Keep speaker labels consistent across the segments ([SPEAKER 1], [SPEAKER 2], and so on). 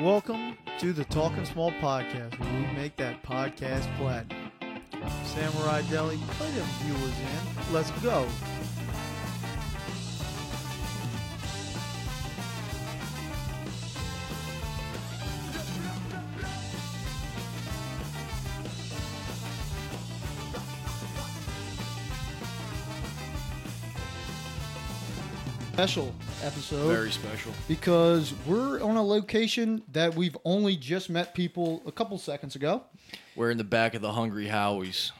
[SPEAKER 1] Welcome to the Talking Small podcast, where we make that podcast platinum. Samurai Deli, play them viewers in. Let's go. Special episode
[SPEAKER 2] Very special.
[SPEAKER 1] because we're on a location that we've only just met people a couple seconds ago.
[SPEAKER 2] We're in the back of the Hungry Howies.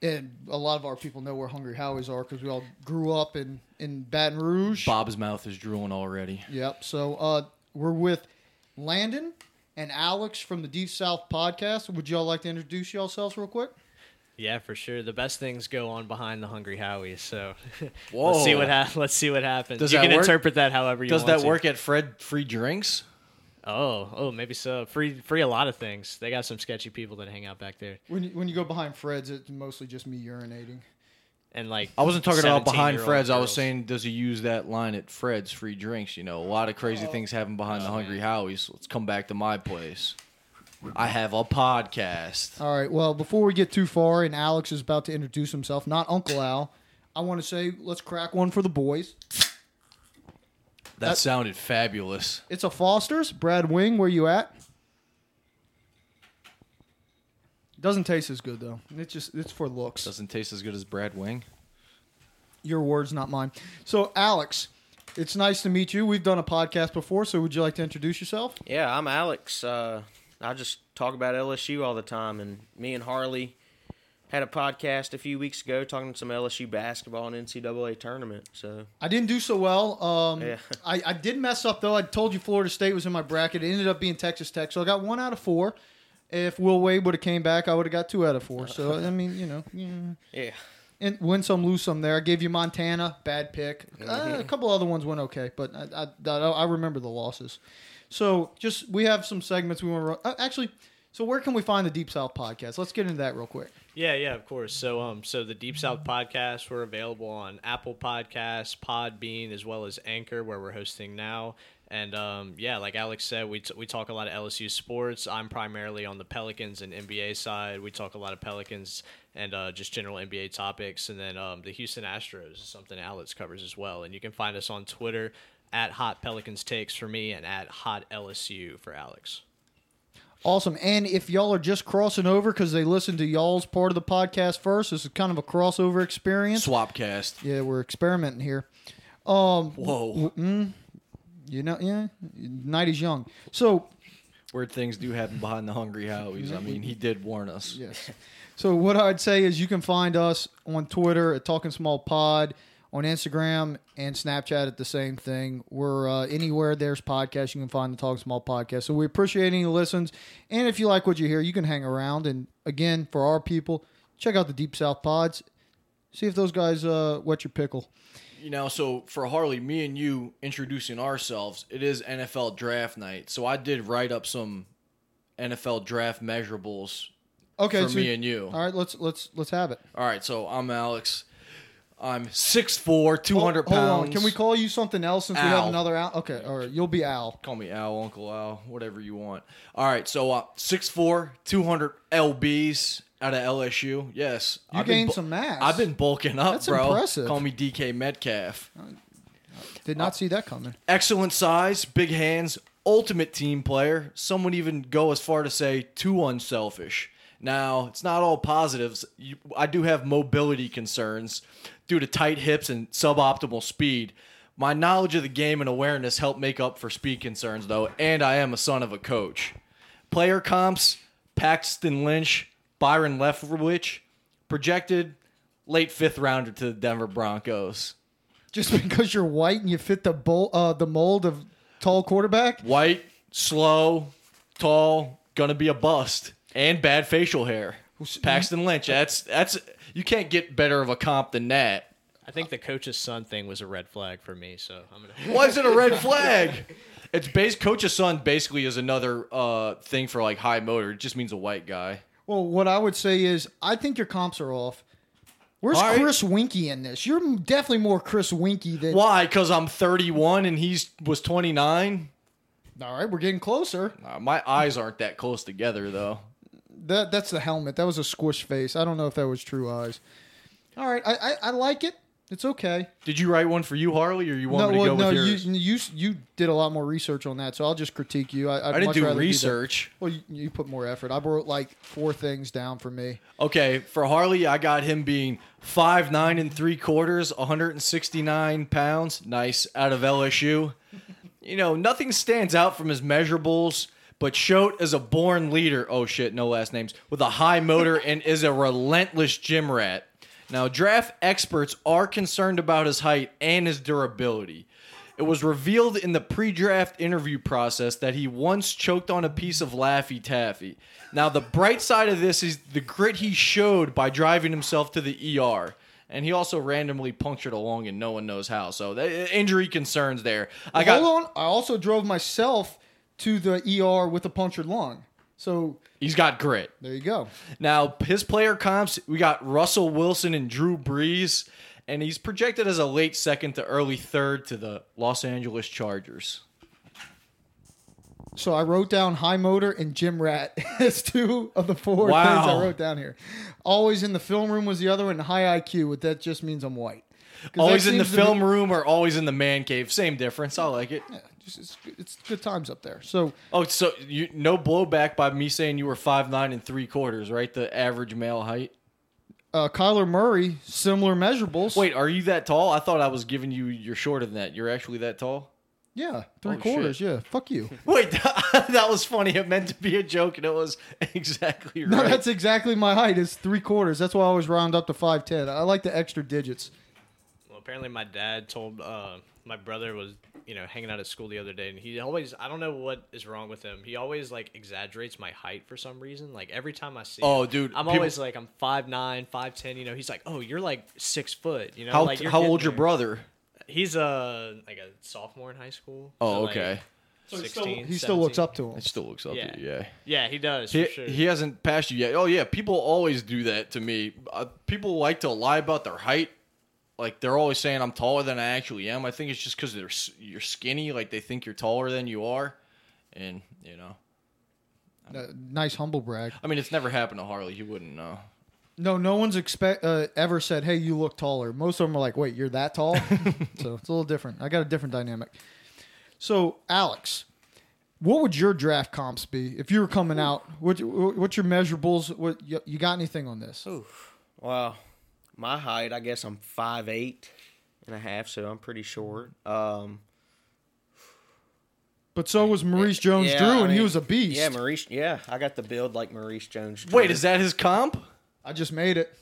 [SPEAKER 1] And a lot of our people know where Hungry Howies are because we all grew up in, in Baton Rouge.
[SPEAKER 2] Bob's mouth is drooling already.
[SPEAKER 1] Yep. So uh, we're with Landon and Alex from the Deep South podcast. Would y'all like to introduce yourselves real quick?
[SPEAKER 3] Yeah, for sure. The best things go on behind the Hungry Howie. So
[SPEAKER 2] Whoa.
[SPEAKER 3] let's see what ha- let's see what happens.
[SPEAKER 2] Does
[SPEAKER 3] you
[SPEAKER 2] that
[SPEAKER 3] can
[SPEAKER 2] work?
[SPEAKER 3] interpret that however you
[SPEAKER 2] Does
[SPEAKER 3] want
[SPEAKER 2] that
[SPEAKER 3] to.
[SPEAKER 2] work at Fred Free Drinks?
[SPEAKER 3] Oh, oh, maybe so. Free, free a lot of things. They got some sketchy people that hang out back there,
[SPEAKER 1] When you, when you go behind Fred's, it's mostly just me urinating.
[SPEAKER 3] and like
[SPEAKER 2] I wasn't talking about behind
[SPEAKER 3] 17-year-old
[SPEAKER 2] Fred's. I was
[SPEAKER 3] girls.
[SPEAKER 2] saying, does he use that line at Fred's Free Drinks? You know, a lot of crazy things happen behind the Hungry Howies. Let's come back to my place. I have a podcast.
[SPEAKER 1] All right. Well, before we get too far, and Alex is about to introduce himself, not Uncle Al, I want to say let's crack one for the boys.
[SPEAKER 2] That, sounded fabulous.
[SPEAKER 1] It's a Foster's. Brad Wing, where you at? Doesn't taste as good though. It's just it's for looks.
[SPEAKER 2] Doesn't taste as good as Brad Wing.
[SPEAKER 1] Your words, not mine. So Alex, it's nice to meet you. We've done a podcast before, so would you like to introduce yourself?
[SPEAKER 4] Yeah, I'm Alex. Uh, I just talk about LSU all the time, and me and Harley had a podcast a few weeks ago talking some LSU basketball and NCAA tournament. So
[SPEAKER 1] I didn't do so well. Um,
[SPEAKER 4] Yeah.
[SPEAKER 1] I, I did mess up though. I told you Florida State was in my bracket. It ended up being Texas Tech, so I got one out of four. If Will Wade would have came back, I would have got two out of four. So I mean, you know, yeah.
[SPEAKER 4] yeah,
[SPEAKER 1] and win some, lose some. There, I gave you Montana, bad pick. Uh, a couple other ones went okay, but I, I, I, I remember the losses. So just we have some segments we want to uh, actually. So where can we find the Deep South podcast? Let's get into that real quick.
[SPEAKER 3] Yeah, yeah, of course. So, um, so the Deep South podcast we're available on Apple Podcasts, Podbean, as well as Anchor, where we're hosting now. And um, yeah, like Alex said, we, t- we talk a lot of LSU sports. I'm primarily on the Pelicans and NBA side. We talk a lot of Pelicans and uh, just general NBA topics. And then um, the Houston Astros is something Alex covers as well. And you can find us on Twitter at Hot Pelicans Takes for me and at Hot LSU for Alex.
[SPEAKER 1] Awesome. And if y'all are just crossing over because they listened to y'all's part of the podcast first, this is kind of a crossover experience.
[SPEAKER 2] Swapcast.
[SPEAKER 1] Yeah, we're experimenting here.
[SPEAKER 2] Whoa.
[SPEAKER 1] You know, yeah, night is young. So
[SPEAKER 2] Weird things do happen behind the Hungry Howies. I mean, he did warn us.
[SPEAKER 1] Yes. So what I'd say is you can find us on Twitter at Talking Small Pod, on Instagram and Snapchat at the same thing. We're uh, anywhere there's podcasts, you can find the Talking Small Podcast. So we appreciate any listens. And if you like what you hear, you can hang around. And again, for our people, check out the Deep South Pods. See if those guys uh, wet your pickle.
[SPEAKER 2] You know, so for Harley, me and you introducing ourselves, it is NFL draft night. So I did write up some NFL draft measurables
[SPEAKER 1] Okay,
[SPEAKER 2] for
[SPEAKER 1] so
[SPEAKER 2] me and you.
[SPEAKER 1] all right, let's let's let's have it.
[SPEAKER 2] All right, so I'm Alex. I'm 6'4, 200
[SPEAKER 1] Hold-
[SPEAKER 2] pounds.
[SPEAKER 1] hold on. Can we call you something else since we have
[SPEAKER 2] Al.
[SPEAKER 1] another Al? Okay, all right, you'll be Al.
[SPEAKER 2] Call me Al, Uncle Al, whatever you want. All right, so uh, 6'4, 200 LBs out of LSU. Yes.
[SPEAKER 1] You
[SPEAKER 2] been
[SPEAKER 1] gained
[SPEAKER 2] bu-
[SPEAKER 1] some mass.
[SPEAKER 2] I've been bulking up,
[SPEAKER 1] That's
[SPEAKER 2] bro.
[SPEAKER 1] impressive.
[SPEAKER 2] Call me DK Metcalf.
[SPEAKER 1] Did not see that coming.
[SPEAKER 2] excellent size, big hands, ultimate team player. Some would even go as far to say too unselfish. Now, it's not all positives. You, I do have mobility concerns due to tight hips and suboptimal speed. My knowledge of the game and awareness help make up for speed concerns, though, and I am a son of a coach. Player comps Paxton Lynch, Byron Leftwich, projected late fifth rounder to the Denver Broncos.
[SPEAKER 1] just because you're white and you fit the bol- uh, the mold of tall quarterback.
[SPEAKER 2] white, slow, tall, gonna be a bust, and bad facial hair. Paxton Lynch. That's that's you can't get better of a comp than that.
[SPEAKER 3] I think the coach's son thing was a red flag for me. So I'm gonna.
[SPEAKER 2] Why is it a red flag? It's base coach's son basically is another uh, thing for like high motor. It just means a white guy.
[SPEAKER 1] Well, what I would say is I think your comps are off. Where's
[SPEAKER 2] All right.
[SPEAKER 1] Chris Winky in this? You're m- definitely more Chris Winky than
[SPEAKER 2] Why? Because I'm 31 and he's was 29.
[SPEAKER 1] All right, we're getting closer.
[SPEAKER 2] Uh, my eyes aren't that close together though.
[SPEAKER 1] That that's the helmet. That was a squish face. I don't know if that was true eyes. All right, I I, I like it. It's okay.
[SPEAKER 2] Did you write one for you, Harley, or you want
[SPEAKER 1] no,
[SPEAKER 2] me to
[SPEAKER 1] well,
[SPEAKER 2] go
[SPEAKER 1] no,
[SPEAKER 2] with
[SPEAKER 1] you,
[SPEAKER 2] yours?
[SPEAKER 1] you you did a lot more research on that, so I'll just critique you. I, I'd
[SPEAKER 2] I didn't
[SPEAKER 1] much
[SPEAKER 2] do
[SPEAKER 1] rather that.
[SPEAKER 2] research.
[SPEAKER 1] Well, you, you put more effort. I wrote like four things down for me.
[SPEAKER 2] Okay, for Harley, I got him being five nine and three quarters, 169 pounds. Nice out of LSU. You know, nothing stands out from his measurables, but Schott is a born leader. Oh shit, no last names. With a high motor and is a relentless gym rat. Now, draft experts are concerned about his height and his durability. It was revealed in the pre draft interview process that he once choked on a piece of Laffy Taffy. Now, the bright side of this is the grit he showed by driving himself to the ER. And he also randomly punctured a lung, and no one knows how. So, that, injury concerns there. I got.
[SPEAKER 1] Hold on. I also drove myself to the ER with a punctured lung. So
[SPEAKER 2] He's got grit.
[SPEAKER 1] there you go.
[SPEAKER 2] Now, his player comps, we got Russell Wilson and Drew Brees, and he's projected as a late second to early third to the Los Angeles Chargers.
[SPEAKER 1] So I wrote down high motor and gym rat as two of the four
[SPEAKER 2] Wow.
[SPEAKER 1] things I wrote down here. Always in the film room was the other one. and High IQ. What that just means I'm white. 'Cause that
[SPEAKER 2] Always in the
[SPEAKER 1] seems to be-
[SPEAKER 2] film room or always in the man cave. Same difference. I like it.
[SPEAKER 1] Just- it's, it's good times up there. So
[SPEAKER 2] Oh, so you no blowback by me saying you were five nine and three quarters, right? The average male height.
[SPEAKER 1] uh, Kyler Murray, similar measurables.
[SPEAKER 2] Wait, are you that tall? I thought I was giving you you're shorter than that. You're actually that tall?
[SPEAKER 1] yeah, three
[SPEAKER 2] Oh,
[SPEAKER 1] quarters. Yeah, fuck you.
[SPEAKER 2] Wait, that was funny. It meant to be a joke and it was exactly
[SPEAKER 1] No,
[SPEAKER 2] right.
[SPEAKER 1] that's exactly my height. It's three quarters. That's why I always round up to five ten. I like the extra digits.
[SPEAKER 3] Well, apparently my dad told uh, my brother was you know hanging out at school the other day, and he always I don't know what is wrong with him. He always like exaggerates my height for some reason. Like every time I see,
[SPEAKER 2] Oh,
[SPEAKER 3] him,
[SPEAKER 2] dude,
[SPEAKER 3] I'm
[SPEAKER 2] people-
[SPEAKER 3] always like I'm five nine, five ten. You know, he's like, oh, you're like six foot. You know,
[SPEAKER 2] how
[SPEAKER 3] like, you're
[SPEAKER 2] how
[SPEAKER 3] getting
[SPEAKER 2] old your
[SPEAKER 3] there.
[SPEAKER 2] brother?
[SPEAKER 3] He's a like a sophomore in high school. so,
[SPEAKER 2] Oh,
[SPEAKER 3] like,
[SPEAKER 2] okay.
[SPEAKER 3] 16,
[SPEAKER 1] He still looks
[SPEAKER 3] 17.
[SPEAKER 1] up to him.
[SPEAKER 2] It still looks up
[SPEAKER 3] Yeah.
[SPEAKER 2] to you, yeah.
[SPEAKER 3] Yeah, he does.
[SPEAKER 2] He,
[SPEAKER 3] for sure.
[SPEAKER 2] he hasn't passed you yet. Oh yeah, people always do that to me. Uh, people like to lie about their height. Like they're always saying I'm taller than I actually am. I think it's just because they're s- you're skinny. Like they think you're taller than you are, and you know.
[SPEAKER 1] Uh, nice humble brag.
[SPEAKER 2] I mean, it's never happened to Harley. He wouldn't know.
[SPEAKER 1] No, no one's expect uh, ever said, "Hey, you look taller." Most of them are like, "Wait, you're that tall?" so it's a little different. I got a different dynamic. So, Alex, what would your draft comps be if you were coming out? What, what's your measurables? What you, you got anything on this?
[SPEAKER 4] Well, my height, I guess I'm five eight and a half, so I'm pretty short. Um,
[SPEAKER 1] But so was Maurice Jones
[SPEAKER 4] yeah,
[SPEAKER 1] Drew,
[SPEAKER 4] I
[SPEAKER 1] and he
[SPEAKER 4] mean,
[SPEAKER 1] was a beast.
[SPEAKER 4] Yeah, Maurice. Yeah, I got the build like Maurice Jones.
[SPEAKER 2] Wait, is that his comp?
[SPEAKER 1] I just made it.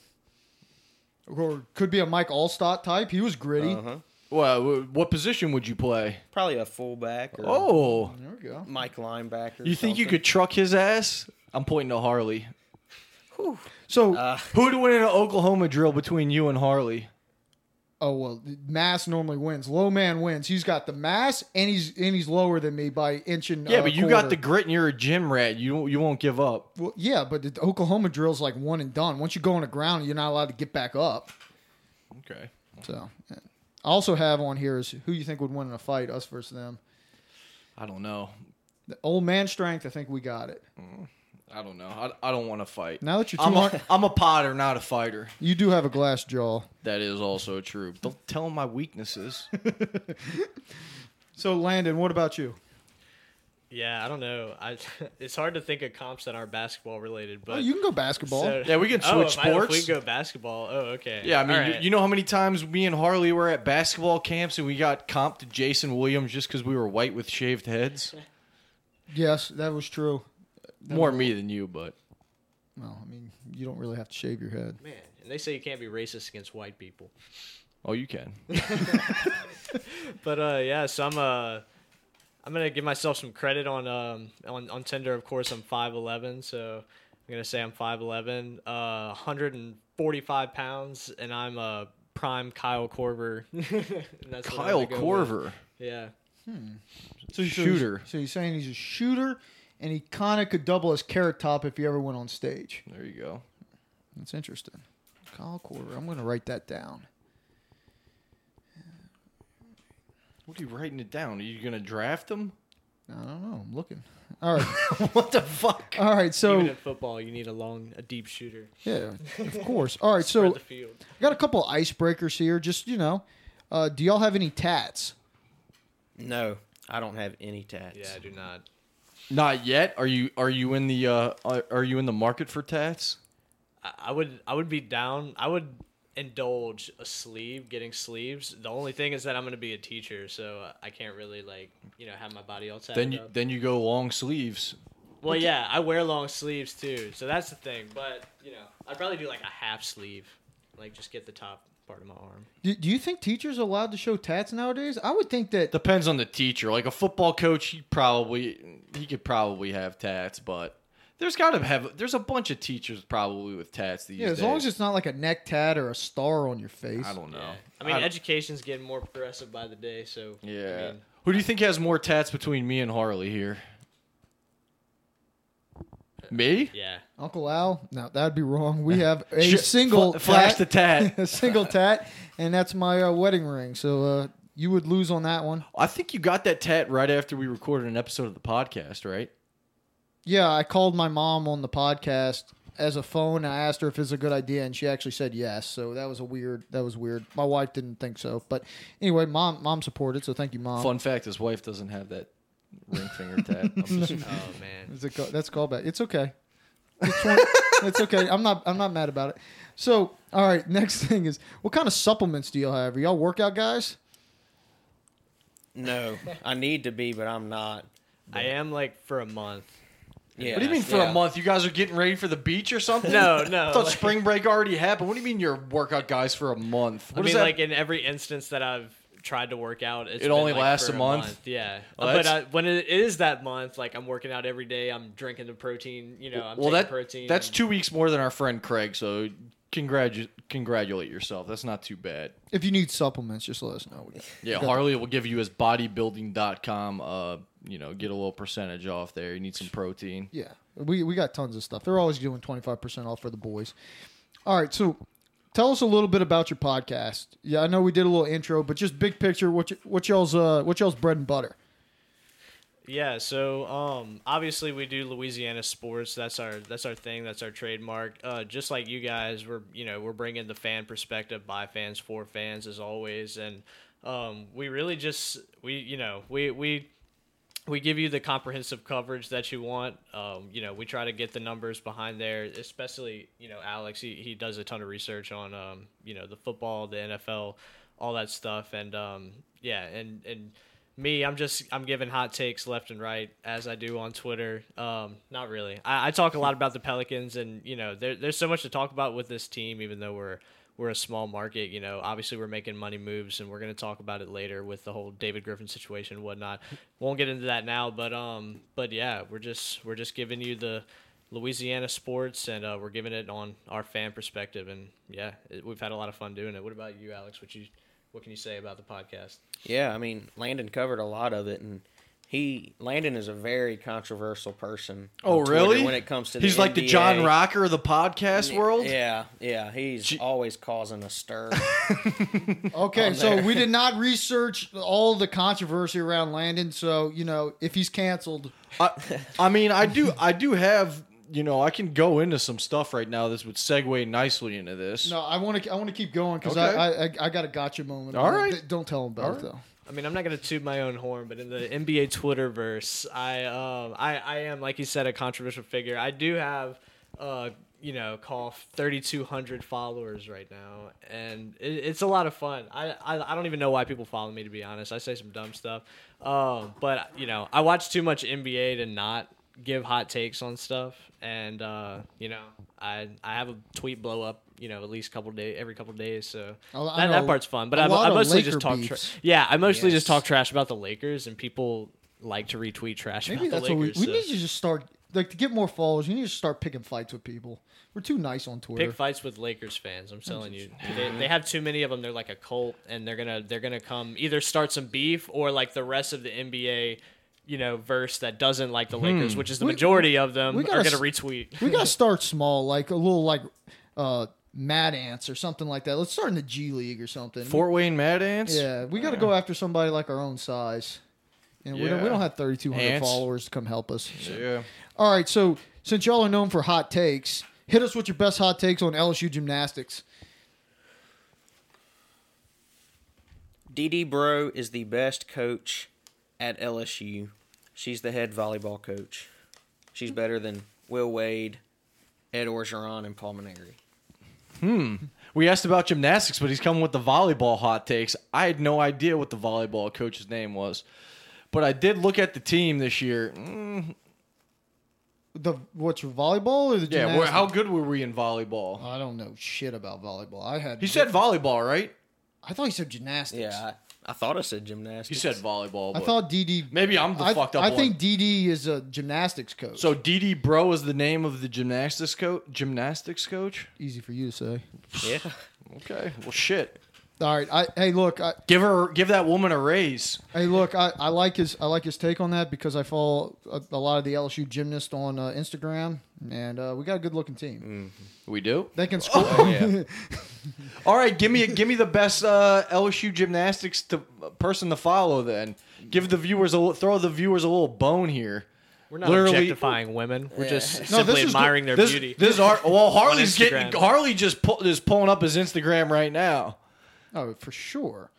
[SPEAKER 1] Or could be a Mike Allstott type. He was gritty.
[SPEAKER 4] Uh-huh.
[SPEAKER 2] Well, w- what position would you play?
[SPEAKER 4] probably a fullback or
[SPEAKER 2] Oh,
[SPEAKER 1] There we go.
[SPEAKER 4] Mike linebacker.
[SPEAKER 2] you think you could truck his ass? I'm pointing to Harley.
[SPEAKER 1] So,
[SPEAKER 4] Uh,
[SPEAKER 2] Who'd win in an Oklahoma drill between you and Harley?
[SPEAKER 1] oh well, mass normally wins. Low man wins. He's got the mass, and he's and he's lower than me by inch and
[SPEAKER 2] Yeah,
[SPEAKER 1] uh,
[SPEAKER 2] but you got the
[SPEAKER 1] quarter.
[SPEAKER 2] grit and you're a gym rat. You you won't give up.
[SPEAKER 1] Well, yeah, but the Oklahoma drill's like one and done. Once you go on the ground, you're not allowed to get back up.
[SPEAKER 2] Okay.
[SPEAKER 1] So, yeah. I also have on here is who you think would win in a fight, us versus them.
[SPEAKER 2] I don't know.
[SPEAKER 1] The old man strength, I think we got it.
[SPEAKER 2] I don't know. I, I don't want to fight.
[SPEAKER 1] Now that you're
[SPEAKER 2] I'm
[SPEAKER 1] too
[SPEAKER 2] a,
[SPEAKER 1] hard,
[SPEAKER 2] I'm a potter, not a fighter.
[SPEAKER 1] you do have a glass jaw.
[SPEAKER 2] That is also true. Don't tell him my weaknesses.
[SPEAKER 1] So, Landon, what about you?
[SPEAKER 3] Yeah, I don't know. I it's hard to think of comps that aren't basketball related, but
[SPEAKER 1] Oh, you can go basketball.
[SPEAKER 3] so-
[SPEAKER 2] Yeah, we can
[SPEAKER 3] Oh,
[SPEAKER 2] switch
[SPEAKER 3] if I- if
[SPEAKER 2] sports.
[SPEAKER 3] we go basketball. Oh, okay.
[SPEAKER 2] yeah, I mean,
[SPEAKER 3] All
[SPEAKER 2] you,
[SPEAKER 3] right.
[SPEAKER 2] you know how many times me and Harley were at basketball camps and we got comped to Jason Williams just because we were white with shaved heads?
[SPEAKER 1] yes, that was true.
[SPEAKER 2] More me than you, but.
[SPEAKER 1] Well, I mean, you don't really have to shave your head.
[SPEAKER 3] man, and they say you can't be racist against white people.
[SPEAKER 2] Oh, you can.
[SPEAKER 3] But uh, yeah, so I'm uh, I'm gonna give myself some credit on um on, on Tinder. Of course, I'm five eleven, so I'm gonna say I'm five eleven, uh, 145 pounds, and I'm uh, prime Kyle Corver. And that's what I'm
[SPEAKER 2] Kyle
[SPEAKER 3] gonna go with.
[SPEAKER 2] Corver.
[SPEAKER 3] Yeah.
[SPEAKER 1] So he's-
[SPEAKER 2] Shooter.
[SPEAKER 1] So he's saying he's a shooter, and he kind of could double as carrot top if he ever went on stage.
[SPEAKER 2] There you go.
[SPEAKER 1] That's interesting. Kyle Corver. I'm going to write that down.
[SPEAKER 2] What are you writing it down? Are you going to draft him?
[SPEAKER 1] I don't know. I'm looking. All right.
[SPEAKER 2] what the fuck?
[SPEAKER 1] All right.
[SPEAKER 3] Even
[SPEAKER 1] So
[SPEAKER 3] in football, you need a long, a deep shooter.
[SPEAKER 1] yeah, of course. All right.
[SPEAKER 3] Spread
[SPEAKER 1] So
[SPEAKER 3] the field.
[SPEAKER 1] I got a couple icebreakers here. Just you know, uh, do y'all have any tats?
[SPEAKER 4] No, I don't have any tats.
[SPEAKER 3] Yeah, I do not.
[SPEAKER 2] Not yet. Are you are you in the uh are, are you in the market for tats?
[SPEAKER 3] I, I would, I would be down. I would indulge a sleeve, getting sleeves. The only thing is that I'm going to be a teacher, so I can't really like, you know, have my body all tatted
[SPEAKER 2] Then you
[SPEAKER 3] up.
[SPEAKER 2] then you go long sleeves.
[SPEAKER 3] Well, yeah, I wear long sleeves too, so that's the thing. But you know, I'd probably do like a half sleeve, like just get the top part of my arm.
[SPEAKER 1] Do, do you think teachers are allowed to show tats nowadays? I would think that
[SPEAKER 2] Depends on the teacher. Like a football coach, he probably he could probably have tats, but there's got to have there's a bunch of teachers probably with tats these
[SPEAKER 1] yeah, as
[SPEAKER 2] days.
[SPEAKER 1] long as it's not like a neck tat or a star on your face.
[SPEAKER 2] I don't know.
[SPEAKER 3] Yeah. I mean,
[SPEAKER 2] I-
[SPEAKER 3] education's getting more progressive by the day, so I
[SPEAKER 2] yeah.
[SPEAKER 3] mean,
[SPEAKER 2] Who do you think has more tats between me and Harley here? Me?
[SPEAKER 3] yeah.
[SPEAKER 1] Uncle Al, no, that'd be wrong. We have a
[SPEAKER 2] Sh-
[SPEAKER 1] single
[SPEAKER 2] fl- flash the
[SPEAKER 1] tat,
[SPEAKER 2] tat.
[SPEAKER 1] a single tat, and that's my uh, wedding ring. So uh, you would lose on that one.
[SPEAKER 2] I think you got that tat right after we recorded an episode of the podcast, right?
[SPEAKER 1] Yeah, I called my mom on the podcast as a phone. I asked her if it's a good idea, and she actually said yes. So that was a weird. That was weird. My wife didn't think so, but anyway, mom mom supported. So thank you, mom.
[SPEAKER 2] Fun fact: his wife doesn't have that ring finger tat. I'm just-
[SPEAKER 3] Oh man,
[SPEAKER 1] Is it call, that's callback. It's okay. It's, one- it's okay. I'm not. I'm not mad about it. So, all right. Next thing is, what kind of supplements do y'all have? Are y'all workout guys?
[SPEAKER 4] No, I need to be, but I'm not.
[SPEAKER 3] I am like for a month.
[SPEAKER 4] Yeah.
[SPEAKER 2] what do you mean for
[SPEAKER 4] yeah.
[SPEAKER 2] a month? You guys are getting ready for the beach or something?
[SPEAKER 3] No, no,
[SPEAKER 2] I thought
[SPEAKER 3] like-
[SPEAKER 2] spring break already happened. What do you mean you're workout guys for a month? What
[SPEAKER 3] I
[SPEAKER 2] does
[SPEAKER 3] mean,
[SPEAKER 2] that-
[SPEAKER 3] like in every instance that I've tried to work out, it's
[SPEAKER 2] It
[SPEAKER 3] been,
[SPEAKER 2] only
[SPEAKER 3] like,
[SPEAKER 2] lasts
[SPEAKER 3] for
[SPEAKER 2] a month?
[SPEAKER 3] Yeah, Uh,
[SPEAKER 2] Well,
[SPEAKER 3] but I,
[SPEAKER 2] that's-
[SPEAKER 3] when it is that month, like I'm working out every day. I'm drinking the protein. You know, I'm
[SPEAKER 2] well,
[SPEAKER 3] taking
[SPEAKER 2] that
[SPEAKER 3] protein.
[SPEAKER 2] that's
[SPEAKER 3] I'm-
[SPEAKER 2] two weeks more than our friend Craig. So congratu- congratulate yourself. That's not too bad.
[SPEAKER 1] If you need supplements, just let us know. We-
[SPEAKER 2] Yeah, Harley will give you his bodybuilding.com. Uh, you know, get a little percentage off there. You need some protein.
[SPEAKER 1] Yeah, we we got tons of stuff. They're always doing twenty five percent off for the boys. All right, so tell us a little bit about your podcast. Yeah, I know we did a little intro, but just big picture, what y- what y'all's uh, what y'all's bread and butter?
[SPEAKER 3] Yeah, so um, obviously we do Louisiana sports. That's our that's our thing. That's our trademark. Uh, just like you guys, we're you know we're bringing the fan perspective by fans for fans as always, and um, we really just we you know we we we give you the comprehensive coverage that you want. Um, you know, we try to get the numbers behind there, especially you know Alex. He, he does a ton of research on um, you know the football, the NFL, all that stuff, and um, yeah, and and me, I'm just I'm giving hot takes left and right as I do on Twitter. Um, not really. I, I talk a lot about the Pelicans, and you know there, there's so much to talk about with this team, even though we're we're a small market, you know. Obviously, we're making money moves, and we're going to talk about it later with the whole David Griffin situation and whatnot. Won't get into that now, but um, but yeah, we're just we're just giving you the Louisiana sports, and uh, we're giving it on our fan perspective, and yeah, it, we've had a lot of fun doing it. What about you, Alex? What you what can you say about the podcast?
[SPEAKER 4] Yeah, I mean, Landon covered a lot of it, and he Landon is a very controversial person. on
[SPEAKER 2] Oh,
[SPEAKER 4] Twitter
[SPEAKER 2] really?
[SPEAKER 4] When it comes to
[SPEAKER 2] he's
[SPEAKER 4] the
[SPEAKER 2] like the
[SPEAKER 4] NBA.
[SPEAKER 2] John Rocker of the podcast world.
[SPEAKER 4] Yeah, yeah, he's always causing a stir.
[SPEAKER 1] Okay,
[SPEAKER 2] Oh,
[SPEAKER 4] On
[SPEAKER 1] so
[SPEAKER 4] there.
[SPEAKER 1] we did not research all the controversy around Landon. So you know, if he's canceled,
[SPEAKER 2] I, I mean, I do, I do have, you know, I can go into some stuff right now. This would segue nicely into this.
[SPEAKER 1] no, I want to I want to keep going because
[SPEAKER 2] Okay.
[SPEAKER 1] I, I I- I got a gotcha moment.
[SPEAKER 2] All right.
[SPEAKER 1] D- don't tell him about
[SPEAKER 2] All
[SPEAKER 1] it
[SPEAKER 2] right.
[SPEAKER 1] though.
[SPEAKER 3] I mean, I'm not gonna toot my own horn, but in the NBA Twitterverse, I um, I I am like you said a controversial figure. I do have uh, you know, call 3,200 followers right now, and it, it's a lot of fun. I, I I don't even know why people follow me to be honest. I say some dumb stuff, um, but you know, I watch too much NBA to not give hot takes on stuff, and uh, you know, I I have a tweet blow up. You know, at least couple day every couple days. So
[SPEAKER 1] Oh, I
[SPEAKER 3] that,
[SPEAKER 1] know
[SPEAKER 3] that part's fun. But
[SPEAKER 1] a
[SPEAKER 3] I,
[SPEAKER 1] lot
[SPEAKER 3] I
[SPEAKER 1] of
[SPEAKER 3] mostly
[SPEAKER 1] Laker
[SPEAKER 3] just talk. Tra-
[SPEAKER 1] beefs.
[SPEAKER 3] yeah, I mostly
[SPEAKER 4] Yes.
[SPEAKER 3] just talk trash about the Lakers, and people like to retweet trash
[SPEAKER 1] Maybe
[SPEAKER 3] about
[SPEAKER 1] that's
[SPEAKER 3] the
[SPEAKER 1] what we,
[SPEAKER 3] Lakers. uh,
[SPEAKER 1] we
[SPEAKER 3] so
[SPEAKER 1] need to just start like to get more followers. You need to start picking fights with people. We're too nice on Twitter.
[SPEAKER 3] pick fights with Lakers fans. I'm telling you, they, they have too many of them. They're like a cult, and they're gonna they're gonna come either start some beef or like the rest of the NBA. You know, verse that doesn't like the Lakers, which is the
[SPEAKER 1] Hmm. We-
[SPEAKER 3] majority of them,
[SPEAKER 1] we
[SPEAKER 3] are
[SPEAKER 1] gotta
[SPEAKER 3] going to
[SPEAKER 1] s-
[SPEAKER 3] retweet.
[SPEAKER 1] We gotta start small, like a little like uh Mad Ants or something like that. Let's start in the G League or something.
[SPEAKER 2] Fort Wayne Mad Ants.
[SPEAKER 1] yeah, we gotta go after somebody like our own size. and we, don't, we
[SPEAKER 2] Yeah.
[SPEAKER 1] don't have 3,200
[SPEAKER 2] Ants.
[SPEAKER 1] followers to come help us. So-
[SPEAKER 2] Yeah.
[SPEAKER 1] All right, so since y'all are known for hot takes, hit us with your best hot takes on LSU gymnastics.
[SPEAKER 4] DD Bro is the best coach at LSU. She's the head volleyball coach. She's better than Will Wade, Ed Orgeron, and Paul Maneri.
[SPEAKER 2] We asked about gymnastics, but he's coming with the volleyball hot takes. I had no idea what the volleyball coach's name was, but I did look at the team this year. Mm,
[SPEAKER 1] The what's your volleyball or the
[SPEAKER 2] yeah,
[SPEAKER 1] gymnastics? Oh,
[SPEAKER 2] well, how good were we in volleyball?
[SPEAKER 1] I don't know shit about volleyball. I had
[SPEAKER 2] He said volleyball, right?
[SPEAKER 1] I thought he said gymnastics.
[SPEAKER 4] Yeah, I, I thought I said gymnastics.
[SPEAKER 2] He said volleyball.
[SPEAKER 1] I
[SPEAKER 2] but-
[SPEAKER 1] thought DD.
[SPEAKER 2] Maybe I'm the
[SPEAKER 1] I,
[SPEAKER 2] fucked up
[SPEAKER 1] I
[SPEAKER 2] one.
[SPEAKER 1] think DD is a gymnastics coach.
[SPEAKER 2] so. DD Bro is the name of the gymnastics coach. Gymnastics coach.
[SPEAKER 1] easy for you to say.
[SPEAKER 4] Yeah.
[SPEAKER 2] Okay. Well, shit.
[SPEAKER 1] All right. I hey look. I,
[SPEAKER 2] Give her, give that woman a raise.
[SPEAKER 1] hey look. I, I like his I like his take on that because I follow a, a lot of the LSU gymnasts on uh, Instagram, and uh, we got a good looking team.
[SPEAKER 2] We do.
[SPEAKER 1] They can score.
[SPEAKER 4] yeah.
[SPEAKER 2] All right, give me a, give me the best uh, LSU gymnastics to, person to follow. Then give the viewers a li- throw the viewers a little bone here.
[SPEAKER 3] We're not
[SPEAKER 2] Literally-
[SPEAKER 3] objectifying women. We're just
[SPEAKER 1] No, this
[SPEAKER 3] simply
[SPEAKER 1] is
[SPEAKER 3] admiring
[SPEAKER 1] good.
[SPEAKER 3] their
[SPEAKER 2] this,
[SPEAKER 3] beauty.
[SPEAKER 2] This are well Harley's
[SPEAKER 3] Instagram.
[SPEAKER 2] getting Harley just pull, is pulling up his Instagram right now.
[SPEAKER 1] Oh, for sure.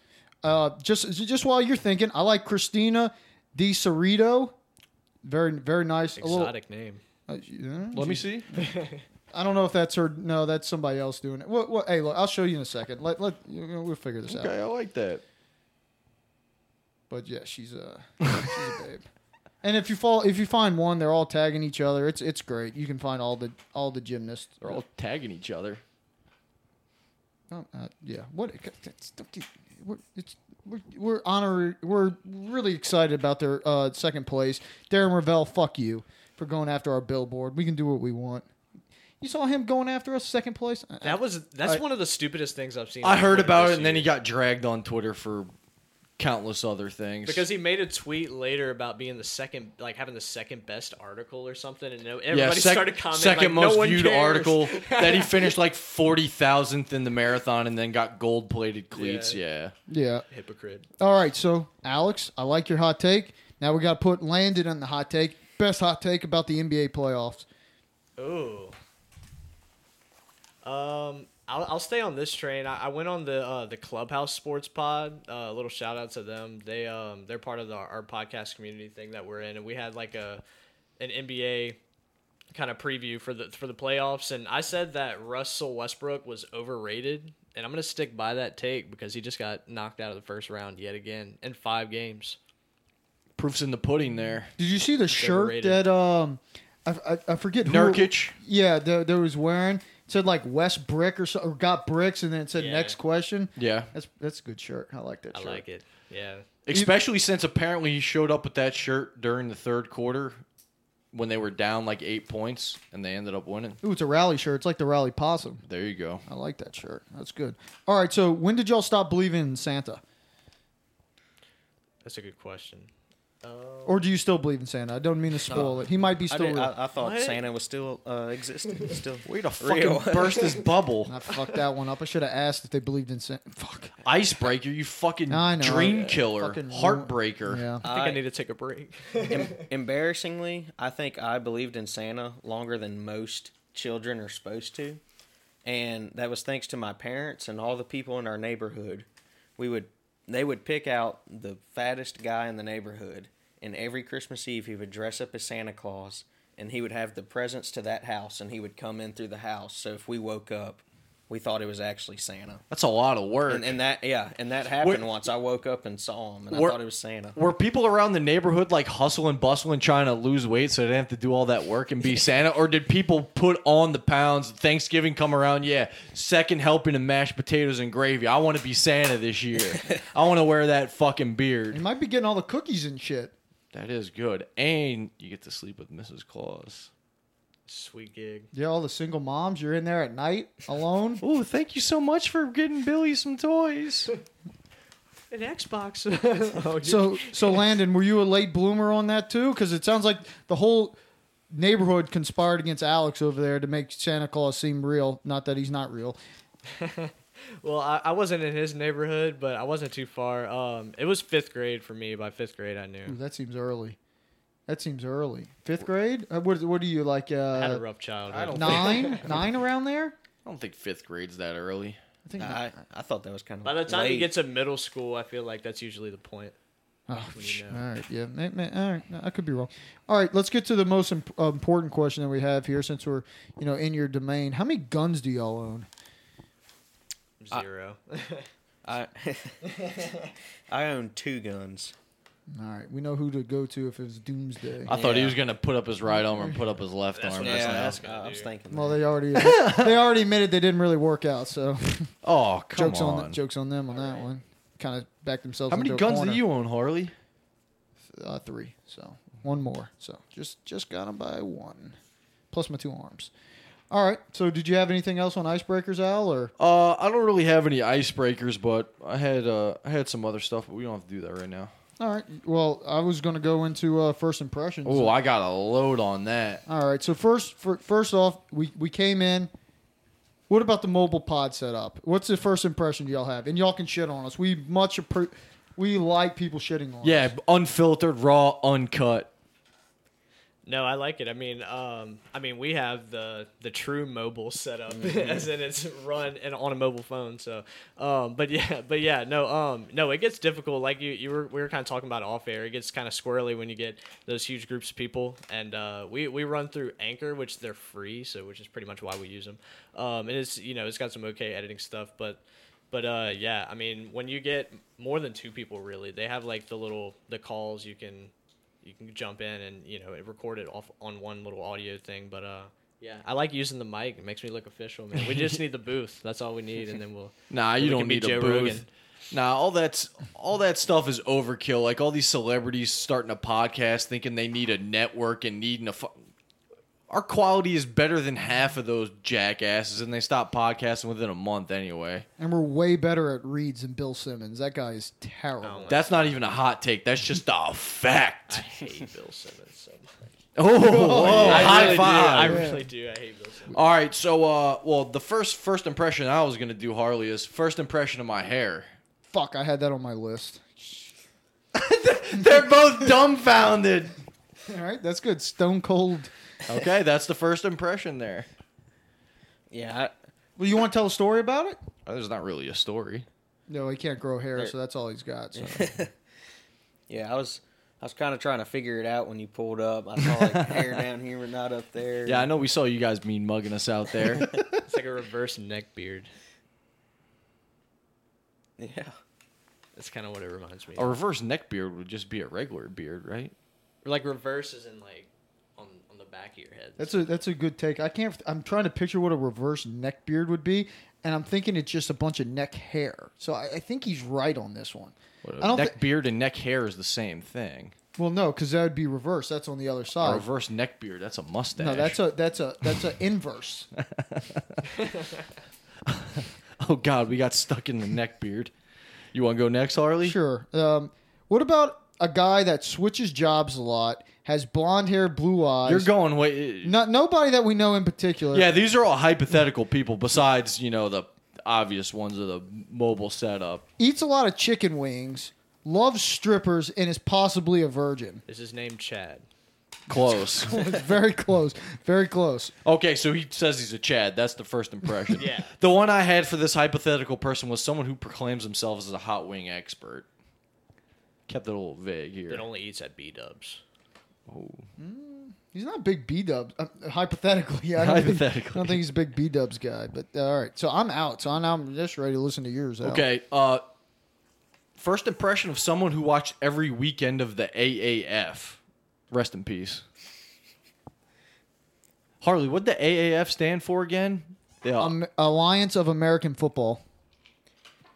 [SPEAKER 1] Uh, just just while you're thinking, I like Christina Di Cerrito. Very very nice. A little-
[SPEAKER 3] Exotic name.
[SPEAKER 1] uh, yeah.
[SPEAKER 2] Let me see.
[SPEAKER 1] I don't know if that's her. No, that's somebody else doing it. Well, well, hey, look, I'll show you in a second. Let let you know, we'll figure this out.
[SPEAKER 2] Okay, I like that.
[SPEAKER 1] But yeah, she's a, she's a babe. And if you fall, if you find one, they're all tagging each other. It's it's great. You can find all the all the gymnasts.
[SPEAKER 2] They're all tagging each other.
[SPEAKER 1] No, uh, yeah. What? It's, don't you- we're, it's, we're, we're honor. We're really excited about their uh, second place. Darren Ravel, fuck you for going after our billboard. We can do what we want. You saw him going after us second place. Uh, I- I-
[SPEAKER 3] That was that's
[SPEAKER 1] I-
[SPEAKER 3] one of the stupidest things I've seen.
[SPEAKER 2] I
[SPEAKER 3] on
[SPEAKER 2] heard
[SPEAKER 3] Twitter
[SPEAKER 2] about
[SPEAKER 3] this
[SPEAKER 2] it, and then he
[SPEAKER 3] year.
[SPEAKER 2] got dragged on Twitter for countless other things.
[SPEAKER 3] because he made a tweet later about being the second, like having the second best article or something, and no, everybody
[SPEAKER 2] sec-
[SPEAKER 3] started commenting.
[SPEAKER 2] Second
[SPEAKER 3] like,
[SPEAKER 2] most
[SPEAKER 3] no one
[SPEAKER 2] viewed
[SPEAKER 3] cares.
[SPEAKER 2] article that he finished like forty thousandth in the marathon and then got gold plated cleats. Yeah.
[SPEAKER 1] yeah.
[SPEAKER 3] Hypocrite.
[SPEAKER 1] All right. So Alex, I like your hot take. Now we got to put Landon on the hot take. Best hot take about the NBA playoffs.
[SPEAKER 3] Ooh. Um, I'll, I'll stay on this train. I, I went on the uh, the Clubhouse Sports Pod. Uh, little shout out to them. They um they're part of the, our podcast community thing that we're in, and we had like a an NBA kind of preview for the for the playoffs, and I said that Russell Westbrook was overrated, and I'm gonna stick by that take because he just got knocked out of the first round yet again in five games.
[SPEAKER 2] Proof's in the pudding there.
[SPEAKER 1] Did you see the shirt
[SPEAKER 3] overrated.
[SPEAKER 1] that um, I, I, I forget who
[SPEAKER 2] Nurkic.
[SPEAKER 1] Yeah, that that was wearing it said like West Brick or so, or got bricks, and then it said
[SPEAKER 3] Yeah.
[SPEAKER 1] next question.
[SPEAKER 2] Yeah.
[SPEAKER 1] That's that's a good shirt. I like that
[SPEAKER 3] I
[SPEAKER 1] shirt.
[SPEAKER 3] like it. Yeah.
[SPEAKER 2] Especially since apparently he showed up with that shirt during the third quarter when they were down like eight points and they ended up winning.
[SPEAKER 1] Ooh, it's a rally shirt. It's like the rally possum.
[SPEAKER 2] There you go.
[SPEAKER 1] I like that shirt. That's good. All right, so when did y'all stop believing in Santa,
[SPEAKER 3] That's a good question.
[SPEAKER 1] or do you still believe in Santa? I don't mean to spoil it. He might be
[SPEAKER 4] I,
[SPEAKER 1] still.
[SPEAKER 4] did,
[SPEAKER 1] real. I,
[SPEAKER 4] I, I thought
[SPEAKER 3] What?
[SPEAKER 4] Santa was still uh, existing. Still.
[SPEAKER 2] Way to
[SPEAKER 4] Real.
[SPEAKER 2] fucking burst his bubble.
[SPEAKER 1] fucked that one up. I should have asked if they believed in Santa. Fuck.
[SPEAKER 2] Icebreaker, you fucking
[SPEAKER 1] I know.
[SPEAKER 2] dream
[SPEAKER 1] Yeah.
[SPEAKER 2] killer.
[SPEAKER 1] Fucking ruin-
[SPEAKER 2] Heartbreaker.
[SPEAKER 1] Yeah.
[SPEAKER 3] I think I
[SPEAKER 4] I-
[SPEAKER 3] need to take a break.
[SPEAKER 4] Em- embarrassingly, I think I believed in Santa longer than most children are supposed to. And that was thanks to my parents and all the people in our neighborhood. We would they would pick out the fattest guy in the neighborhood and every Christmas Eve he would dress up as Santa Claus and he would have the presents to that house and he would come in through the house. So if we woke up, we thought it was actually Santa.
[SPEAKER 2] That's a lot of work.
[SPEAKER 4] And, and that yeah, and that happened
[SPEAKER 2] Where-
[SPEAKER 4] once. I woke up and saw him and I
[SPEAKER 2] Where-
[SPEAKER 4] thought it was Santa.
[SPEAKER 2] Were people around the neighborhood like hustle and bustle and trying to lose weight so they didn't have to do all that work and be Santa? Or did people put on the pounds? Thanksgiving come around, yeah, second helping of mashed potatoes and gravy. I want to be Santa this year. I want to wear that fucking
[SPEAKER 1] He
[SPEAKER 2] beard.
[SPEAKER 1] might be getting all the cookies and shit.
[SPEAKER 2] That is good. And you get to sleep with Mrs. Claus.
[SPEAKER 3] Sweet gig.
[SPEAKER 1] Yeah, all the single moms. You're in there at night alone.
[SPEAKER 2] Oh, thank you so much for getting Billy some toys.
[SPEAKER 3] An Xbox. oh,
[SPEAKER 1] So, so Landon, were you a late bloomer on that too? Because it sounds like the whole neighborhood conspired against Alex over there to make Santa Claus seem real. Not that he's not real.
[SPEAKER 3] well, I, I wasn't in his neighborhood, but I wasn't too far. Um, it was fifth grade for me. By fifth grade, I
[SPEAKER 1] Ooh,
[SPEAKER 3] knew
[SPEAKER 1] that seems early. That seems early. Fifth grade? Uh, What? What are you like?
[SPEAKER 3] I had a
[SPEAKER 1] Uh,
[SPEAKER 3] rough childhood.
[SPEAKER 2] I don't-
[SPEAKER 1] nine? nine around there?
[SPEAKER 2] I don't think fifth grade's that early.
[SPEAKER 1] I think.
[SPEAKER 4] I, I thought that was kind of.
[SPEAKER 3] By the time
[SPEAKER 4] late.
[SPEAKER 3] you get to middle school, I feel like that's usually the point.
[SPEAKER 1] Oh,
[SPEAKER 3] do you
[SPEAKER 1] psh,
[SPEAKER 3] know?
[SPEAKER 1] all right, yeah, ma- ma- all right. No, I could be wrong. All right, let's get to the most imp- uh, important question that we have here, since we're you know in your domain. How many guns do y'all own?
[SPEAKER 4] I-
[SPEAKER 3] Zero.
[SPEAKER 4] I, I own two guns.
[SPEAKER 1] All right, we know who to go to if it's doomsday.
[SPEAKER 2] I thought he
[SPEAKER 4] Yeah.
[SPEAKER 2] was gonna put up his right arm and put up his left
[SPEAKER 3] That's
[SPEAKER 2] arm.
[SPEAKER 3] what
[SPEAKER 2] just
[SPEAKER 3] I
[SPEAKER 2] now.
[SPEAKER 3] was
[SPEAKER 4] I, I was
[SPEAKER 3] dude.
[SPEAKER 4] thinking.
[SPEAKER 1] Well,
[SPEAKER 4] that.
[SPEAKER 1] they already they already admitted they didn't really work out. So
[SPEAKER 2] Oh, come
[SPEAKER 1] jokes
[SPEAKER 2] on.
[SPEAKER 1] on, jokes on them on that one. Kind of backed themselves.
[SPEAKER 2] How many
[SPEAKER 1] into a
[SPEAKER 2] guns
[SPEAKER 1] corner.
[SPEAKER 2] do you own, Harley?
[SPEAKER 1] Uh, three. So one more. So just just got them by one, plus my two arms. All right. So did you have anything else on icebreakers, Al? Or
[SPEAKER 2] Uh, I don't really have any icebreakers, but I had uh, I had some other stuff, but we don't have to do that right now.
[SPEAKER 1] all right. Well, I was going to go into uh, first impressions.
[SPEAKER 2] Oh, I got a load on that.
[SPEAKER 1] All right. So first, for, first off, we we came in. What about the mobile pod setup? What's the first impression y'all have? And y'all can shit on us. We much appro- We like people shitting on
[SPEAKER 2] Yeah,
[SPEAKER 1] us.
[SPEAKER 2] unfiltered, raw, uncut.
[SPEAKER 3] No, I like it. I mean, um, I mean, we have the the true mobile setup, as in it's run and on a mobile phone. So, um, but yeah, but yeah, no, um, no, it gets difficult. Like you, you were we were kind of talking about off air. It gets kind of squirrely when you get those huge groups of people, and uh, we we run through Anchor, which they're free, so which is pretty much why we use them. Um, and it's you know it's got some okay editing stuff, but. But uh, yeah, I mean, when you get more than two people, really, they have like the little the calls you can you can jump in and you know record it off on one little audio thing but uh yeah i like using the mic it makes me look official man we just need the booth that's all we need and then we'll
[SPEAKER 2] Nah,
[SPEAKER 3] We
[SPEAKER 2] you don't
[SPEAKER 3] can be
[SPEAKER 2] need
[SPEAKER 3] Joe
[SPEAKER 2] a booth.
[SPEAKER 3] Rogan.
[SPEAKER 2] Nah, all that's all that stuff is overkill. Like all these celebrities starting a podcast, thinking they need a network and needing a. Fu- Our quality is better than half of those jackasses, and they stop podcasting within a month anyway.
[SPEAKER 1] And we're way better at reads than Bill Simmons. That guy is terrible.
[SPEAKER 2] That's not even a hot take. That's just a
[SPEAKER 3] i
[SPEAKER 2] fact.
[SPEAKER 3] hate bill simmons so much
[SPEAKER 2] Oh, whoa,
[SPEAKER 3] I
[SPEAKER 2] high
[SPEAKER 3] really
[SPEAKER 2] five!
[SPEAKER 3] do. i really do i hate bill simmons
[SPEAKER 2] All right, so uh, well, the first first impression I was gonna do Harley is first impression of my hair.
[SPEAKER 1] Fuck, I had that on my list.
[SPEAKER 2] They're both dumbfounded.
[SPEAKER 1] All right, that's good. Stone cold.
[SPEAKER 2] Okay, that's the first impression there.
[SPEAKER 4] yeah,
[SPEAKER 1] Well, you want to tell a story about it?
[SPEAKER 2] Oh, There's not really a story.
[SPEAKER 1] No, he can't grow hair, so that's all he's got. So.
[SPEAKER 4] I, yeah. I was I was kind of trying to figure it out when you pulled up. I saw like hair down here, but not up there.
[SPEAKER 2] Yeah, I know we saw you guys mean mugging us out there.
[SPEAKER 3] it's like a reverse neck beard
[SPEAKER 4] yeah.
[SPEAKER 3] that's kind of what it reminds me
[SPEAKER 2] a
[SPEAKER 3] of.
[SPEAKER 2] reverse neck beard would just be a regular beard, right?
[SPEAKER 3] like reverse is in like on on the back of your head
[SPEAKER 1] That's a that's a good take. I can't. I'm trying to picture what a reverse neck beard would be, and I'm thinking it's just a bunch of neck hair. So I, I think he's right on this one. I don't
[SPEAKER 2] neck
[SPEAKER 1] thi-
[SPEAKER 2] beard and neck hair is the same thing.
[SPEAKER 1] Well, no, because that would be reverse. That's on the other
[SPEAKER 2] A
[SPEAKER 1] side.
[SPEAKER 2] reverse neck beard, that's a mustache.
[SPEAKER 1] Oh. No, that's a that's a that's a inverse.
[SPEAKER 2] Oh god, we got stuck in the neck beard. You want to go next, Harley?
[SPEAKER 1] Sure. Um, what about a guy that switches jobs a lot, has blonde hair, blue eyes?
[SPEAKER 2] You're going way
[SPEAKER 1] Not nobody that we know in particular.
[SPEAKER 2] Yeah, these are all hypothetical people besides, you know, the obvious ones of the mobile setup.
[SPEAKER 1] Eats a lot of chicken wings, loves strippers, and is possibly a virgin.
[SPEAKER 3] is his name chad
[SPEAKER 2] Close.
[SPEAKER 1] very close. Very close.
[SPEAKER 2] okay, so he says he's a Chad. That's the first impression.
[SPEAKER 3] Yeah.
[SPEAKER 2] The one I had for this hypothetical person was someone who proclaims themselves as a hot wing expert. Kept it a little vague here.
[SPEAKER 3] that only eats at b-dubs
[SPEAKER 1] He's not a big B dubs. Uh, hypothetically, I don't, Think, I
[SPEAKER 2] Hypothetically.
[SPEAKER 1] don't think he's a big B dubs guy. But uh, all right, so I'm out. So I'm, I'm just ready to listen to yours. Al.
[SPEAKER 2] Okay, uh first impression of someone who watched every weekend of the AAF. Rest in peace. Harley, what'd the AAF stand for again? Yeah.
[SPEAKER 1] Um, Alliance of American Football.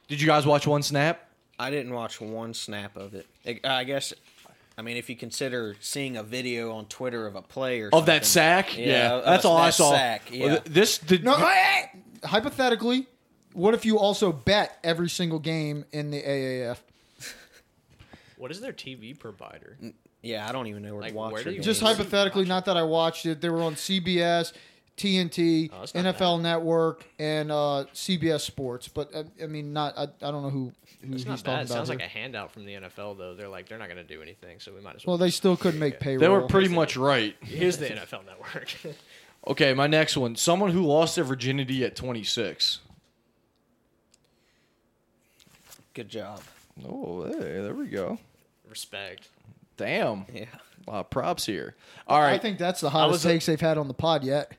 [SPEAKER 2] Did you guys watch One Snap?
[SPEAKER 4] I didn't watch one snap of it. I- I guess, I mean, if you consider seeing a video on Twitter of a play or
[SPEAKER 2] Of that
[SPEAKER 4] something-
[SPEAKER 2] sack? Yeah.
[SPEAKER 4] of
[SPEAKER 2] that's
[SPEAKER 4] a-
[SPEAKER 2] all I
[SPEAKER 4] that
[SPEAKER 2] saw.
[SPEAKER 4] Sack,
[SPEAKER 2] Well,
[SPEAKER 4] yeah.
[SPEAKER 2] th- This did
[SPEAKER 1] No, hypothetically, what if you also bet every single game in the AAF?
[SPEAKER 3] what is their tv provider
[SPEAKER 1] Mm,
[SPEAKER 4] yeah, I don't even know where
[SPEAKER 3] Like,
[SPEAKER 4] to watch.
[SPEAKER 3] where
[SPEAKER 4] it.
[SPEAKER 3] do you-
[SPEAKER 1] Just
[SPEAKER 3] Yeah, you hypo-
[SPEAKER 1] hypothetically, not that I watched it. They were on CBS, TNT,
[SPEAKER 3] Oh, that's not
[SPEAKER 1] NFL Network, and uh, CBS Sports. But uh, I mean, not I, I don't know who, who
[SPEAKER 3] It's
[SPEAKER 1] he's
[SPEAKER 3] not
[SPEAKER 1] talking
[SPEAKER 3] bad.
[SPEAKER 1] about.
[SPEAKER 3] It sounds
[SPEAKER 1] here.
[SPEAKER 3] like a handout from the NFL though. They're like they're not going to do anything, so we might as well.
[SPEAKER 1] well, they still couldn't make
[SPEAKER 3] Yeah.
[SPEAKER 1] payroll.
[SPEAKER 2] They were pretty much right.
[SPEAKER 3] Here's the NFL Network.
[SPEAKER 2] Okay, my next one. Someone who lost their virginity at 26.
[SPEAKER 4] Good job.
[SPEAKER 2] Oh, hey, there we go.
[SPEAKER 3] Respect.
[SPEAKER 2] Damn.
[SPEAKER 4] Yeah.
[SPEAKER 2] A lot of props here. All
[SPEAKER 1] I
[SPEAKER 2] right.
[SPEAKER 1] think that's the hottest
[SPEAKER 3] was a-
[SPEAKER 1] takes they've had on the pod yet.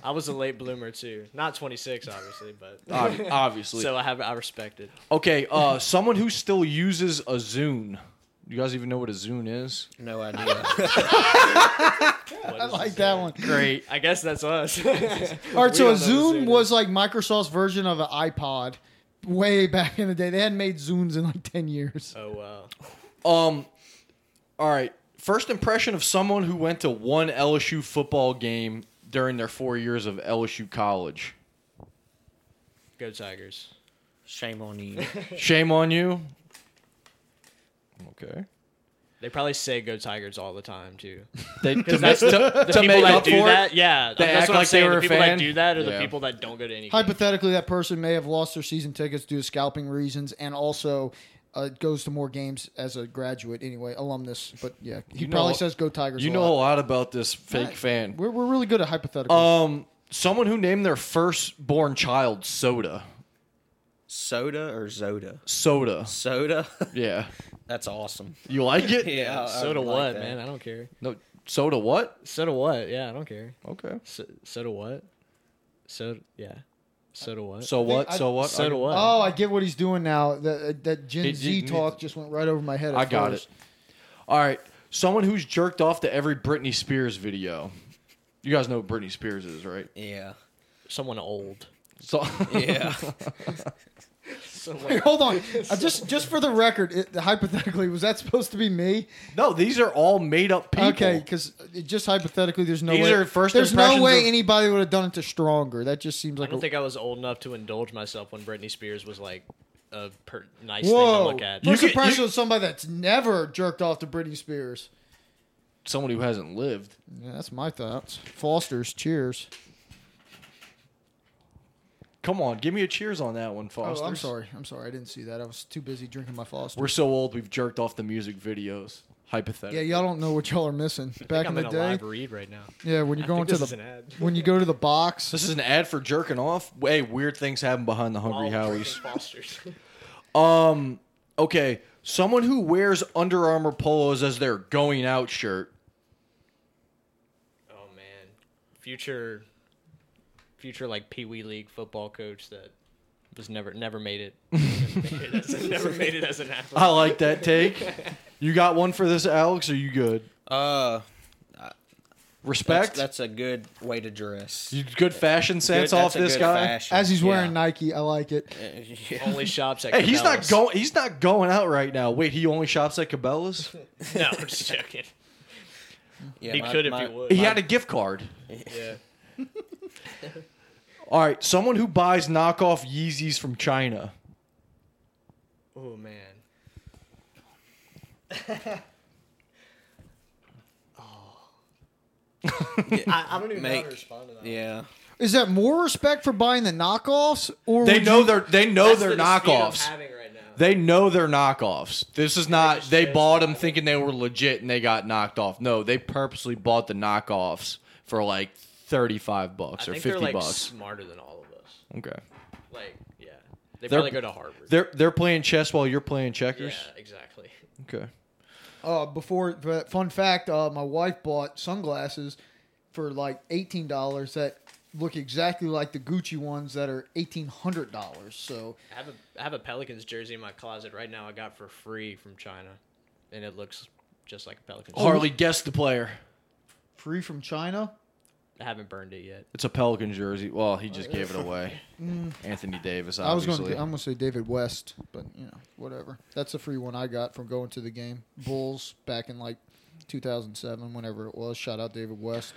[SPEAKER 3] I was a late bloomer too. Not 26, obviously, but
[SPEAKER 2] Ob- obviously.
[SPEAKER 3] so I have I respect it.
[SPEAKER 2] okay, uh, someone who still uses a Zune. You guys even know what a Zune is?
[SPEAKER 4] No idea.
[SPEAKER 3] What
[SPEAKER 1] I
[SPEAKER 3] is
[SPEAKER 1] like
[SPEAKER 3] this?
[SPEAKER 1] that one.
[SPEAKER 2] Great.
[SPEAKER 3] I guess that's us.
[SPEAKER 1] All right,
[SPEAKER 3] We
[SPEAKER 1] so
[SPEAKER 3] all
[SPEAKER 1] a
[SPEAKER 3] know what
[SPEAKER 1] Zune
[SPEAKER 3] Zune is.
[SPEAKER 1] was like Microsoft's version of an iPod way back in the day. They hadn't made Zunes in like 10 years.
[SPEAKER 3] oh wow.
[SPEAKER 2] Um, all right. First impression of someone who went to one LSU football game during their four years of LSU college.
[SPEAKER 3] Go Tigers.
[SPEAKER 4] Shame on you.
[SPEAKER 2] Shame on you. Okay.
[SPEAKER 3] They probably say "Go Tigers" all the time too.
[SPEAKER 2] They, to,
[SPEAKER 3] that's
[SPEAKER 2] ma- to-
[SPEAKER 3] The
[SPEAKER 2] to
[SPEAKER 3] people
[SPEAKER 2] make
[SPEAKER 3] that
[SPEAKER 2] up
[SPEAKER 3] do
[SPEAKER 2] for
[SPEAKER 3] that,
[SPEAKER 2] it.
[SPEAKER 3] yeah,
[SPEAKER 2] They
[SPEAKER 3] that's
[SPEAKER 2] act
[SPEAKER 3] what I'm
[SPEAKER 2] like they
[SPEAKER 3] saying.
[SPEAKER 2] were
[SPEAKER 3] the
[SPEAKER 2] a
[SPEAKER 3] people
[SPEAKER 2] fan.
[SPEAKER 3] that do that are
[SPEAKER 2] Yeah.
[SPEAKER 3] the people that don't go to any. game.
[SPEAKER 1] Hypothetically, that person may have lost their season tickets due to scalping reasons and also uh, goes to more games as a graduate anyway, alumnus. But yeah, he
[SPEAKER 2] You know-
[SPEAKER 1] probably says go Tigers.
[SPEAKER 2] You
[SPEAKER 1] a
[SPEAKER 2] know a
[SPEAKER 1] lot.
[SPEAKER 2] lot about this fake fan.
[SPEAKER 1] We're, we're really good at hypotheticals.
[SPEAKER 2] Um, someone who named their firstborn child Soda.
[SPEAKER 4] Soda or Zoda?
[SPEAKER 2] Soda.
[SPEAKER 4] Soda.
[SPEAKER 2] Yeah.
[SPEAKER 4] That's awesome.
[SPEAKER 2] You like it?
[SPEAKER 4] Yeah. I- I
[SPEAKER 3] so do
[SPEAKER 4] like
[SPEAKER 3] what,
[SPEAKER 4] that.
[SPEAKER 3] man? I don't care.
[SPEAKER 2] No. Soda what?
[SPEAKER 3] So do what? Yeah, I don't care.
[SPEAKER 2] Okay.
[SPEAKER 3] So, so do what? So yeah. So do what?
[SPEAKER 2] So what?
[SPEAKER 1] I-
[SPEAKER 2] so what?
[SPEAKER 3] so do what?
[SPEAKER 1] oh, I get what he's doing now. That, that Gen
[SPEAKER 2] Did
[SPEAKER 1] Z
[SPEAKER 2] you-
[SPEAKER 1] talk just went right over my head. at
[SPEAKER 2] I got
[SPEAKER 1] first.
[SPEAKER 2] it. All right. Someone who's jerked off to every Britney Spears video. You guys know what Britney Spears is, right?
[SPEAKER 4] Yeah.
[SPEAKER 3] Someone old.
[SPEAKER 2] So
[SPEAKER 4] Yeah.
[SPEAKER 1] Wait, hold on. Uh, just just for the record, it, hypothetically, was that supposed to be me?
[SPEAKER 2] no, these are all made up people.
[SPEAKER 1] Okay, because just hypothetically, there's no
[SPEAKER 2] These
[SPEAKER 1] way.
[SPEAKER 2] are first
[SPEAKER 1] there's no
[SPEAKER 2] impressions
[SPEAKER 1] way
[SPEAKER 2] of-
[SPEAKER 1] anybody would have done it to stronger. That just seems
[SPEAKER 3] I
[SPEAKER 1] like a,
[SPEAKER 3] don't think I was old enough to indulge myself when Britney Spears was like a per- nice
[SPEAKER 1] whoa.
[SPEAKER 3] thing to look at.
[SPEAKER 1] First
[SPEAKER 2] You could-
[SPEAKER 1] impression
[SPEAKER 2] you-
[SPEAKER 1] of somebody that's never jerked off to Britney Spears.
[SPEAKER 2] Someone who hasn't lived.
[SPEAKER 1] Yeah, that's my thoughts. Foster's. Cheers.
[SPEAKER 2] Come on, give me a cheers on that one, Foster.
[SPEAKER 1] Oh, I'm sorry. I'm sorry. I didn't see that. I was too busy drinking my Foster.
[SPEAKER 2] We're so old we've jerked off the music
[SPEAKER 1] yeah,
[SPEAKER 2] videos. Hypothetically.
[SPEAKER 1] y'all don't know what y'all are missing.
[SPEAKER 3] I
[SPEAKER 1] Back in
[SPEAKER 3] think I'm
[SPEAKER 1] the
[SPEAKER 3] in a
[SPEAKER 1] day,
[SPEAKER 3] live read right now.
[SPEAKER 1] yeah, when you're
[SPEAKER 3] I
[SPEAKER 1] going
[SPEAKER 3] think
[SPEAKER 1] to
[SPEAKER 3] this
[SPEAKER 1] the
[SPEAKER 3] is an ad.
[SPEAKER 1] when you go to the box,
[SPEAKER 2] This is an ad for jerking off. Hey, weird things happen behind the Hungry Howies.
[SPEAKER 3] Fosters.
[SPEAKER 2] Um, okay, someone who wears Under Armour polos as their going out shirt.
[SPEAKER 3] Oh man, future, future like Pee Wee League football coach that was never never made it. never, made it as a- never made it as an athlete.
[SPEAKER 2] I like that take. You got one for this, Alex? Are you good?
[SPEAKER 4] Uh, that's,
[SPEAKER 2] Respect.
[SPEAKER 4] that's a good way to dress.
[SPEAKER 2] You good fashion sense
[SPEAKER 4] Good-
[SPEAKER 2] off
[SPEAKER 4] that's a
[SPEAKER 2] this
[SPEAKER 4] good
[SPEAKER 2] guy.
[SPEAKER 4] fashion.
[SPEAKER 1] as he's wearing
[SPEAKER 4] Yeah.
[SPEAKER 1] Nike, I like it.
[SPEAKER 4] Yeah.
[SPEAKER 3] Only shops at.
[SPEAKER 2] Hey, he's not
[SPEAKER 3] Cabela's.
[SPEAKER 2] going. He's not going out right now. Wait, he only shops at Cabela's.
[SPEAKER 3] No, I'm just joking.
[SPEAKER 4] Yeah,
[SPEAKER 3] he
[SPEAKER 4] my-
[SPEAKER 3] could if
[SPEAKER 4] my-
[SPEAKER 3] he would.
[SPEAKER 2] he had a gift card.
[SPEAKER 3] yeah.
[SPEAKER 2] All right, someone who buys knockoff Yeezys from China.
[SPEAKER 3] Oh man. oh. I, I don't even know how
[SPEAKER 4] Make-
[SPEAKER 3] to respond to that.
[SPEAKER 4] Yeah.
[SPEAKER 1] Is that more respect for buying the knockoffs, or
[SPEAKER 2] They
[SPEAKER 1] would
[SPEAKER 2] know
[SPEAKER 1] you-
[SPEAKER 2] they're they know
[SPEAKER 3] That's
[SPEAKER 2] they're
[SPEAKER 3] the dispute I'm
[SPEAKER 2] knockoffs.
[SPEAKER 3] having right now.
[SPEAKER 2] They know they're knockoffs. This is not
[SPEAKER 3] just
[SPEAKER 2] they
[SPEAKER 3] chose
[SPEAKER 2] bought
[SPEAKER 3] to
[SPEAKER 2] them
[SPEAKER 3] buy
[SPEAKER 2] thinking they were legit and they got knocked off. No, they purposely bought the knockoffs for like thirty five
[SPEAKER 3] I
[SPEAKER 2] bucks or
[SPEAKER 3] think
[SPEAKER 2] fifty
[SPEAKER 3] they're like
[SPEAKER 2] bucks.
[SPEAKER 3] smarter than all of us.
[SPEAKER 2] Okay,
[SPEAKER 3] Like, yeah, they
[SPEAKER 2] They're-
[SPEAKER 3] probably go to Harvard.
[SPEAKER 2] they're they're playing chess while you're playing
[SPEAKER 3] Yeah,
[SPEAKER 2] checkers.
[SPEAKER 3] exactly.
[SPEAKER 2] Okay,
[SPEAKER 1] Uh, before, but fun fact: uh, my wife bought sunglasses for like eighteen dollars that look exactly like the Gucci ones that are eighteen hundred dollars. So
[SPEAKER 3] I have a I have a Pelicans jersey in my closet right now. I got for free from China, and it looks just like a Pelicans. jersey.
[SPEAKER 2] Harley guessed the player.
[SPEAKER 1] free from China.
[SPEAKER 3] I haven't burned it yet.
[SPEAKER 2] It's a Pelican jersey. Well, he
[SPEAKER 3] Oh,
[SPEAKER 2] just gave it away. Anthony Davis,
[SPEAKER 1] I was
[SPEAKER 2] obviously.
[SPEAKER 1] going. to I'm going to say David West, but you know, whatever. That's the free one I got from going to the game. Bulls back in like 2007, whenever it was. Shout out David West.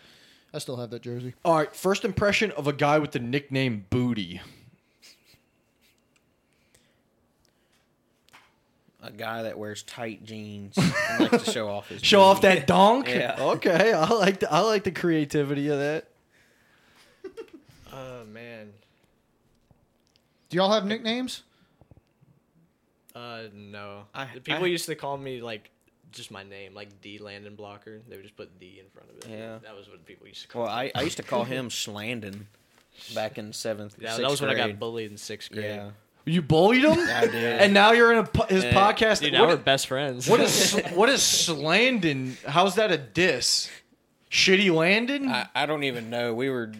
[SPEAKER 1] I still have that jersey.
[SPEAKER 2] All right, first impression of a guy with the nickname Booty.
[SPEAKER 4] A guy that wears tight jeans and likes to show off his
[SPEAKER 2] Show off that donk.
[SPEAKER 4] Yeah.
[SPEAKER 2] Okay, I like the, I like the creativity of that.
[SPEAKER 3] Oh man.
[SPEAKER 1] Do y'all have nicknames?
[SPEAKER 3] Uh no.
[SPEAKER 4] I-
[SPEAKER 3] The People
[SPEAKER 4] I-
[SPEAKER 3] used to call me like just my name, like D Landon Blocker. They would just put D in front of it.
[SPEAKER 4] Yeah.
[SPEAKER 3] That was what people used to call.
[SPEAKER 4] Well,
[SPEAKER 3] me.
[SPEAKER 4] I, I used to call him Schlandon back in seventh.
[SPEAKER 3] Yeah,
[SPEAKER 4] sixth
[SPEAKER 3] that was when I
[SPEAKER 4] grade.
[SPEAKER 3] got bullied in sixth grade.
[SPEAKER 4] Yeah.
[SPEAKER 2] You bullied him,
[SPEAKER 4] I did.
[SPEAKER 2] and now you're in a, po- his
[SPEAKER 4] Yeah.
[SPEAKER 2] podcast.
[SPEAKER 3] Dude, now we're
[SPEAKER 2] what,
[SPEAKER 3] best friends.
[SPEAKER 2] what is what is Slandon? How's that a diss? Shitty Landon?
[SPEAKER 4] I, I don't even know. We were.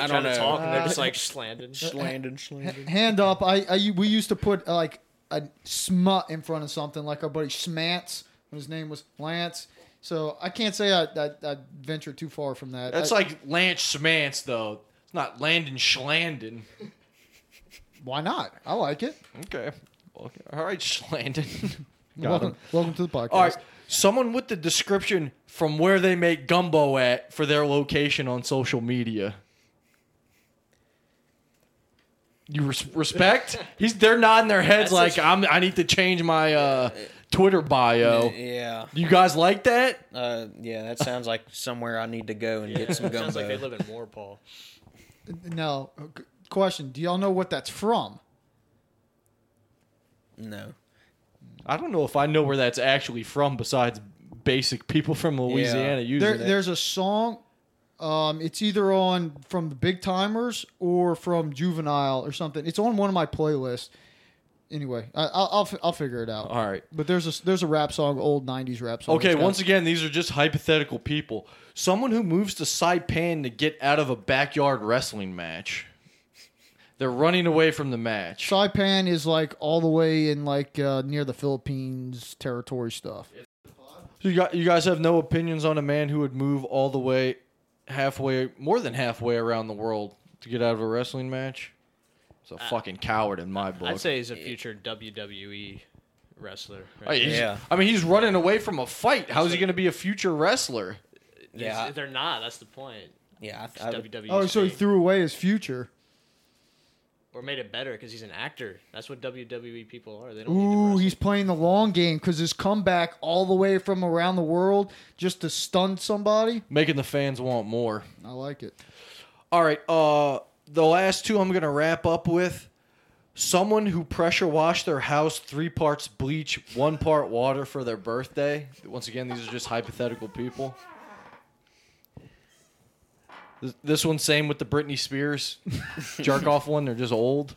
[SPEAKER 3] I'm
[SPEAKER 4] don't
[SPEAKER 3] trying
[SPEAKER 4] know.
[SPEAKER 3] to talk, and they're just like slandered.
[SPEAKER 4] Schlandon, Schlandon.
[SPEAKER 1] Hand up. I, I we used to put uh, like a smut in front of something, like our buddy Schmantz, when his name was Lance. So I can't say I I, I venture too far from that.
[SPEAKER 2] That's
[SPEAKER 1] I-
[SPEAKER 2] like Lance Schmance, though. It's not Landon Schlandon.
[SPEAKER 1] why not? I like it.
[SPEAKER 2] Okay. Well, all right, Schlandon. Got
[SPEAKER 1] welcome,
[SPEAKER 2] him.
[SPEAKER 1] welcome to the podcast.
[SPEAKER 2] All right. Someone with the description from where they make gumbo at for their location on social media. You res- respect? He's they're nodding their heads
[SPEAKER 4] That's
[SPEAKER 2] like
[SPEAKER 4] a-
[SPEAKER 2] I'm I need to change my uh, Twitter bio.
[SPEAKER 4] Yeah.
[SPEAKER 2] You guys like that?
[SPEAKER 4] Uh, yeah, that sounds like somewhere I need to go and get some gumbo.
[SPEAKER 3] Sounds like they live in Warpaw.
[SPEAKER 1] Now, c- question: Do y'all know what that's from?
[SPEAKER 4] no.
[SPEAKER 2] I don't know if I know where that's actually from besides basic people from Louisiana using
[SPEAKER 1] There,
[SPEAKER 2] it.
[SPEAKER 1] there's a song. Um, it's either on from the Big Timers or from Juvenile or something. It's on one of my playlists. Anyway, I, I'll, I'll fi- I'll figure it out.
[SPEAKER 2] All right.
[SPEAKER 1] But there's a there's a rap song, old '90s rap song.
[SPEAKER 2] Okay,
[SPEAKER 1] It's got-
[SPEAKER 2] once again, these are just hypothetical people. Someone who moves to Saipan to get out of a backyard wrestling match. They're running away from the match.
[SPEAKER 1] Saipan is like all the way in like uh, near the Philippines territory stuff.
[SPEAKER 2] So you, got, you guys have no opinions on a man who would move all the way, halfway, more than halfway around the world to get out of a wrestling match? It's a fucking coward in my book.
[SPEAKER 3] Uh, I'd say he's a future WWE wrestler.
[SPEAKER 1] Oh,
[SPEAKER 2] I,
[SPEAKER 3] Right?
[SPEAKER 2] he's-
[SPEAKER 4] Yeah.
[SPEAKER 2] I mean, he's running away from a fight. How's he going to be a future wrestler?
[SPEAKER 4] Yeah.
[SPEAKER 3] If They're not. That's the point.
[SPEAKER 4] Yeah, I, I,
[SPEAKER 3] It's WWE.
[SPEAKER 1] Oh, so he threw away his future.
[SPEAKER 3] or made it better because he's an actor. That's what WWE people are. They don't. need to
[SPEAKER 1] Ooh,
[SPEAKER 3] wrestle.
[SPEAKER 1] he's playing the long game because his comeback all the way from around the world just to stun somebody.
[SPEAKER 2] Making the fans want more.
[SPEAKER 1] I like it.
[SPEAKER 2] All right. Uh, the last two I'm gonna wrap up with someone who pressure washed their house three parts bleach, one part water for their birthday. Once again, these are just hypothetical people. This- This one, same with the Britney Spears jerk off one. They're just old.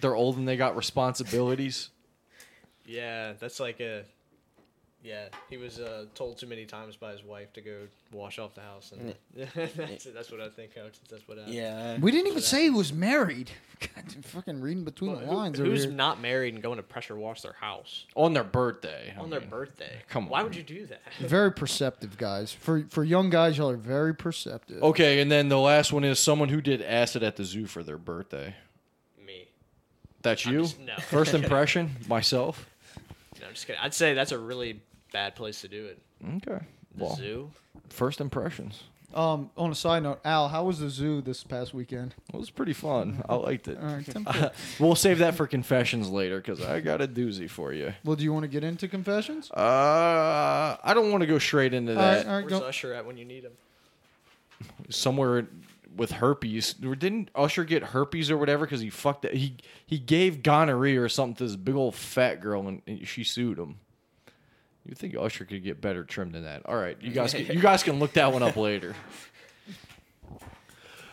[SPEAKER 2] They're old and they got responsibilities.
[SPEAKER 3] Yeah, that's like a. Yeah, he was uh, told too many times by his wife to go wash off the house, and that's, that's what I think. How, that's what. Happened.
[SPEAKER 4] yeah.
[SPEAKER 1] We didn't even say he was married. God, I'm fucking reading between the lines over
[SPEAKER 3] who's
[SPEAKER 1] here.
[SPEAKER 3] not married and going to pressure wash their house
[SPEAKER 2] On their birthday. I
[SPEAKER 3] on their
[SPEAKER 2] mean,
[SPEAKER 3] birthday?
[SPEAKER 2] Oh, come
[SPEAKER 3] Why
[SPEAKER 2] on.
[SPEAKER 3] would you do that?
[SPEAKER 1] very perceptive guys. For for young guys, y'all are very perceptive.
[SPEAKER 2] Okay, and then the last one is someone who did acid at the zoo for their birthday.
[SPEAKER 3] Me.
[SPEAKER 2] That's you?
[SPEAKER 3] just- no.
[SPEAKER 2] First impression, myself.
[SPEAKER 3] No, I'm just kidding. I'd say that's a really bad place to do it.
[SPEAKER 2] Okay.
[SPEAKER 3] The zoo.
[SPEAKER 2] first impressions.
[SPEAKER 1] Um, on a side note, Al, how was the zoo this past weekend?
[SPEAKER 2] It was pretty fun. I liked it.
[SPEAKER 1] All right, Tim.
[SPEAKER 2] We'll save that for confessions later because I got a doozy for you.
[SPEAKER 1] well, do you want to get into confessions?
[SPEAKER 2] Uh, I don't want to go straight into
[SPEAKER 1] all right,
[SPEAKER 2] that.
[SPEAKER 1] all right,
[SPEAKER 3] Where's
[SPEAKER 1] go.
[SPEAKER 3] Usher at when you need him?
[SPEAKER 2] Somewhere with herpes. Didn't Usher get herpes or whatever because he fucked it? He he gave gonorrhea or something to this big old fat girl and, and she sued him. You think Usher could get better trim than that? All right, you guys, can, you guys can look that one up later.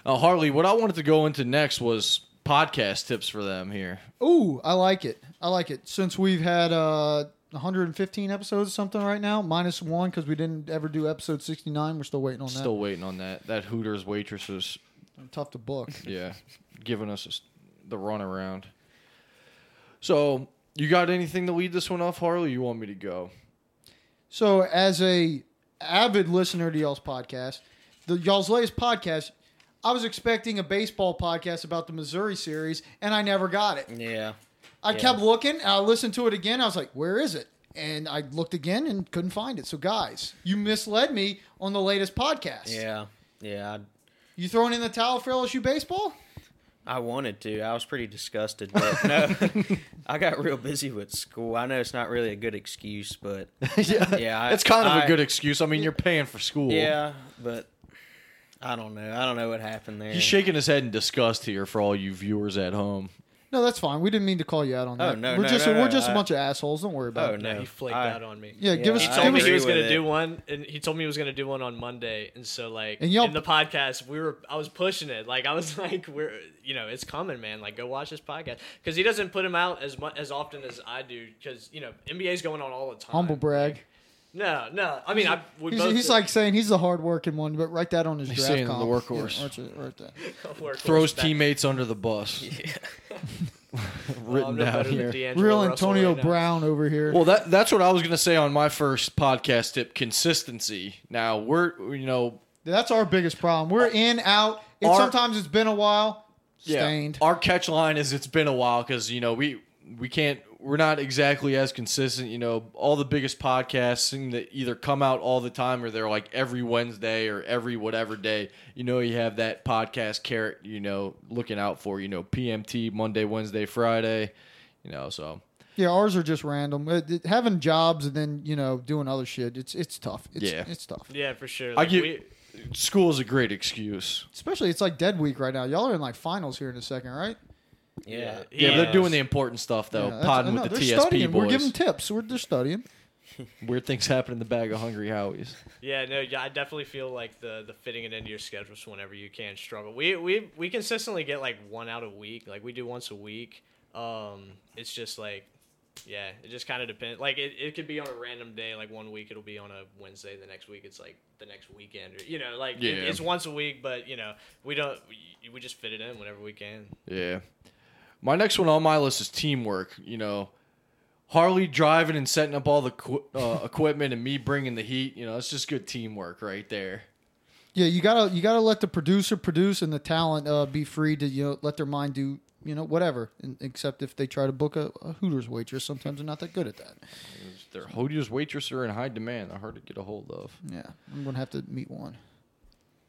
[SPEAKER 2] Uh, Harley, what I wanted to go into next was podcast tips for them here.
[SPEAKER 1] Ooh, I like it. I like it. Since we've had uh 115 episodes or something right now, minus one because we didn't ever do episode 69. We're still waiting on
[SPEAKER 2] Still waiting on that. That Hooters waitress is,
[SPEAKER 1] that. Tough to book.
[SPEAKER 2] yeah, giving us a s- the runaround. So, you got anything to lead this one off, Harley? You want me to go?
[SPEAKER 1] So, as a avid listener to y'all's podcast, the y'all's latest podcast, I was expecting a baseball podcast about the Missouri series, and I never got it.
[SPEAKER 4] Yeah.
[SPEAKER 1] I
[SPEAKER 4] Yeah.
[SPEAKER 1] kept looking. and I listened to it again. I was like, "Where is it?" And I looked again and couldn't find it. So, guys, you misled me on the latest podcast.
[SPEAKER 4] Yeah. Yeah.
[SPEAKER 1] You throwing in the towel for LSU baseball?
[SPEAKER 4] I, I wanted to. I was pretty disgusted, but no. I got real busy with school. I know it's not really a good excuse, but
[SPEAKER 2] yeah,
[SPEAKER 4] Yeah, I-
[SPEAKER 2] it's kind of a
[SPEAKER 4] I-
[SPEAKER 2] good excuse. I mean, you're paying for school.
[SPEAKER 4] yeah, but I don't know. I don't know what happened there.
[SPEAKER 2] He's shaking his head in disgust here for all you viewers at home.
[SPEAKER 1] No, that's fine. We didn't mean to call you out on that.
[SPEAKER 4] Oh, no,
[SPEAKER 1] we're
[SPEAKER 4] no,
[SPEAKER 1] just
[SPEAKER 4] no,
[SPEAKER 1] we're
[SPEAKER 4] no,
[SPEAKER 1] just a
[SPEAKER 4] I-
[SPEAKER 1] bunch of assholes. Don't worry about
[SPEAKER 4] Oh,
[SPEAKER 1] it.
[SPEAKER 4] no.
[SPEAKER 3] he flaked
[SPEAKER 4] I-
[SPEAKER 3] out on me.
[SPEAKER 1] Yeah, give us.
[SPEAKER 4] He
[SPEAKER 3] He
[SPEAKER 4] I
[SPEAKER 3] told me he
[SPEAKER 4] agree
[SPEAKER 3] was
[SPEAKER 4] with
[SPEAKER 3] gonna
[SPEAKER 4] it.
[SPEAKER 3] do one, and he told me he was gonna do one on Monday, and so like
[SPEAKER 1] And y'all-
[SPEAKER 3] in the podcast, we were I was pushing it, like I was like, we're you know it's coming, man. Like go watch this podcast because he doesn't put him out as much as often as I do because you know NBA's going on all the time.
[SPEAKER 1] humble brag.
[SPEAKER 3] No, no, I mean I we
[SPEAKER 1] He's,
[SPEAKER 3] both
[SPEAKER 1] he's like saying he's the hard working one, but write that on his
[SPEAKER 2] He's
[SPEAKER 1] draft
[SPEAKER 2] saying the
[SPEAKER 1] column.
[SPEAKER 2] workhorse.
[SPEAKER 1] Yeah, write it- write that.
[SPEAKER 3] workhorse
[SPEAKER 2] Throws
[SPEAKER 3] back.
[SPEAKER 2] teammates under the bus.
[SPEAKER 3] Well, I'm
[SPEAKER 2] Written
[SPEAKER 3] no
[SPEAKER 2] out
[SPEAKER 3] better than
[SPEAKER 2] here.
[SPEAKER 3] D'Angelo
[SPEAKER 1] Real
[SPEAKER 3] Russell
[SPEAKER 1] Antonio
[SPEAKER 3] right now.
[SPEAKER 1] Brown over here.
[SPEAKER 2] Well, that that's what I was gonna say on my first podcast tip: consistency. Now we're you know
[SPEAKER 1] That's our biggest problem. We're in out. And
[SPEAKER 2] Our-
[SPEAKER 1] sometimes it's been a while. Stained.
[SPEAKER 2] Our catch line is it's been a while because you know we we can't we're not exactly as consistent. You know, all the biggest podcasts seem to either come out all the time or they're like every Wednesday or every whatever day. You know, you have that podcast carrot. You know, looking out for you know PMT Monday, Wednesday, Friday. You know, so
[SPEAKER 1] Yeah, ours are just random. Uh, th- Having jobs and then you know doing other shit. It's it's tough. It's,
[SPEAKER 2] Yeah.
[SPEAKER 1] it's tough.
[SPEAKER 3] Yeah, for sure.
[SPEAKER 2] I
[SPEAKER 3] Like,
[SPEAKER 2] get
[SPEAKER 3] we-
[SPEAKER 2] school is a great excuse.
[SPEAKER 1] Especially it's like dead week right now. Y'all are in like finals here in a second, right?
[SPEAKER 4] yeah.
[SPEAKER 3] he
[SPEAKER 2] Yeah,
[SPEAKER 3] is.
[SPEAKER 2] they're doing the important stuff though.
[SPEAKER 1] Yeah, that's- uh,
[SPEAKER 2] Podding
[SPEAKER 1] no,
[SPEAKER 2] with the
[SPEAKER 1] they're
[SPEAKER 2] TSP
[SPEAKER 1] studying.
[SPEAKER 2] boys.
[SPEAKER 1] We're giving tips. We're they're studying.
[SPEAKER 2] Weird things happen in the bag of hungry howies.
[SPEAKER 3] Yeah, no, yeah, I definitely feel like the the fitting it into your schedules whenever you can struggle. We we we consistently get like one out a week, like we do once a week. Um, it's just like, yeah, it just kind of depends. Like it, it could be on a random day, like one week it'll be on a Wednesday, the next week it's like the next weekend, or you know, like it-
[SPEAKER 2] Yeah.
[SPEAKER 3] it's once a week, but you know, we don't we, we just fit it in whenever we can.
[SPEAKER 2] Yeah. My next one on my list is teamwork. You know, Harley driving and setting up all the qu- uh, equipment and me bringing the heat. You know, it's just good teamwork right there.
[SPEAKER 1] Yeah, you gotta you gotta let the producer produce and the talent uh, be free to you know let their mind do you know whatever. And, except if they try to book a, a Hooters waitress, sometimes they're not that good at that.
[SPEAKER 2] Their hodious waitress are in high demand. They're hard to get a hold of.
[SPEAKER 1] Yeah, I'm gonna have to meet one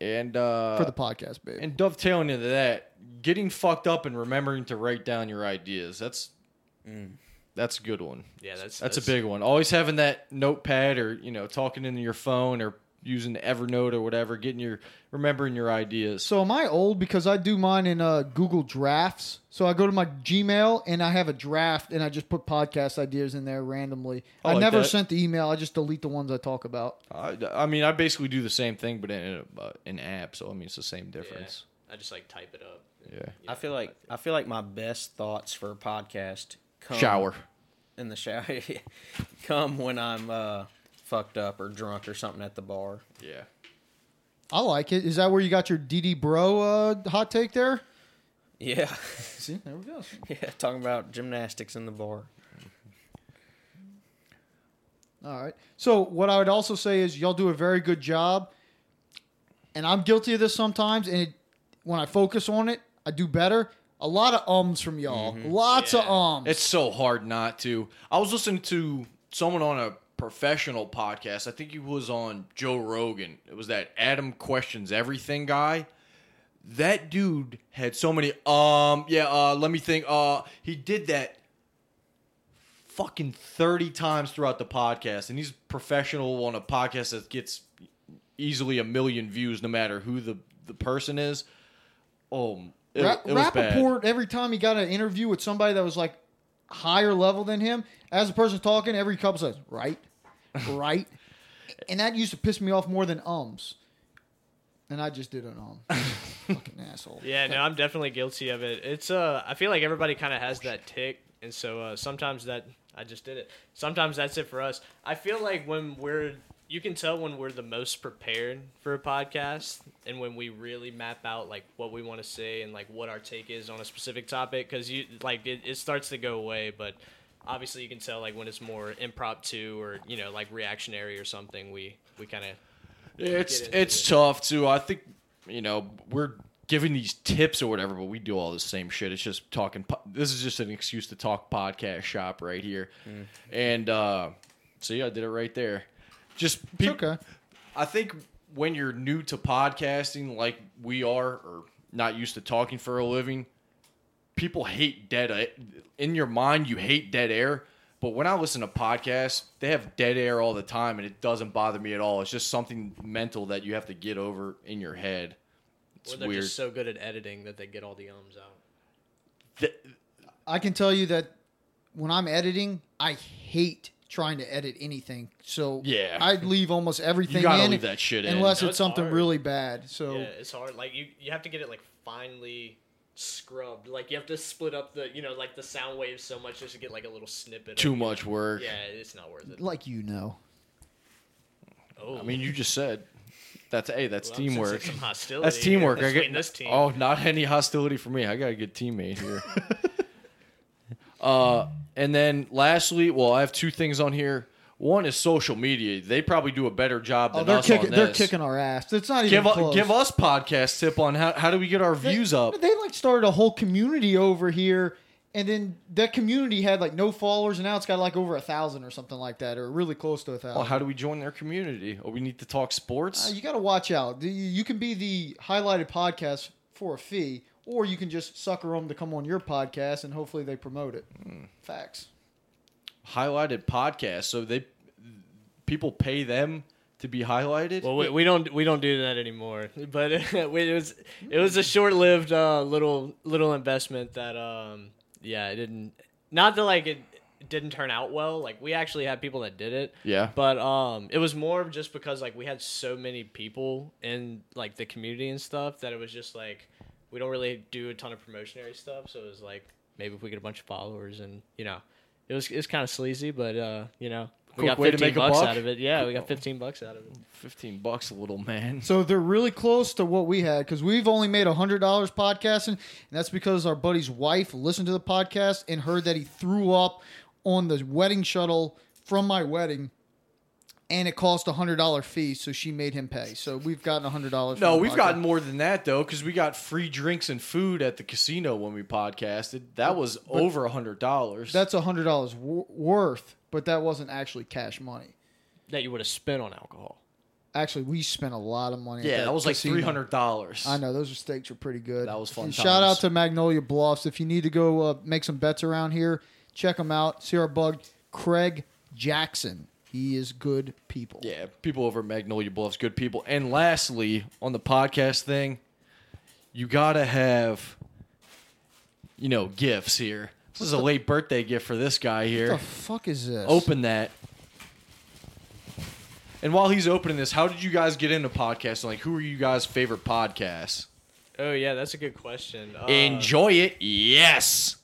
[SPEAKER 2] And uh,
[SPEAKER 1] for the podcast, babe.
[SPEAKER 2] and dovetailing into that, getting fucked up and remembering to write down your ideas. That's
[SPEAKER 1] Mm.
[SPEAKER 2] that's a good one.
[SPEAKER 3] Yeah, that's
[SPEAKER 2] That's a big one. Always having that notepad or, you know, talking into your phone or using Evernote or whatever, getting your remembering your ideas.
[SPEAKER 1] So am I old because I do mine in uh, Google Drafts. So I go to my Gmail and I have a draft and I just put podcast ideas in there randomly.
[SPEAKER 2] I
[SPEAKER 1] I,
[SPEAKER 2] like
[SPEAKER 1] never
[SPEAKER 2] that.
[SPEAKER 1] sent the email. I just delete the ones I talk about.
[SPEAKER 2] I, I mean, I basically do the same thing, but in a, uh, an app. So I mean, it's the same difference.
[SPEAKER 3] I just like type it up.
[SPEAKER 2] Yeah.
[SPEAKER 4] I feel like I feel like my best thoughts for a podcast come
[SPEAKER 2] Shower.
[SPEAKER 4] in the shower. come when I'm uh, fucked up or drunk or something at the bar.
[SPEAKER 2] Yeah.
[SPEAKER 1] I like it. Is that where you got your DD Bro uh, hot take there?
[SPEAKER 4] Yeah,
[SPEAKER 1] See, there we go.
[SPEAKER 4] yeah. Talking about gymnastics in the bar.
[SPEAKER 1] All right. So what I would also say is y'all do a very good job, and I'm guilty of this sometimes. And it, when I focus on it, I do better. A lot of ums from y'all. Lots of
[SPEAKER 3] Yeah.
[SPEAKER 1] ums.
[SPEAKER 2] It's so hard not to. I was listening to someone on a professional podcast. I think he was on Joe Rogan. It was that Adam questions everything guy. That dude had so many um yeah, uh let me think. Uh he did that fucking 30 times throughout the podcast and he's professional on a podcast that gets easily a million views no matter who the the person is. Oh, it,
[SPEAKER 1] Ra-
[SPEAKER 2] it was bad.
[SPEAKER 1] Rappaport, every time he got an interview with somebody that was like higher level than him, as the person talking, every couple says, right, right. and that used to piss me off more than ums. And I just did an um. Fucking asshole.
[SPEAKER 3] Yeah, no, I'm definitely guilty of it. It's uh, I feel like everybody kind of has that tick, and so uh, sometimes that I just did it. Sometimes that's it for us. I feel like when we're, you can tell when we're the most prepared for a podcast, and when we really map out like what we want to say and like what our take is on a specific topic, because you like it, it starts to go away, but. Obviously, you can tell like when it's more impromptu or you know like reactionary or something. We we kind of
[SPEAKER 2] It's
[SPEAKER 3] get into
[SPEAKER 2] it's tough too. I think you know we're giving these tips or whatever, but we do all the same shit. It's just talking. po- This is just an excuse to talk podcast shop right here.
[SPEAKER 3] Mm.
[SPEAKER 2] And uh, see, I did it right there. Just
[SPEAKER 1] It's
[SPEAKER 2] peop-
[SPEAKER 1] okay.
[SPEAKER 2] I think when you're new to podcasting, like we are, or not used to talking for a living, people hate dead air. In your mind, you hate dead air. But when I listen to podcasts, they have dead air all the time, and it doesn't bother me at all. It's just something mental that you have to get over in your head.
[SPEAKER 3] Or
[SPEAKER 2] It's
[SPEAKER 3] they're
[SPEAKER 2] weird.
[SPEAKER 3] just so good at editing that they get all the ums out.
[SPEAKER 2] Th-
[SPEAKER 1] I can tell you that when I'm editing, I hate trying to edit anything. So
[SPEAKER 2] Yeah.
[SPEAKER 1] I'd leave almost everything.
[SPEAKER 2] gotta
[SPEAKER 1] in,
[SPEAKER 2] leave that shit in.
[SPEAKER 1] unless
[SPEAKER 3] No,
[SPEAKER 1] it's
[SPEAKER 3] it's
[SPEAKER 1] something
[SPEAKER 3] hard.
[SPEAKER 1] really bad. So
[SPEAKER 3] Yeah, it's hard. Like you, you have to get it like finely scrubbed. Like you have to split up the, you know, like the sound waves so much just to get like a little snippet.
[SPEAKER 2] too
[SPEAKER 3] of,
[SPEAKER 2] much work.
[SPEAKER 3] Yeah, it's not worth it.
[SPEAKER 1] like you know,
[SPEAKER 3] Oh,
[SPEAKER 2] I mean, you just said that's hey, that's
[SPEAKER 3] well, I'm sensing
[SPEAKER 2] teamwork.
[SPEAKER 3] Some hostility.
[SPEAKER 2] That's teamwork. I
[SPEAKER 3] Between
[SPEAKER 2] get,
[SPEAKER 3] this team.
[SPEAKER 2] Oh, not any hostility for me. I got a good teammate here. uh, and then lastly, well, I have two things on here. One is social media. They probably do a better job
[SPEAKER 1] oh,
[SPEAKER 2] than
[SPEAKER 1] they're
[SPEAKER 2] us
[SPEAKER 1] kicking.
[SPEAKER 2] on
[SPEAKER 1] They're
[SPEAKER 2] this.
[SPEAKER 1] kicking our ass. It's not even
[SPEAKER 2] Give, u-
[SPEAKER 1] close.
[SPEAKER 2] give us podcast tip on how, how do we get our
[SPEAKER 1] They-
[SPEAKER 2] views up?
[SPEAKER 1] They like started a whole community over here, and then that community had like no followers, and now it's got like over a thousand or something like that, or really close to a thousand.
[SPEAKER 2] Well, how do we join their community? Oh, we need to talk
[SPEAKER 1] Uh,
[SPEAKER 2] sports.
[SPEAKER 1] you got to watch out. You- You can be the highlighted podcast for a fee, or you can just sucker them to come on your podcast, and hopefully they promote it.
[SPEAKER 2] Hmm.
[SPEAKER 1] Facts.
[SPEAKER 2] Highlighted podcast. So they people pay them to be highlighted.
[SPEAKER 3] Well, we, we don't we don't do that anymore. But it was it was
[SPEAKER 2] Mm-hmm.
[SPEAKER 3] a short lived uh, little little investment that um yeah it didn't not that like it didn't turn out well. Like we actually had people that did it.
[SPEAKER 2] Yeah.
[SPEAKER 3] But um it was more of just because like we had so many people in like the community and stuff that it was just like we don't really do a ton of promotionary stuff. So it was like maybe if we get a bunch of followers and you know it was it's kind of sleazy, but uh you know. We
[SPEAKER 2] Quick
[SPEAKER 3] got
[SPEAKER 2] way to
[SPEAKER 3] 15
[SPEAKER 2] make a
[SPEAKER 3] bucks
[SPEAKER 2] buck.
[SPEAKER 3] out of it. Yeah, we got 15 bucks out of it.
[SPEAKER 2] Fifteen bucks, a little man.
[SPEAKER 1] So they're really close to what we had because we've only made hundred dollars podcasting, and that's because our buddy's wife listened to the podcast and heard that he threw up on the wedding shuttle from my wedding, and it cost a hundred dollar fee, so she made him pay. So we've gotten hundred dollars.
[SPEAKER 2] No, we've gotten more than that though, because we got free drinks and food at the casino when we podcasted. That was over a hundred dollars.
[SPEAKER 1] that's hundred dollars w- worth, but that wasn't actually cash money.
[SPEAKER 3] that you would have spent on alcohol.
[SPEAKER 1] Actually, we spent a lot of money. at
[SPEAKER 2] yeah, that, was like
[SPEAKER 1] casino.
[SPEAKER 2] three hundred dollars.
[SPEAKER 1] I know those steaks are pretty good.
[SPEAKER 2] That was fun
[SPEAKER 1] And Shout out
[SPEAKER 2] times.
[SPEAKER 1] to Magnolia Bluffs. If you need to go uh, make some bets around here, check them out. See our bug, Craig Jackson. He is good people.
[SPEAKER 2] Yeah, people over at Magnolia Bluffs, good people. And lastly, on the podcast thing, you gotta have, you know, gifts here. This is a late birthday gift for this guy
[SPEAKER 1] What the
[SPEAKER 2] here.
[SPEAKER 1] fuck is this?
[SPEAKER 2] Open that. And while he's opening this, how did you guys get into podcasting? Like, who are you guys' favorite podcasts?
[SPEAKER 3] Oh yeah, that's a good question. Uh,
[SPEAKER 2] Enjoy it. Yes.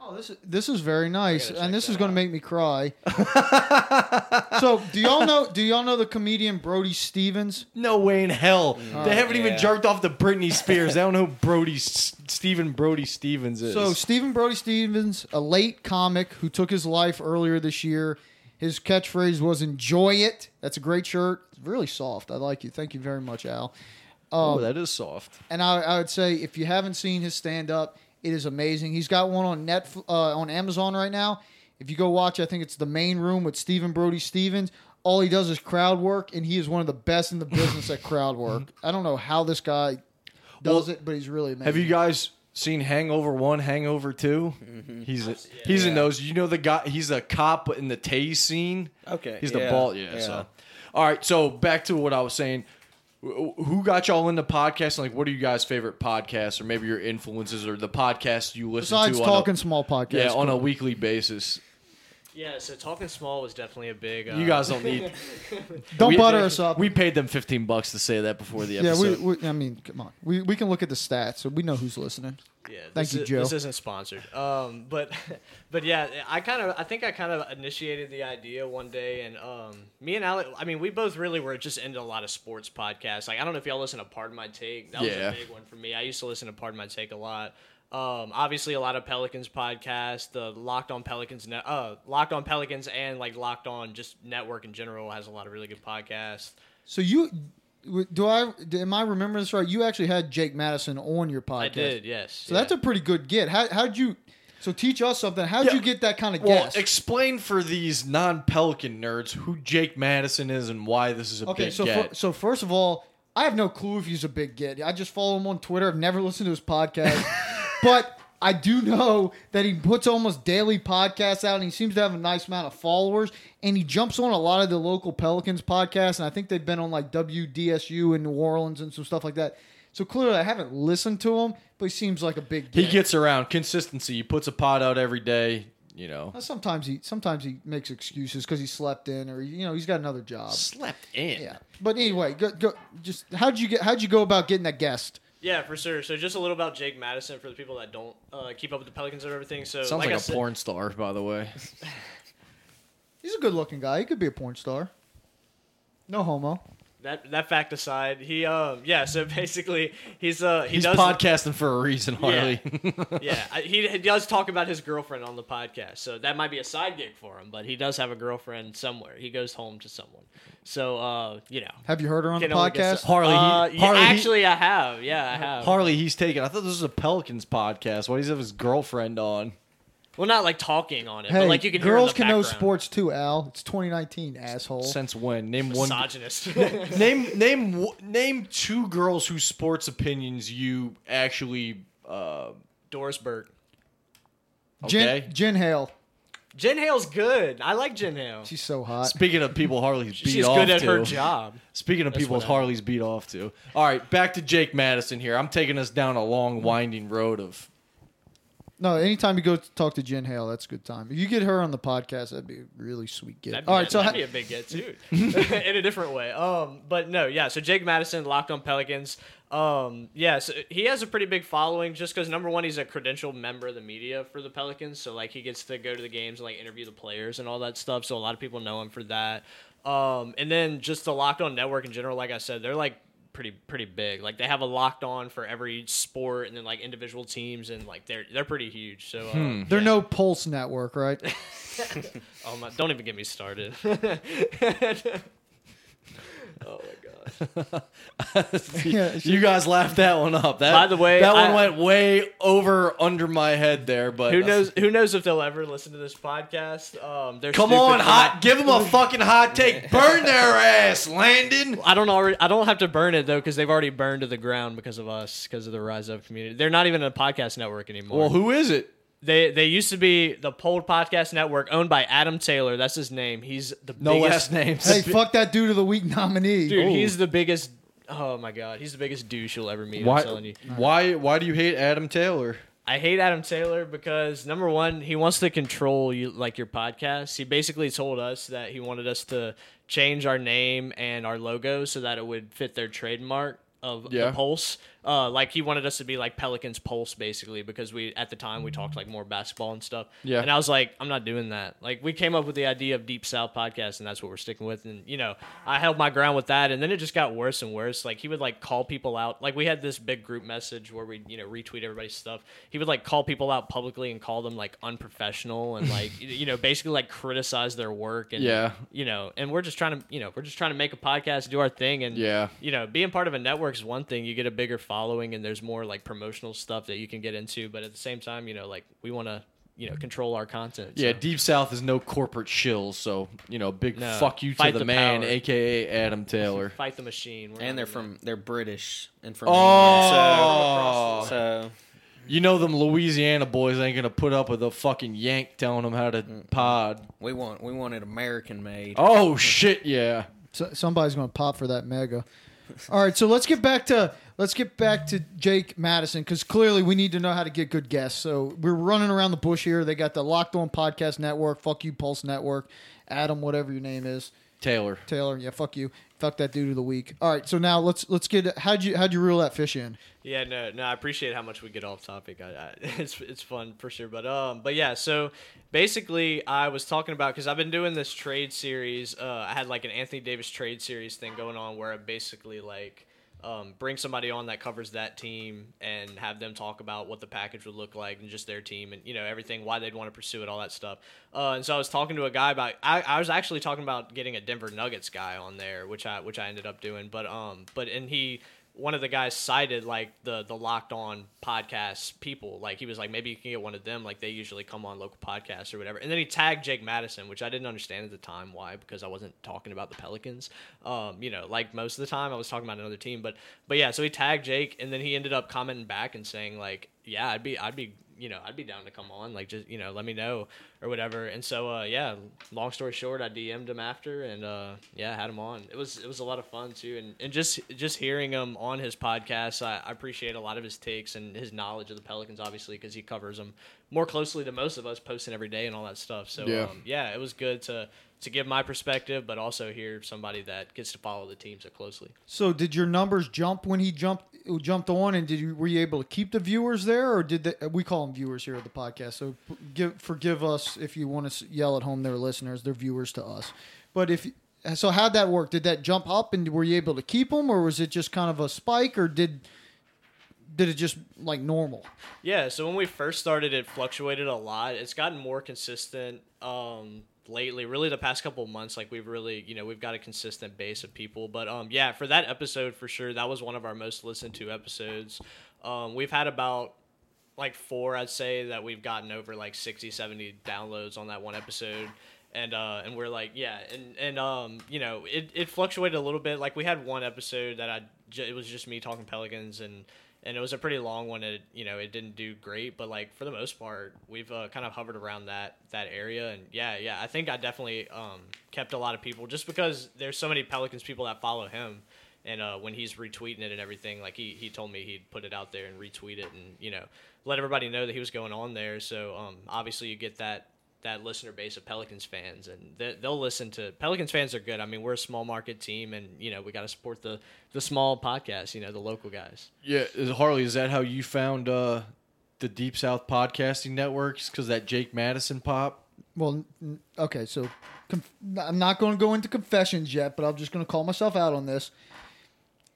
[SPEAKER 1] Oh, this is this is very nice,
[SPEAKER 3] I gotta check
[SPEAKER 1] and this
[SPEAKER 3] that
[SPEAKER 1] is going to
[SPEAKER 3] out.
[SPEAKER 1] make me cry. so, do y'all know? Do y'all know the comedian Brody Stevens?
[SPEAKER 2] No way in hell. they haven't even
[SPEAKER 4] yeah.
[SPEAKER 2] jerked off the Britney Spears. they don't know who Brody S- Stephen Brody Stevens is.
[SPEAKER 1] So Stephen Brody Stevens, a late comic who took his life earlier this year. His catchphrase was "Enjoy it." That's a great shirt. It's really soft. I like you. Thank you very much, Al.
[SPEAKER 2] oh, that is soft.
[SPEAKER 1] And I, I would say if you haven't seen his stand up, it is amazing. He's got one on net uh, on Amazon right now. If you go watch, I think it's the main room with Stephen Brody Stevens. All he does is crowd work, and he is one of the best in the business at crowd work. I don't know how this guy does
[SPEAKER 2] Well,
[SPEAKER 1] it, but he's really amazing.
[SPEAKER 2] Have you guys seen Hangover One, Hangover 2 He's a, he's in those. You know the guy. He's a cop in the Tay scene.
[SPEAKER 4] Okay,
[SPEAKER 2] He's the
[SPEAKER 4] yeah,
[SPEAKER 2] ball. Yeah,
[SPEAKER 4] yeah.
[SPEAKER 2] So, all right. So back to what I was saying. Wh- Who got y'all into podcasting? Like, what are you guys' favorite podcasts, or maybe your influences, or the podcasts you listen
[SPEAKER 1] besides
[SPEAKER 2] to? on a-
[SPEAKER 1] talking small podcasts?
[SPEAKER 2] yeah, on a weekly basis.
[SPEAKER 3] yeah, so talking small was definitely a big. Uh,
[SPEAKER 2] You guys don't need.
[SPEAKER 1] don't
[SPEAKER 2] we-
[SPEAKER 1] butter us up.
[SPEAKER 2] We paid them fifteen bucks to say that before the
[SPEAKER 1] yeah,
[SPEAKER 2] episode.
[SPEAKER 1] we, we, I mean, come on. We, we can look at the stats, so we know who's listening.
[SPEAKER 3] Yeah,
[SPEAKER 1] Thank
[SPEAKER 3] this
[SPEAKER 1] you,
[SPEAKER 3] is-
[SPEAKER 1] Joe.
[SPEAKER 3] This isn't sponsored. Um, but but yeah, I kind of I think I kind of initiated the idea one day, and um, me and Alec, I mean, we both really were just into a lot of sports podcasts. Like I don't know if y'all listen to Pardon My Take. That
[SPEAKER 2] Yeah.
[SPEAKER 3] was a big one for me. I used to listen to Pardon My Take a lot. Um, obviously a lot of Pelicans podcasts, the Locked On Pelicans, ne- uh, Locked On Pelicans, and like Locked On just network in general has a lot of really good podcasts.
[SPEAKER 1] So you do I? Am I remembering this right? You actually had Jake Madison on your podcast.
[SPEAKER 3] I did, yes.
[SPEAKER 1] So that's a pretty good get. How how'd you? So teach us something. How'd
[SPEAKER 2] Yeah.
[SPEAKER 1] you get that kind of
[SPEAKER 2] Well,
[SPEAKER 1] guess?
[SPEAKER 2] explain for these non-Pelican nerds who Jake Madison is and why this is a
[SPEAKER 1] okay,
[SPEAKER 2] big
[SPEAKER 1] so
[SPEAKER 2] get.
[SPEAKER 1] fir- so first of all, I have no clue if he's a big get. I just follow him on Twitter. I've never listened to his podcast, but I do know that he puts almost daily podcasts out, and he seems to have a nice amount of followers. And he jumps on a lot of the local Pelicans podcasts, and I think they've been on like WDSU in New Orleans and some stuff like that. So clearly, I haven't listened to him, but he seems like a big.
[SPEAKER 2] He
[SPEAKER 1] dick.
[SPEAKER 2] gets around consistency. He puts a pod out every day. You know,
[SPEAKER 1] Well, Sometimes he sometimes he makes excuses because he slept in or you know he's got another job.
[SPEAKER 2] slept in.
[SPEAKER 1] Uh, Yeah, but anyway, go, go, just how'd you get how'd you go about getting that guest?
[SPEAKER 3] Yeah, for sure. So just a little about Jake Madison for the people that don't uh, keep up with the Pelicans and everything. So
[SPEAKER 2] Sounds like,
[SPEAKER 3] I
[SPEAKER 2] a
[SPEAKER 3] said,
[SPEAKER 2] porn star, by the way.
[SPEAKER 1] He's a good looking guy. He could be a porn star. No homo.
[SPEAKER 3] That that fact aside, he um yeah. So basically, he's uh he
[SPEAKER 2] He's
[SPEAKER 3] does
[SPEAKER 2] podcasting for a reason,
[SPEAKER 3] Yeah.
[SPEAKER 2] Harley.
[SPEAKER 3] yeah I- he, he does talk about his girlfriend on the podcast, so that might be a side gig for him. But he does have a girlfriend somewhere. He goes home to someone. So uh you know.
[SPEAKER 1] Have you heard her on
[SPEAKER 3] can
[SPEAKER 1] the
[SPEAKER 3] only get
[SPEAKER 1] podcast?
[SPEAKER 3] so-
[SPEAKER 2] Harley, he-
[SPEAKER 3] Uh, yeah,
[SPEAKER 2] Harley, he-
[SPEAKER 3] actually, I have. Yeah, I have.
[SPEAKER 2] Harley, he's taking. I thought this was a Pelicans podcast. Why does he have his girlfriend on?
[SPEAKER 3] Well, not like talking on it,
[SPEAKER 1] Hey,
[SPEAKER 3] but like you can
[SPEAKER 1] girls
[SPEAKER 3] hear
[SPEAKER 1] can
[SPEAKER 3] in the
[SPEAKER 1] know
[SPEAKER 3] background.
[SPEAKER 1] sports too, Al. It's 2019, asshole.
[SPEAKER 2] Since when? Name one.
[SPEAKER 3] Misogynist.
[SPEAKER 2] Name name w- name two girls whose sports opinions you actually. Uh,
[SPEAKER 3] Doris Burke.
[SPEAKER 1] Jen,
[SPEAKER 2] okay.
[SPEAKER 1] Jen Hale,
[SPEAKER 3] Jen Hale's good. I like Jen Hale.
[SPEAKER 1] she's so hot.
[SPEAKER 2] Speaking of people, Harley's beat
[SPEAKER 3] She's
[SPEAKER 2] off
[SPEAKER 3] good at
[SPEAKER 2] to.
[SPEAKER 3] her job.
[SPEAKER 2] Speaking of
[SPEAKER 3] That's
[SPEAKER 2] people,
[SPEAKER 3] what I-
[SPEAKER 2] Harley's beat off to. All right, back to Jake Madison here. I'm taking us down a long, winding road of.
[SPEAKER 1] No, anytime you go to talk to Jen Hale, that's a good time. If you get her on the podcast, that'd be a really sweet gift.
[SPEAKER 3] That'd be,
[SPEAKER 1] All right, so
[SPEAKER 3] that'd
[SPEAKER 1] ha-
[SPEAKER 3] be a big get too, in a different way. Um, but no, yeah. So Jake Madison, locked on Pelicans. Um, yeah. So he has a pretty big following just because number one, he's a credentialed member of the media for the Pelicans, so like he gets to go to the games and like interview the players and all that stuff. So a lot of people know him for that. Um, and then just the Locked On Network in general, like I said, they're like pretty pretty big. Like they have a Locked On for every sport and then like individual teams and like they're they're pretty huge. So um,
[SPEAKER 1] they're
[SPEAKER 3] yeah.
[SPEAKER 1] no Pulse Network, right?
[SPEAKER 3] Oh my! Don't even get me started. oh my gosh!
[SPEAKER 1] Yeah,
[SPEAKER 2] you guys laughed that one up. That,
[SPEAKER 3] By the way,
[SPEAKER 2] that
[SPEAKER 3] I-
[SPEAKER 2] one went way over under my head there. But
[SPEAKER 3] Who knows? Who knows if they'll ever listen to this podcast? Um, they're
[SPEAKER 2] Come
[SPEAKER 3] stupid
[SPEAKER 2] on,
[SPEAKER 3] for
[SPEAKER 2] hot!
[SPEAKER 3] not-
[SPEAKER 2] Give them a fucking hot take. Burn their ass, Landon.
[SPEAKER 3] I don't already. I don't have to burn it though because they've already burned to the ground because of us, because of the rise up community. They're not even a podcast network anymore.
[SPEAKER 2] Well, who is it?
[SPEAKER 3] they they used to be the Polled Podcast Network, owned by Adam Taylor. That's his name. He's the
[SPEAKER 2] No
[SPEAKER 3] biggest,
[SPEAKER 2] last names.
[SPEAKER 1] hey, fuck that dude of the week nominee.
[SPEAKER 3] dude. He's the biggest. Oh my god, he's the biggest douche you'll ever meet.
[SPEAKER 2] why,
[SPEAKER 3] I'm telling you.
[SPEAKER 2] why? Why do you hate Adam Taylor?
[SPEAKER 3] I hate Adam Taylor because number one, he wants to control you like your podcast. He basically told us that he wanted us to change our name and our logo so that it would fit their trademark of
[SPEAKER 2] Yeah.
[SPEAKER 3] the Pulse. Uh, like he wanted us to be like Pelicans Pulse basically because we at the time we talked like more basketball and stuff.
[SPEAKER 2] Mm-hmm. Yeah.
[SPEAKER 3] And I was like, I'm not doing that. Like we came up with the idea of Deep South podcast and that's what we're sticking with. And you know, I held my ground with that and then it just got worse and worse. Like he would like call people out. Like we had this big group message where we, you know, retweet everybody's stuff. He would like call people out publicly and call them like unprofessional and like you- you know, basically like criticize their work and
[SPEAKER 2] Yeah.
[SPEAKER 3] you know, and we're just trying to you know, we're just trying to make a podcast, do our thing and
[SPEAKER 2] Yeah.
[SPEAKER 3] you know, being part of a network is one thing. You get a bigger following, and there's more like promotional stuff that you can get into. But at the same time, you know, like we want to, you know, control our content.
[SPEAKER 2] Yeah,
[SPEAKER 3] so.
[SPEAKER 2] Deep South is no corporate shills, so you know, big
[SPEAKER 3] No.
[SPEAKER 2] fuck you to
[SPEAKER 3] Fight
[SPEAKER 2] the,
[SPEAKER 3] the
[SPEAKER 2] man,
[SPEAKER 3] power.
[SPEAKER 2] aka Adam Taylor.
[SPEAKER 3] fight the machine. We're
[SPEAKER 4] and
[SPEAKER 3] not
[SPEAKER 4] they're
[SPEAKER 3] doing
[SPEAKER 4] from they're British and from
[SPEAKER 2] Oh,
[SPEAKER 4] England, so, so
[SPEAKER 2] you know them Louisiana boys ain't gonna put up with a fucking Yank telling them how to
[SPEAKER 3] Mm.
[SPEAKER 2] pod.
[SPEAKER 4] we want we want it American made.
[SPEAKER 2] Oh shit, yeah.
[SPEAKER 1] So, somebody's going to pop for that mega. All right, so let's get back to let's get back to Jake Madison because clearly we need to know how to get good guests. So we're running around the bush here. They got the Locked On Podcast Network, fuck you Pulse Network, Adam, whatever your name is,
[SPEAKER 2] Taylor.
[SPEAKER 1] Taylor. Yeah, fuck you, fuck that dude of the week. All right, so now let's let's get how'd you how'd you reel that fish in?
[SPEAKER 3] that. Yeah, no, no. I appreciate how much we get off topic. I, I, it's it's fun for sure. But um, but yeah. So basically, I was talking about because I've been doing this trade series. Uh, I had like an Anthony Davis trade series thing going on where I basically like. um, bring somebody on that covers that team and have them talk about what the package would look like and just their team and you know everything why they'd want to pursue it all that stuff uh, and so i was talking to a guy about I, I was actually talking about getting a denver nuggets guy on there which i which i ended up doing but um but and he one of the guys cited like the the locked on podcast people like he was like maybe you can get one of them like they usually come on local podcasts or whatever and then he tagged jake madison which i didn't understand at the time why because i wasn't talking about the pelicans um you know like most of the time i was talking about another team but but yeah so he tagged jake and then he ended up commenting back and saying like yeah i'd be i'd be you know, I'd be down to come on, like just you know, let me know or whatever. And so uh, yeah, long story short, I DM'd him after, and uh, yeah, had him on. It was it was a lot of fun too, and, and just just hearing him on his podcast, I, I appreciate a lot of his takes and his knowledge of the Pelicans, obviously, because he covers them more closely than most of us, posting every day and all that stuff. So
[SPEAKER 2] Yeah.
[SPEAKER 3] um, yeah, it was good to to give my perspective, but also hear somebody that gets to follow the team so closely.
[SPEAKER 1] So did your numbers jump when he jumped jumped on, and did you were you able to keep the viewers there, or did the, we call them viewers here at the podcast? So p- give, forgive us if you want to yell at home. They're listeners, they're viewers to us. But if so, how'd that work? Did that jump up, and were you able to keep them, or was it just kind of a spike, or did did it just like normal?
[SPEAKER 3] Yeah, so when we first started, it fluctuated a lot. It's gotten more consistent um, lately. Really, the past couple of months, like we've really, you know, we've got a consistent base of people. But um, yeah, for that episode for sure, that was one of our most listened to episodes. Um, we've had about like four, I'd say, that we've gotten over like 60, 70 downloads on that one episode. And, uh, and we're like, yeah. And, and, um, you know, it, it fluctuated a little bit. Like we had one episode that I, j- it was just me talking Pelicans and, and it was a pretty long one. It, you know, it didn't do great, but like for the most part, we've uh, kind of hovered around that, that area. And yeah, yeah, I think I definitely, um, kept a lot of people just because there's so many Pelicans people that follow him. And uh, when he's retweeting it and everything, like he, he told me he'd put it out there and retweet it and you know let everybody know that he was going on there. So um, obviously you get that that listener base of Pelicans fans and they, they'll listen to Pelicans fans are good. I mean we're a small market team and you know we got to support the the small podcast you know the local guys.
[SPEAKER 2] Yeah, is, Harley, is that how you found uh, the Deep South podcasting networks? Because that Jake Madison pop.
[SPEAKER 1] Well, n- okay, so conf- I'm not going to go into confessions yet, but I'm just going to call myself out on this.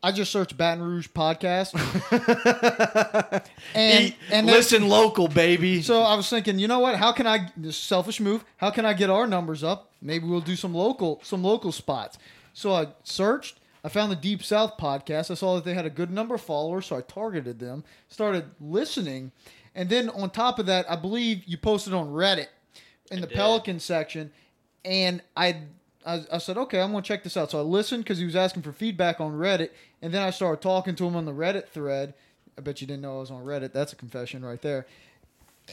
[SPEAKER 1] I just searched Baton Rouge podcast, and
[SPEAKER 2] Eat-
[SPEAKER 1] and there's-
[SPEAKER 2] listen local, baby.
[SPEAKER 1] So I was thinking, you know what? How can I this selfish move? How can I get our numbers up? Maybe we'll do some local some local spots. So I searched. I found the Deep South podcast. I saw that they had a good number of followers, so I targeted them, started listening, and then on top of that, I believe you posted on Reddit in the
[SPEAKER 3] did.
[SPEAKER 1] Pelican section, and I. I, I said, okay, I'm going to check this out. So I listened because he was asking for feedback on Reddit, and then I started talking to him on the Reddit thread. I bet you didn't know I was on Reddit. That's a confession right there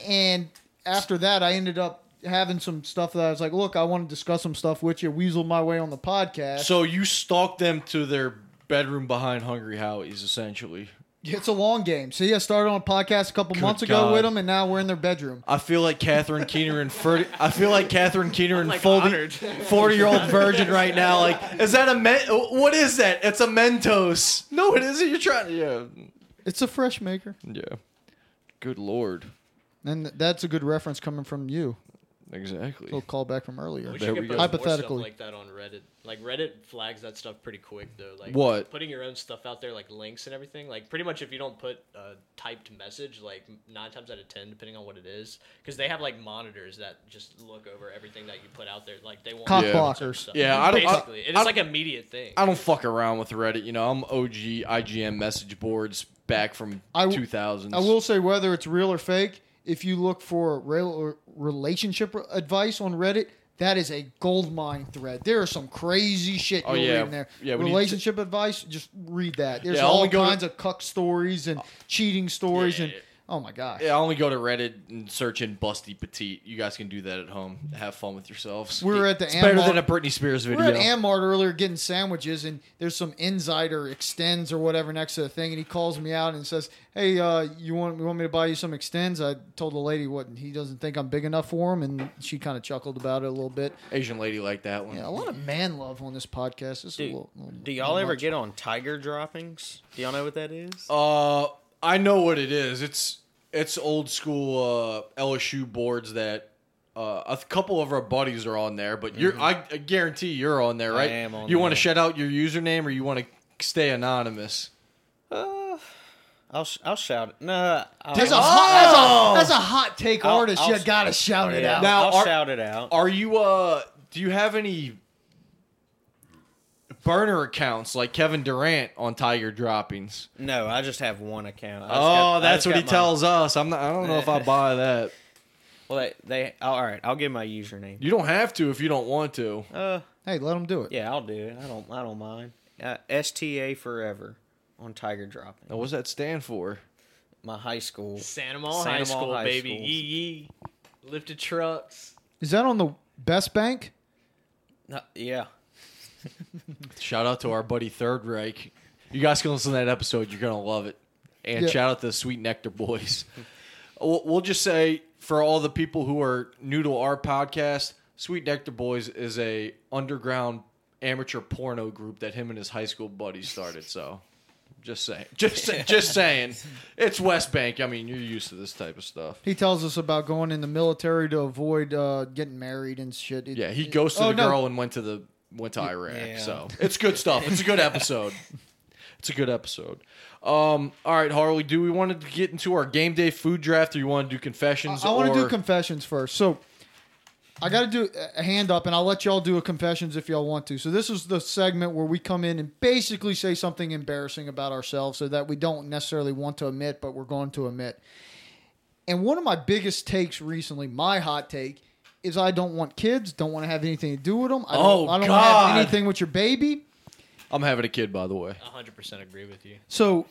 [SPEAKER 1] and after that, I ended up having some stuff that I was like, look, I want to discuss some stuff with you, weasel my way on the podcast.
[SPEAKER 2] So you stalked them to their bedroom behind Hungry Howie's, essentially.
[SPEAKER 1] it's a long game. See, I started on a podcast a couple months ago
[SPEAKER 2] God.
[SPEAKER 1] with them, and now we're in their bedroom.
[SPEAKER 2] I feel like Catherine Keener and Fer- I feel like Catherine Keener and
[SPEAKER 3] like,
[SPEAKER 2] forty
[SPEAKER 3] honored.
[SPEAKER 2] year old virgin right now. Like, is that a men- what is that? It's a Mentos. No, it isn't. You're trying. Yeah,
[SPEAKER 1] It's a fresh maker,
[SPEAKER 2] yeah. Good lord.
[SPEAKER 1] and that's a good reference coming from you.
[SPEAKER 2] Exactly.
[SPEAKER 1] A little callback from earlier.
[SPEAKER 3] We
[SPEAKER 2] There
[SPEAKER 3] should
[SPEAKER 2] we
[SPEAKER 3] get
[SPEAKER 2] go.
[SPEAKER 3] post
[SPEAKER 1] Hypothetically.
[SPEAKER 3] more stuff like that on Reddit. Like Reddit flags that stuff pretty quick though. Like
[SPEAKER 2] What?
[SPEAKER 3] putting your own stuff out there, like links and everything. Like pretty much if you don't put a typed message, like nine times out of ten, depending on what it is, because they have like monitors that just look over everything that you put out there. Like they want
[SPEAKER 1] Cock
[SPEAKER 2] Yeah.
[SPEAKER 1] blockers.
[SPEAKER 3] stuff.
[SPEAKER 2] Yeah, I don't- I-
[SPEAKER 3] basically
[SPEAKER 2] I
[SPEAKER 3] it
[SPEAKER 2] don't-
[SPEAKER 3] is like an immediate thing.
[SPEAKER 2] I don't fuck around with Reddit. You know, I'm OG IGN message boards back from
[SPEAKER 1] I w-
[SPEAKER 2] 2000s.
[SPEAKER 1] I will say whether it's real or fake, if you look for rel- relationship re- advice on Reddit, that is a gold mine thread. There is some crazy shit
[SPEAKER 2] Oh,
[SPEAKER 1] you'll
[SPEAKER 2] yeah.
[SPEAKER 1] read in there.
[SPEAKER 2] Yeah, when you-
[SPEAKER 1] relationship advice, just read that. There's
[SPEAKER 2] Yeah, I'll
[SPEAKER 1] all
[SPEAKER 2] only go to-
[SPEAKER 1] kinds of cuck stories and cheating stories
[SPEAKER 3] Yeah.
[SPEAKER 1] and oh my gosh.
[SPEAKER 2] Yeah, I only go to Reddit and search in Busty Petite. You guys can do that at home. Have fun with yourselves.
[SPEAKER 1] We were at the
[SPEAKER 2] it's better
[SPEAKER 1] Amar-
[SPEAKER 2] than a Britney Spears
[SPEAKER 1] We
[SPEAKER 2] video.
[SPEAKER 1] were at Amart earlier getting sandwiches, and there's some insider extends or whatever next to the thing, and he calls me out and says, "Hey, uh, you want you want me to buy you some extends?" I told the lady what he doesn't think I'm big enough for him, and she kind of chuckled about it a little bit.
[SPEAKER 2] Asian lady like that one.
[SPEAKER 1] Yeah, a lot of man love on this podcast. It's a
[SPEAKER 4] Dude,
[SPEAKER 1] little, little-
[SPEAKER 4] Do y'all ever
[SPEAKER 1] much.
[SPEAKER 4] get on tiger droppings? Do y'all know what that is?
[SPEAKER 2] Uh, I know what it is. It's it's old school uh, LSU boards that uh, a couple of our buddies are on there. But you're, I, I guarantee you're on there, right?
[SPEAKER 4] Mm-hmm. am on
[SPEAKER 2] you want to
[SPEAKER 4] there.
[SPEAKER 2] shout out your username or you want to stay anonymous?
[SPEAKER 4] Uh, I'll sh- I'll shout it. No, I'll,
[SPEAKER 1] That's a,
[SPEAKER 4] I'll-
[SPEAKER 1] hot, that's, a, that's a hot take
[SPEAKER 4] Oh! I'll-
[SPEAKER 1] artist.
[SPEAKER 4] I'll- Oh,
[SPEAKER 1] you gotta shout it
[SPEAKER 4] yeah,
[SPEAKER 1] out.
[SPEAKER 2] Now,
[SPEAKER 4] I'll
[SPEAKER 2] are-
[SPEAKER 4] shout it out.
[SPEAKER 2] Are you uh? Do you have any burner accounts like Kevin Durant on Tiger droppings?
[SPEAKER 4] no, I just have one account. I just got-
[SPEAKER 2] Oh,
[SPEAKER 4] I
[SPEAKER 2] that's
[SPEAKER 4] just
[SPEAKER 2] what
[SPEAKER 4] got
[SPEAKER 2] he
[SPEAKER 4] my-
[SPEAKER 2] tells us. I'm not. I don't know if I buy that.
[SPEAKER 4] Well, they, they all right. I'll give my username.
[SPEAKER 2] You don't have to if you don't want to.
[SPEAKER 4] Uh,
[SPEAKER 1] Hey, let him do it.
[SPEAKER 4] yeah, I'll do it. I don't I don't mind. Uh, STA forever on tiger dropping.
[SPEAKER 2] Now, what's that stand for?
[SPEAKER 4] my high school.
[SPEAKER 3] Santa Mall
[SPEAKER 4] Santa
[SPEAKER 3] High
[SPEAKER 4] Mall
[SPEAKER 3] School,
[SPEAKER 4] High
[SPEAKER 3] baby.
[SPEAKER 4] School.
[SPEAKER 3] Yee yee. Lifted trucks.
[SPEAKER 1] Is that on the Best Bank?
[SPEAKER 4] Uh, yeah.
[SPEAKER 2] Shout out to our buddy Third Reich. You guys can listen to that episode. You're gonna love it. And
[SPEAKER 1] Yeah.
[SPEAKER 2] shout out to the Sweet Nectar Boys. we'll, we'll just say for all the people who are new to our podcast, Sweet Nectar Boys is a underground amateur porno group that him and his high school buddies started. So, just saying, just say- just saying, it's West Bank. I mean, you're used to this type of stuff.
[SPEAKER 1] He tells us about going in the military to avoid uh, getting married and shit. It-
[SPEAKER 2] Yeah, he goes to
[SPEAKER 1] Oh,
[SPEAKER 2] the
[SPEAKER 1] no.
[SPEAKER 2] girl and went to the went to Iraq.
[SPEAKER 4] Yeah.
[SPEAKER 2] So it's good stuff. It's a good episode. it's a good episode. Um, all right, Harley. Do we want to get into our game day food draft, or you want to do confessions?
[SPEAKER 1] I want to do
[SPEAKER 2] or-
[SPEAKER 1] confessions first. So I got to do a- a hand up, and I'll let y'all do a confessions if y'all want to. So this is the segment where we come in and basically say something embarrassing about ourselves, so that we don't necessarily want to admit, but we're going to admit. And one of my biggest takes recently, my hot take, is I don't want kids. Don't want to have anything to do with them. I don't,
[SPEAKER 2] Oh,
[SPEAKER 1] I don't wanna have
[SPEAKER 2] God.
[SPEAKER 1] anything with your baby.
[SPEAKER 2] I'm having a kid, by the way.
[SPEAKER 3] 100% agree with you.
[SPEAKER 1] So,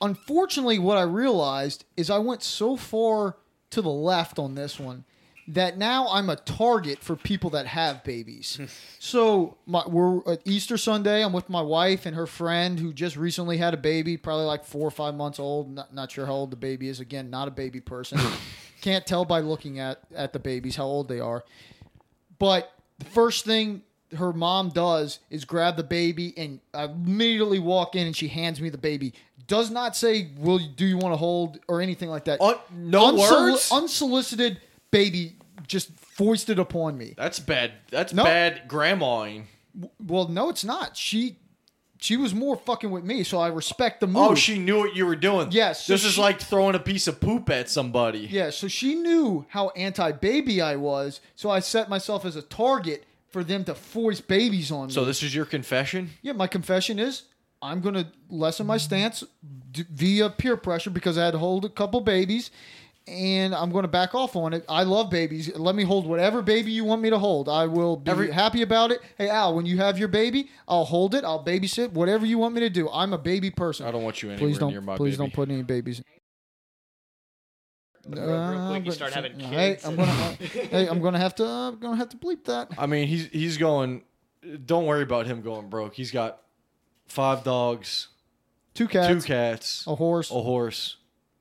[SPEAKER 1] unfortunately, what I realized is I went so far to the left on this one that now I'm a target for people that have babies. so, my, we're at Easter Sunday. I'm with my wife and her friend who just recently had a baby, probably like four or five months old. Not, not sure how old the baby is. Again, not a baby person. Can't tell by looking at, at the babies how old they are. But the first thing her mom does is grab the baby and I immediately walk in and she hands me the baby. Does not say, "Will you- do you want to hold?" or anything like that.
[SPEAKER 2] Uh, no words?
[SPEAKER 1] Unsolicited baby just foisted upon me.
[SPEAKER 2] That's bad. That's
[SPEAKER 1] No.
[SPEAKER 2] bad grandmaing.
[SPEAKER 1] Well, no, it's not. She she was more fucking with me, so I respect the move.
[SPEAKER 2] Oh, she knew what you were doing.
[SPEAKER 1] Yes, so
[SPEAKER 2] this is
[SPEAKER 1] she-
[SPEAKER 2] like throwing a piece of poop at somebody.
[SPEAKER 1] Yeah, so she knew how anti baby I was, so I set myself as a target for them to foist babies on me.
[SPEAKER 2] So this is your confession.
[SPEAKER 1] Yeah, my confession is I'm going to lessen my stance d- via peer pressure because I had to hold a couple babies and I'm going to back off on it. I love babies. Let me hold whatever baby you want me to hold. I will be
[SPEAKER 2] Every-
[SPEAKER 1] happy about it. Hey, Al, when you have your baby, I'll hold it. I'll babysit whatever you want me to do. I'm a baby person.
[SPEAKER 2] I don't want you anywhere
[SPEAKER 1] please don't
[SPEAKER 2] near my
[SPEAKER 1] please
[SPEAKER 2] baby.
[SPEAKER 1] don't put any babies. Uh,
[SPEAKER 3] real quick, you
[SPEAKER 1] but-
[SPEAKER 3] start having
[SPEAKER 1] Hey,
[SPEAKER 3] kids
[SPEAKER 1] I'm
[SPEAKER 3] and-
[SPEAKER 1] gonna. uh, hey, I'm gonna have to. I'm gonna have to bleep that.
[SPEAKER 2] I mean, he's he's going. Don't worry about him going broke. He's got five dogs,
[SPEAKER 1] Two cats,
[SPEAKER 2] two cats, Oh.
[SPEAKER 1] a horse.
[SPEAKER 2] a horse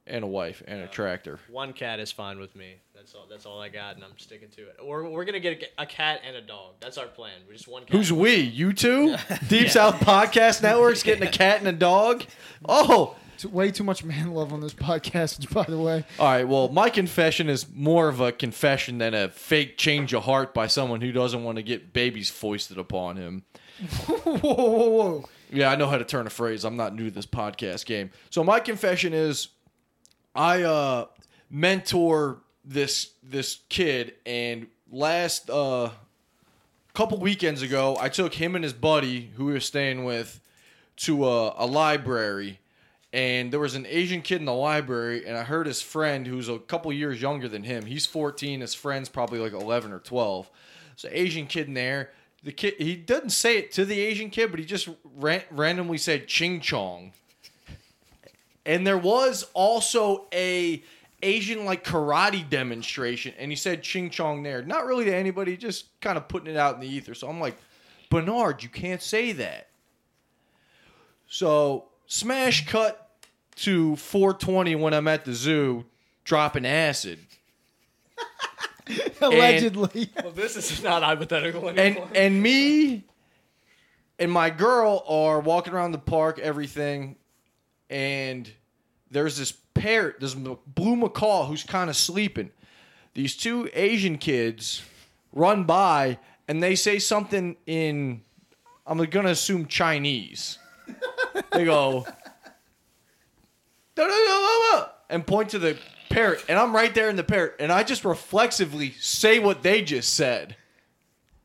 [SPEAKER 2] and a wife and a tractor.
[SPEAKER 3] One cat is fine with me. That's all. That's all I got, and I'm sticking to it. We're, we're gonna get a, ca- a cat and a dog. That's our plan. We just one cat.
[SPEAKER 2] Who's we? You two? Deep South Podcast Network's getting a cat and a dog? Oh.
[SPEAKER 1] It's way too much man love on this podcast, by the way.
[SPEAKER 2] All right, well, my confession is more of a confession than a fake change of heart by someone who doesn't want to get babies foisted upon him.
[SPEAKER 1] whoa, whoa, whoa.
[SPEAKER 2] Yeah, I know how to turn a phrase. I'm not new to this podcast game. So my confession is I uh mentor this this kid and last uh couple weekends ago, I took him and his buddy who we were staying with to a, a library and there was an Asian kid in the library and I heard his friend who's a couple years younger than him. He's 14, his friend's probably like 11 or 12. So Asian kid in there. The kid he doesn't say it to the Asian kid, but he just ran, randomly said ching chong. And there was also a Asian like karate demonstration, and he said ching chong there. Not really to anybody, just kind of putting it out in the ether. So I'm like, Bernard, you can't say that. So smash cut to 420 when I'm at the zoo dropping acid.
[SPEAKER 1] Allegedly.
[SPEAKER 3] Well, this is not hypothetical
[SPEAKER 2] and
[SPEAKER 3] anymore.
[SPEAKER 2] and me and my girl are walking around the park, everything, and there's this parrot, this m- blue macaw who's kind of sleeping. These two Asian kids run by and they say something in, I'm gonna assume Chinese. They go, no, no, no, no, no," and point to the parrot, and I'm right there in the parrot, and I just reflexively say what they just said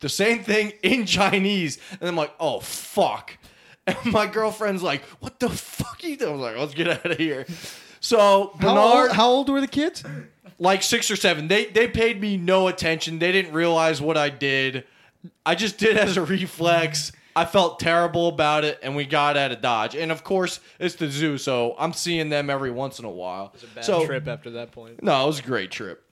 [SPEAKER 2] the same thing in Chinese. And I'm like, oh, fuck. And my girlfriend's like, what the fuck are you doing? I was like, let's get out of here. So
[SPEAKER 1] how,
[SPEAKER 2] Bernard,
[SPEAKER 1] old, how old were the kids?
[SPEAKER 2] like six or seven, they they paid me no attention. They didn't realize what I did. I just did as a reflex. I felt terrible about it, and we got out of Dodge. And of course, it's the zoo, so I'm seeing them every once in a while.
[SPEAKER 3] It's a bad
[SPEAKER 2] so,
[SPEAKER 3] trip after that point.
[SPEAKER 2] No, it was a great trip.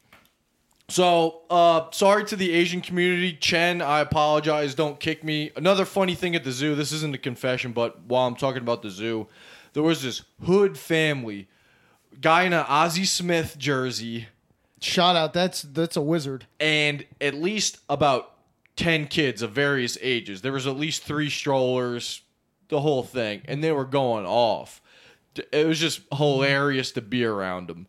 [SPEAKER 2] So, uh, sorry to the Asian community. Chen, I apologize. Don't kick me. Another funny thing at the zoo this isn't a confession, but while I'm talking about the zoo, there was this hood family guy in an Ozzie Smith jersey
[SPEAKER 1] Shout out. That's that's a wizard.
[SPEAKER 2] and at least about 10 kids of various ages. There was at least three strollers, the whole thing, and they were going off. D- It was just hilarious to be around them.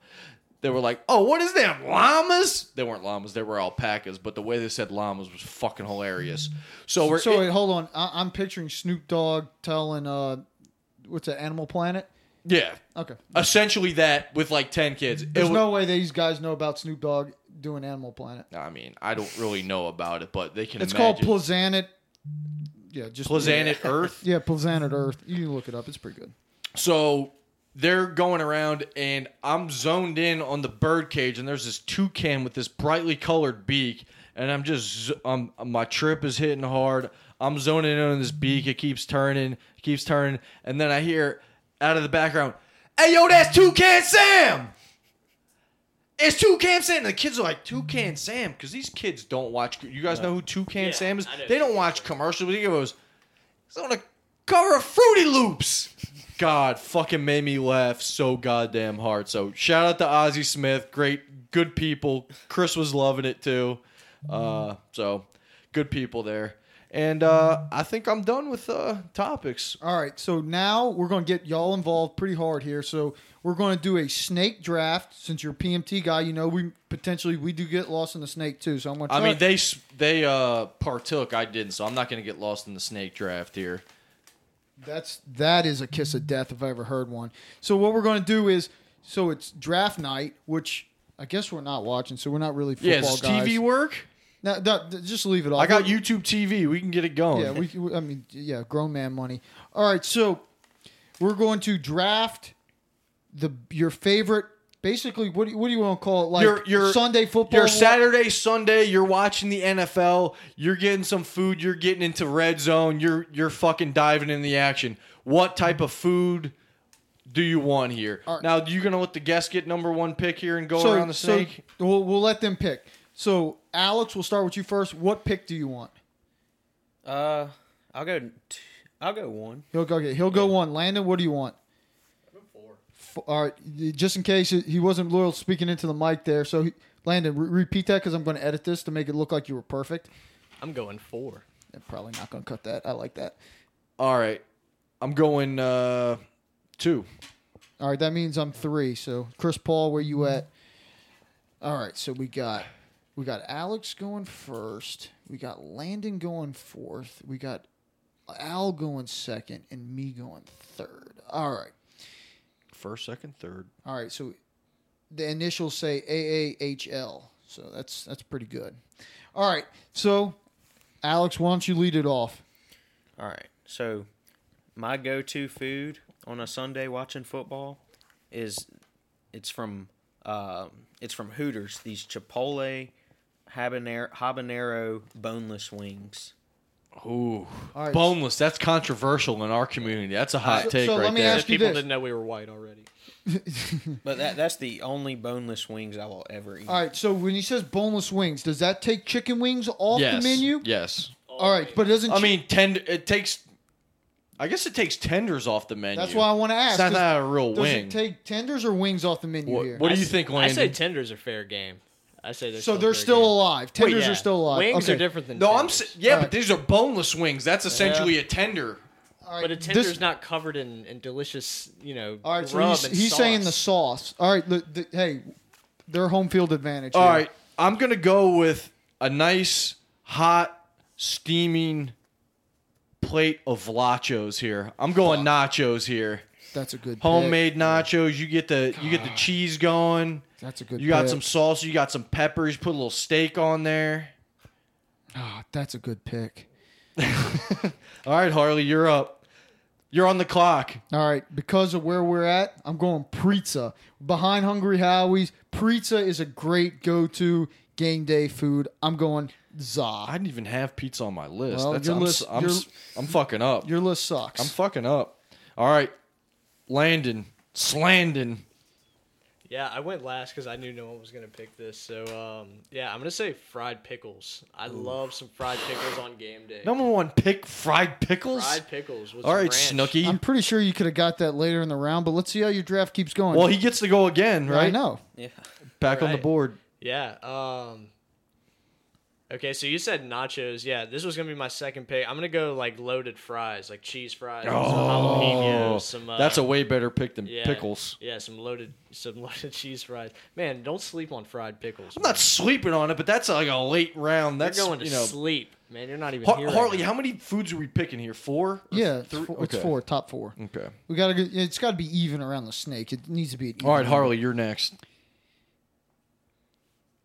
[SPEAKER 2] They were like, "Oh, what is that? Llamas?" They weren't llamas; they were alpacas. But the way they said llamas was fucking hilarious. So
[SPEAKER 3] Er,
[SPEAKER 2] we're
[SPEAKER 1] So uh, wait, hold on. I, I'm picturing Snoop Dogg telling uh, what's that? Animal Planet.
[SPEAKER 2] yeah,
[SPEAKER 1] Okay.
[SPEAKER 2] essentially that with like ten kids. It
[SPEAKER 1] There's
[SPEAKER 2] wa-
[SPEAKER 1] no way these guys know about Snoop Dogg doing Animal Planet.
[SPEAKER 2] I mean, I don't really know about it, but they can.
[SPEAKER 1] It's called
[SPEAKER 2] imagine.
[SPEAKER 1] Plazanet. Yeah, just
[SPEAKER 2] Plazanet Earth.
[SPEAKER 1] Yeah, Plazanet Earth. You can look it up. It's pretty good.
[SPEAKER 2] So they're going around, and I'm zoned in on the bird cage, and there's this toucan with this brightly colored beak, and I'm just um my trip is hitting hard. I'm zoning in on this beak. It keeps turning, it keeps turning, and then I hear out of the background, "Hey yo, that's toucan Sam." It's Toucan Sam. And the kids are like Toucan Sam because these kids don't watch. You guys know who Toucan
[SPEAKER 3] Yeah,
[SPEAKER 2] Sam is?
[SPEAKER 3] I know
[SPEAKER 2] They don't
[SPEAKER 3] Toucan
[SPEAKER 2] watch commercials. He goes, "It's on a cover of Fruity Loops." God, fucking made me laugh so goddamn hard. So shout out to Ozzy Smith. Great, good people. Chris was loving it too. Uh, so good people there. And uh, I think I'm done with uh, topics.
[SPEAKER 1] All right, so now we're going to get y'all involved pretty hard here. So we're going to do a snake draft. Since you're a PMT guy, you know we potentially we do get lost in the snake too. So I'm going to.
[SPEAKER 2] I mean, they s- they uh, partook. I didn't, so I'm not gonna get lost in the snake draft here.
[SPEAKER 1] That's that is a kiss of death if I ever heard one. So what we're going to do is so it's draft night, which I guess we're not watching, so we're not really football
[SPEAKER 2] Yeah, does
[SPEAKER 1] guys.
[SPEAKER 2] TV work?
[SPEAKER 1] No, no, th- just leave it off.
[SPEAKER 2] I got YouTube TV. We can get it going.
[SPEAKER 1] Yeah, we, we- I mean, yeah, grown man money. All right, so we're going to draft the your favorite. Basically, what do you, what do you want to call it? Like
[SPEAKER 2] Your- your-
[SPEAKER 1] Sunday football.
[SPEAKER 2] You're Saturday, Sunday. You're watching the NFL. You're getting some food. You're getting into red zone. You're you're fucking diving in the action. What type of food do you want here?
[SPEAKER 1] All right.
[SPEAKER 2] Now you're gonna let the guests get number one pick here and go
[SPEAKER 1] so,
[SPEAKER 2] around the snake.
[SPEAKER 1] So we'll, we'll let them pick. So Alex, we'll start with you first. What pick do you want?
[SPEAKER 4] Uh, I'll go. T- I'll go one.
[SPEAKER 1] He'll go. Okay, he'll go one. Landon, what do you want? Four. All right, just in case he wasn't loyal speaking into the mic there. So he, Landon, re- repeat that because I'm going to edit this to make it look like you were perfect.
[SPEAKER 3] I'm going four.
[SPEAKER 1] I'm probably not going to cut that. I like that.
[SPEAKER 2] All right, I'm going uh, two.
[SPEAKER 1] All right, that means I'm three. So Chris Paul, where you at? All right, so we got we got Alex going first. We got Landon going fourth. We got Al going second, and me going third. All right,
[SPEAKER 2] First, second, third.
[SPEAKER 1] all right. So the initials say AAHL. So that's that's pretty good. All right, so Alex, why don't you lead it off?
[SPEAKER 4] All right. So, my go-to food on a Sunday watching football is it's from uh, it's from Hooters. These Chipotle habanero, habanero boneless wings.
[SPEAKER 2] Ooh,
[SPEAKER 1] All right.
[SPEAKER 2] boneless. That's controversial in our community. That's a hot
[SPEAKER 1] So-
[SPEAKER 2] take
[SPEAKER 1] so
[SPEAKER 2] right
[SPEAKER 1] let me
[SPEAKER 2] there.
[SPEAKER 1] ask you
[SPEAKER 3] people
[SPEAKER 1] this.
[SPEAKER 3] didn't know we were white already.
[SPEAKER 4] But that that's the only boneless wings I will ever eat.
[SPEAKER 1] All right, so when he says boneless wings, does that take chicken wings off
[SPEAKER 2] yes.
[SPEAKER 1] the menu?
[SPEAKER 2] Yes.
[SPEAKER 1] All right, but it doesn't.
[SPEAKER 2] I mean, tend it takes. I guess it takes tenders off the menu.
[SPEAKER 1] That's why I want to ask.
[SPEAKER 2] It's not,
[SPEAKER 1] does-
[SPEAKER 2] not a real
[SPEAKER 1] Does
[SPEAKER 2] wing.
[SPEAKER 1] it take tenders or wings off the menu
[SPEAKER 2] what,
[SPEAKER 1] here?
[SPEAKER 2] what do
[SPEAKER 3] I
[SPEAKER 2] you
[SPEAKER 3] s-
[SPEAKER 2] think,
[SPEAKER 3] I
[SPEAKER 2] Landon?
[SPEAKER 3] say tenders are fair game. I say they're
[SPEAKER 1] so
[SPEAKER 3] still
[SPEAKER 1] they're
[SPEAKER 3] fair
[SPEAKER 1] still
[SPEAKER 3] game.
[SPEAKER 1] alive. Tenders
[SPEAKER 3] Yeah.
[SPEAKER 1] are still alive.
[SPEAKER 3] Wings
[SPEAKER 1] okay.
[SPEAKER 3] are different than
[SPEAKER 2] no, I'm.
[SPEAKER 3] tenders.
[SPEAKER 2] s- Yeah,
[SPEAKER 1] All
[SPEAKER 2] but
[SPEAKER 1] right.
[SPEAKER 2] these are boneless wings. That's essentially a tender.
[SPEAKER 1] All right,
[SPEAKER 3] But a
[SPEAKER 1] this-
[SPEAKER 3] tender's not covered in, in delicious, you know,
[SPEAKER 1] All right, so
[SPEAKER 3] rub
[SPEAKER 1] he's,
[SPEAKER 3] and
[SPEAKER 1] he's
[SPEAKER 3] sauce.
[SPEAKER 1] saying the sauce. All right, look, the, hey, their home field advantage.
[SPEAKER 2] All
[SPEAKER 1] here.
[SPEAKER 2] right, I'm gonna go with a nice, hot, steaming plate of nachos here. I'm going nachos here.
[SPEAKER 1] that's a good pick.
[SPEAKER 2] Homemade nachos. You get the you get the cheese going.
[SPEAKER 1] That's a good.
[SPEAKER 2] You got
[SPEAKER 1] pick.
[SPEAKER 2] some salsa. You got some peppers. Put a little steak on there.
[SPEAKER 1] Ah, that's a good pick.
[SPEAKER 2] All right, Harley, you're up. You're on the clock.
[SPEAKER 1] All right, because of where we're at, I'm going pizza. Behind Hungry Howie's, pizza is a great go-to. game day food. I'm going za.
[SPEAKER 2] I didn't even have pizza on my list.
[SPEAKER 1] Well,
[SPEAKER 2] That's
[SPEAKER 1] your
[SPEAKER 2] I'm,
[SPEAKER 1] list-
[SPEAKER 2] s- I'm,
[SPEAKER 1] your-
[SPEAKER 2] s- I'm fucking up.
[SPEAKER 1] Your list sucks.
[SPEAKER 2] I'm fucking up. All right, Landon, Slandon.
[SPEAKER 3] Yeah, I went last because I knew no one was gonna pick this. So um, yeah, I'm gonna say fried pickles. I love some fried pickles on game day.
[SPEAKER 2] Number one pick, fried pickles.
[SPEAKER 3] fried pickles. With
[SPEAKER 2] All
[SPEAKER 3] some
[SPEAKER 2] right,
[SPEAKER 3] ranch.
[SPEAKER 2] Snooky.
[SPEAKER 1] I'm pretty sure you could have got that later in the round, but let's see how your draft keeps going.
[SPEAKER 2] well, he gets to go again, right?
[SPEAKER 1] I know.
[SPEAKER 4] Yeah.
[SPEAKER 2] Back on the
[SPEAKER 3] Right.
[SPEAKER 2] board.
[SPEAKER 3] Yeah. Um. Okay, so you said nachos. Yeah, this was gonna be my second pick. I'm gonna go like loaded fries, like cheese fries, some jalapenos, some. Uh,
[SPEAKER 2] Oh, that's a way better pick than
[SPEAKER 3] yeah,
[SPEAKER 2] pickles.
[SPEAKER 3] Yeah, some loaded, some loaded cheese fries. Man, don't sleep on fried pickles.
[SPEAKER 2] I'm not sleeping on it, but that's like a late round. That's
[SPEAKER 3] You're going to
[SPEAKER 2] you know.
[SPEAKER 3] sleep, man. You're not even
[SPEAKER 2] Har-
[SPEAKER 3] here. right
[SPEAKER 2] Harley,
[SPEAKER 3] now.
[SPEAKER 2] how many foods are we picking here? Four? Or
[SPEAKER 1] Yeah, it's,
[SPEAKER 2] three?
[SPEAKER 1] four, it's
[SPEAKER 2] Okay.
[SPEAKER 1] four, top four.
[SPEAKER 2] Okay.
[SPEAKER 1] We gotta. go- It's got to be even around the snake. It needs to be. An even
[SPEAKER 2] All right, Harley, you're next.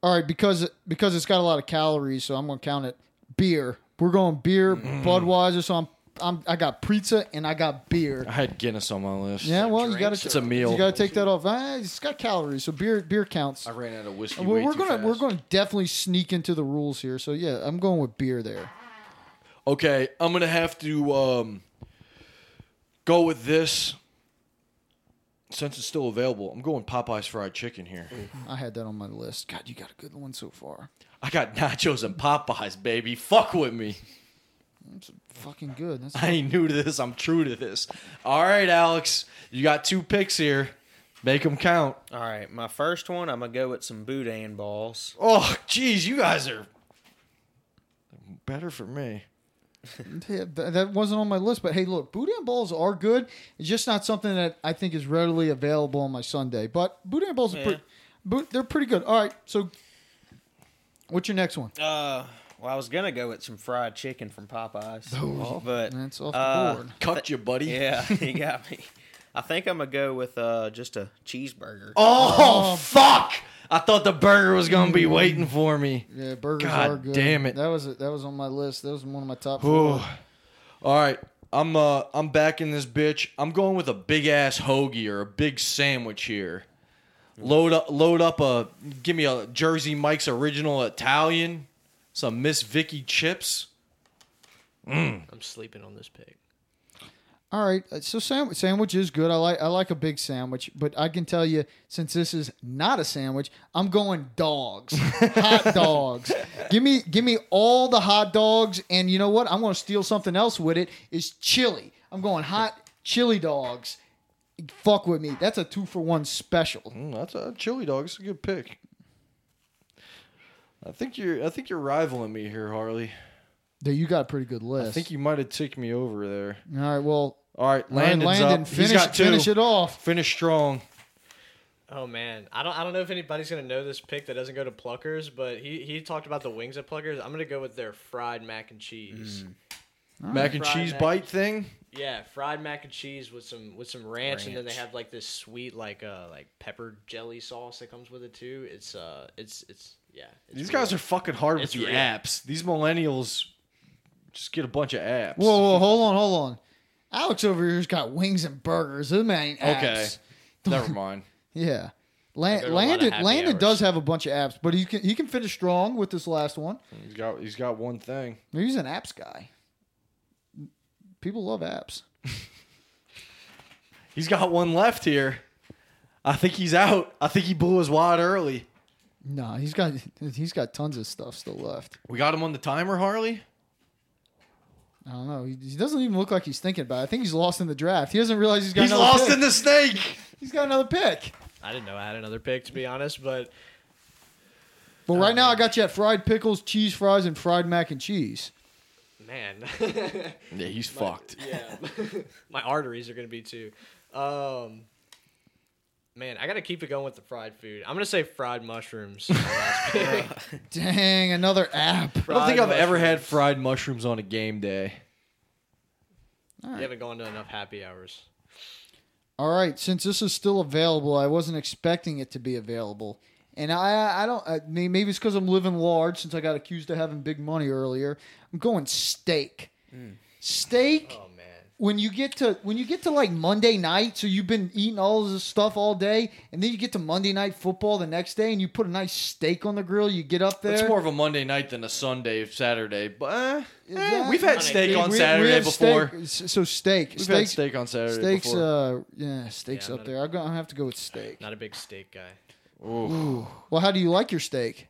[SPEAKER 1] All right, because because it's got a lot of calories, so I'm gonna count it. Beer. We're going beer,
[SPEAKER 2] Mm.
[SPEAKER 1] Budweiser. So I'm, I'm I got pizza and I got beer.
[SPEAKER 2] I had Guinness on my list.
[SPEAKER 1] Yeah, well, you gotta
[SPEAKER 3] drinks
[SPEAKER 2] it's a meal.
[SPEAKER 1] you gotta take that off. Ah, it's got calories, so beer beer counts.
[SPEAKER 2] I ran out of whiskey.
[SPEAKER 1] Well,
[SPEAKER 2] way
[SPEAKER 1] we're
[SPEAKER 2] too
[SPEAKER 1] gonna
[SPEAKER 2] fast.
[SPEAKER 1] we're gonna definitely sneak into the rules here. So yeah, I'm going with beer there.
[SPEAKER 2] Okay, I'm gonna have to um, go with this since it's still available. I'm going Popeyes fried chicken here.
[SPEAKER 1] I had that on my list. God, you got a good one so far.
[SPEAKER 2] I got nachos and Popeyes, baby. Fuck with me.
[SPEAKER 1] That's fucking good. That's
[SPEAKER 2] I ain't new to this. I'm true to this. All right, Alex, you got two picks here. Make them count.
[SPEAKER 4] All right, my first one, I'm gonna go with some boudin balls.
[SPEAKER 2] Oh, jeez, you guys are better for me.
[SPEAKER 1] Yeah, th- that wasn't on my list, but hey, look, boudin balls are good. It's just not something that I think is readily available on my Sunday. But boudin balls are
[SPEAKER 4] Yeah.
[SPEAKER 1] pretty, boot, they're pretty good. All right, so what's your next one?
[SPEAKER 4] Uh, well, I was gonna go with some fried chicken from Popeyes, but
[SPEAKER 1] That's off the
[SPEAKER 4] uh,
[SPEAKER 1] board.
[SPEAKER 2] Cucked you, buddy.
[SPEAKER 4] yeah, you got me. I think I'm gonna go with uh, just a cheeseburger.
[SPEAKER 2] Oh, fuck! I thought the burger was gonna be waiting for me.
[SPEAKER 1] Mm. Yeah, burgers
[SPEAKER 2] God
[SPEAKER 1] are good.
[SPEAKER 2] damn it.
[SPEAKER 1] That was that was on my list. That was one of my top.
[SPEAKER 2] Ooh.
[SPEAKER 1] Four.
[SPEAKER 2] All right, I'm uh I'm back in this bitch. I'm going with a big ass hoagie or a big sandwich here. Load up, load up a give me a Jersey Mike's original Italian, some Miss Vicky chips.
[SPEAKER 3] I'm sleeping on this pick.
[SPEAKER 1] All right, uh, so sandwich sandwich is good. I like I like a big sandwich, but I can tell you since this is not a sandwich, I'm going dogs, hot dogs. Give me give me all the hot dogs, and you know what? I'm going to steal something else with it. Is chili? I'm going hot chili dogs. Fuck with me. That's a two for one special.
[SPEAKER 2] Mm, that's a chili dog. It's a good pick. I think you're I think you're rivaling me here, Harley.
[SPEAKER 1] Dude, you got a pretty good list.
[SPEAKER 2] I think you might have ticked me over there.
[SPEAKER 1] All right, well,
[SPEAKER 2] All right,
[SPEAKER 1] all right,
[SPEAKER 2] Landon's
[SPEAKER 1] Landon,
[SPEAKER 2] up.
[SPEAKER 1] finish
[SPEAKER 2] He's got two.
[SPEAKER 1] finish it off.
[SPEAKER 2] Finish strong.
[SPEAKER 3] Oh man, I don't I don't know if anybody's gonna know this pick that doesn't go to Pluckers, but he he talked about the wings at Pluckers. I'm gonna go with their fried mac and cheese.
[SPEAKER 2] Mm. Mac and
[SPEAKER 3] Fried
[SPEAKER 2] cheese
[SPEAKER 3] mac-
[SPEAKER 2] bite thing.
[SPEAKER 3] Yeah, fried mac and cheese with some with some ranch, and then they
[SPEAKER 4] Ranch.
[SPEAKER 3] have like this sweet like uh like pepper jelly sauce that comes with it too. It's uh it's it's yeah. It's
[SPEAKER 2] These guys
[SPEAKER 3] real.
[SPEAKER 2] are fucking hard
[SPEAKER 3] It's
[SPEAKER 2] with the
[SPEAKER 3] real.
[SPEAKER 2] apps. These millennials just get a bunch of apps.
[SPEAKER 1] Whoa, whoa, hold on, hold on. Alex over here's got wings and burgers. This man ain't
[SPEAKER 2] Okay.
[SPEAKER 1] abs.
[SPEAKER 2] Never mind.
[SPEAKER 1] Yeah. Lan-
[SPEAKER 3] go to a lot of
[SPEAKER 1] Landon
[SPEAKER 3] happy
[SPEAKER 1] Landon
[SPEAKER 3] hours.
[SPEAKER 1] does have a bunch of apps, but he can he can finish strong with this last one.
[SPEAKER 2] He's got he's got one thing.
[SPEAKER 1] He's an apps guy. People love apps.
[SPEAKER 2] He's got one left here. I think he's out. I think he blew his wad early.
[SPEAKER 1] Nah, he's got he's got tons of stuff still left.
[SPEAKER 2] We got him on the timer, Harley.
[SPEAKER 1] I don't know. He, he doesn't even look like he's thinking about it. I think he's lost in the draft. He doesn't realize he's got
[SPEAKER 2] He's
[SPEAKER 1] another
[SPEAKER 2] lost
[SPEAKER 1] pick.
[SPEAKER 2] in the snake.
[SPEAKER 1] He's got another pick.
[SPEAKER 3] I didn't know I had another pick to be honest, but
[SPEAKER 1] Well, right now I got you at fried pickles, cheese fries, and fried mac and cheese.
[SPEAKER 3] man.
[SPEAKER 2] Yeah, he's fucked.
[SPEAKER 3] yeah. My arteries are gonna be too. Um Man, I gotta keep it going with the fried food. I'm gonna say fried mushrooms.
[SPEAKER 1] Dang, another app.
[SPEAKER 2] I don't think I've ever had fried mushrooms on a game day.
[SPEAKER 3] You haven't gone to enough happy hours.
[SPEAKER 1] All right, since this is still available, I wasn't expecting it to be available, and I I don't I, may- maybe it's because I'm living large since I got
[SPEAKER 3] Mm.
[SPEAKER 1] accused of having big money earlier. I'm going steak, steak
[SPEAKER 3] Oh man.
[SPEAKER 1] when you get to when you get to like Monday night, so you've been eating all this stuff all day, and then you get to Monday night football the next day, and you put a nice steak on the grill. You get up there.
[SPEAKER 2] It's more of a Monday night than a Sunday, Saturday. But eh, eh,
[SPEAKER 1] that-
[SPEAKER 2] we've had
[SPEAKER 3] Monday.
[SPEAKER 2] steak on
[SPEAKER 1] We- we
[SPEAKER 2] Saturday
[SPEAKER 1] have
[SPEAKER 2] before.
[SPEAKER 1] steak- so steak.
[SPEAKER 2] We've
[SPEAKER 1] steak,
[SPEAKER 2] had steak on Saturday
[SPEAKER 1] steaks.
[SPEAKER 2] before.
[SPEAKER 1] Uh, yeah, steaks
[SPEAKER 3] Yeah, I'm
[SPEAKER 1] up
[SPEAKER 3] not-
[SPEAKER 1] there. I'm gonna have to go with steak.
[SPEAKER 3] Not a big steak guy.
[SPEAKER 1] uh, Ooh. Well, how do you like your steak?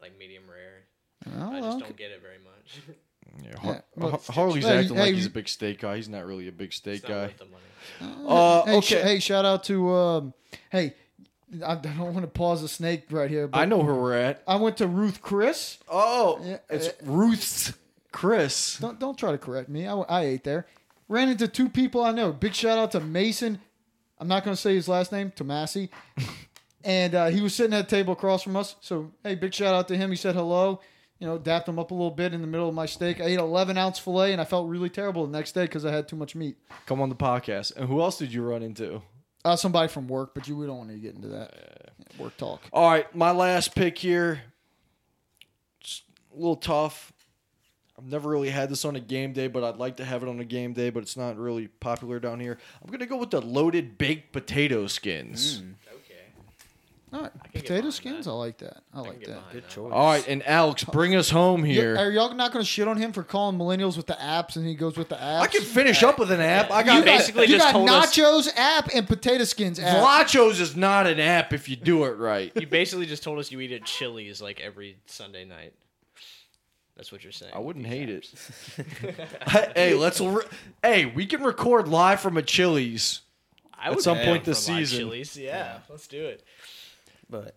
[SPEAKER 3] Like medium rare.
[SPEAKER 2] Oh,
[SPEAKER 1] Well,
[SPEAKER 3] I just
[SPEAKER 1] okay.
[SPEAKER 3] don't get it very much.
[SPEAKER 2] Yeah,
[SPEAKER 1] Yeah,
[SPEAKER 2] Har-
[SPEAKER 1] well,
[SPEAKER 2] Har- Harley's
[SPEAKER 1] hey,
[SPEAKER 2] acting
[SPEAKER 1] hey,
[SPEAKER 2] like he's
[SPEAKER 1] you-
[SPEAKER 2] a big steak guy. He's not really a big steak
[SPEAKER 3] It's not
[SPEAKER 2] guy.
[SPEAKER 3] worth the money.
[SPEAKER 2] Uh,
[SPEAKER 1] Oh, hey, sh-
[SPEAKER 2] okay.
[SPEAKER 1] hey, shout out to um, hey, I I don't want to pause the snake right here, but
[SPEAKER 2] I know where we're at.
[SPEAKER 1] I went to Ruth Chris.
[SPEAKER 2] Oh,
[SPEAKER 1] Yeah,
[SPEAKER 2] it's
[SPEAKER 1] eh.
[SPEAKER 2] Ruth's Chris.
[SPEAKER 1] Don't don't try to correct me. I, I ate there. Ran into two people I know. Big shout out to Mason. I'm not going to say his last name. Tomasi. and uh, he was sitting at a table across from us. So hey, big shout out to him. He said hello. You know, dapped him up a little bit in the middle of my steak. I ate 11 ounce fillet, and I felt really terrible the next day because I had too much meat.
[SPEAKER 2] Come on the podcast. And who else did you run into?
[SPEAKER 1] Uh, somebody from work, but you we don't want to get into that work talk.
[SPEAKER 2] All right, my last pick here. It's a little tough. I've never really had this on a game day, but I'd like to have it on a game day, but it's not really popular down here. I'm gonna go with the loaded baked potato skins.
[SPEAKER 3] Okay.
[SPEAKER 1] All right,
[SPEAKER 3] get
[SPEAKER 1] potato
[SPEAKER 3] behind
[SPEAKER 1] skins. I like that. I like
[SPEAKER 3] get
[SPEAKER 1] that.
[SPEAKER 3] behind
[SPEAKER 4] Good
[SPEAKER 3] that.
[SPEAKER 4] choice.
[SPEAKER 2] All right, and Alex, bring us home
[SPEAKER 1] Yeah,
[SPEAKER 2] here.
[SPEAKER 1] are y'all not going to shit on him for calling millennials with the apps, and he goes with the apps?
[SPEAKER 2] I can finish up with an app. I
[SPEAKER 1] You
[SPEAKER 2] got
[SPEAKER 1] got-
[SPEAKER 3] basically
[SPEAKER 1] you
[SPEAKER 3] just
[SPEAKER 1] got
[SPEAKER 3] told us-
[SPEAKER 1] nachos app and potato skins app.
[SPEAKER 2] Vlachos is not an app if you do it right.
[SPEAKER 3] You basically just told us you eat at Chili's like every Sunday night. That's what you're saying.
[SPEAKER 2] I wouldn't hate it. hey, let's. Re- hey, we can record live from a Chili's.
[SPEAKER 3] I
[SPEAKER 2] At
[SPEAKER 3] would
[SPEAKER 2] some
[SPEAKER 3] be
[SPEAKER 2] point
[SPEAKER 3] down
[SPEAKER 2] this
[SPEAKER 3] for live
[SPEAKER 2] season.
[SPEAKER 3] Chili's. Yeah, let's do it.
[SPEAKER 4] But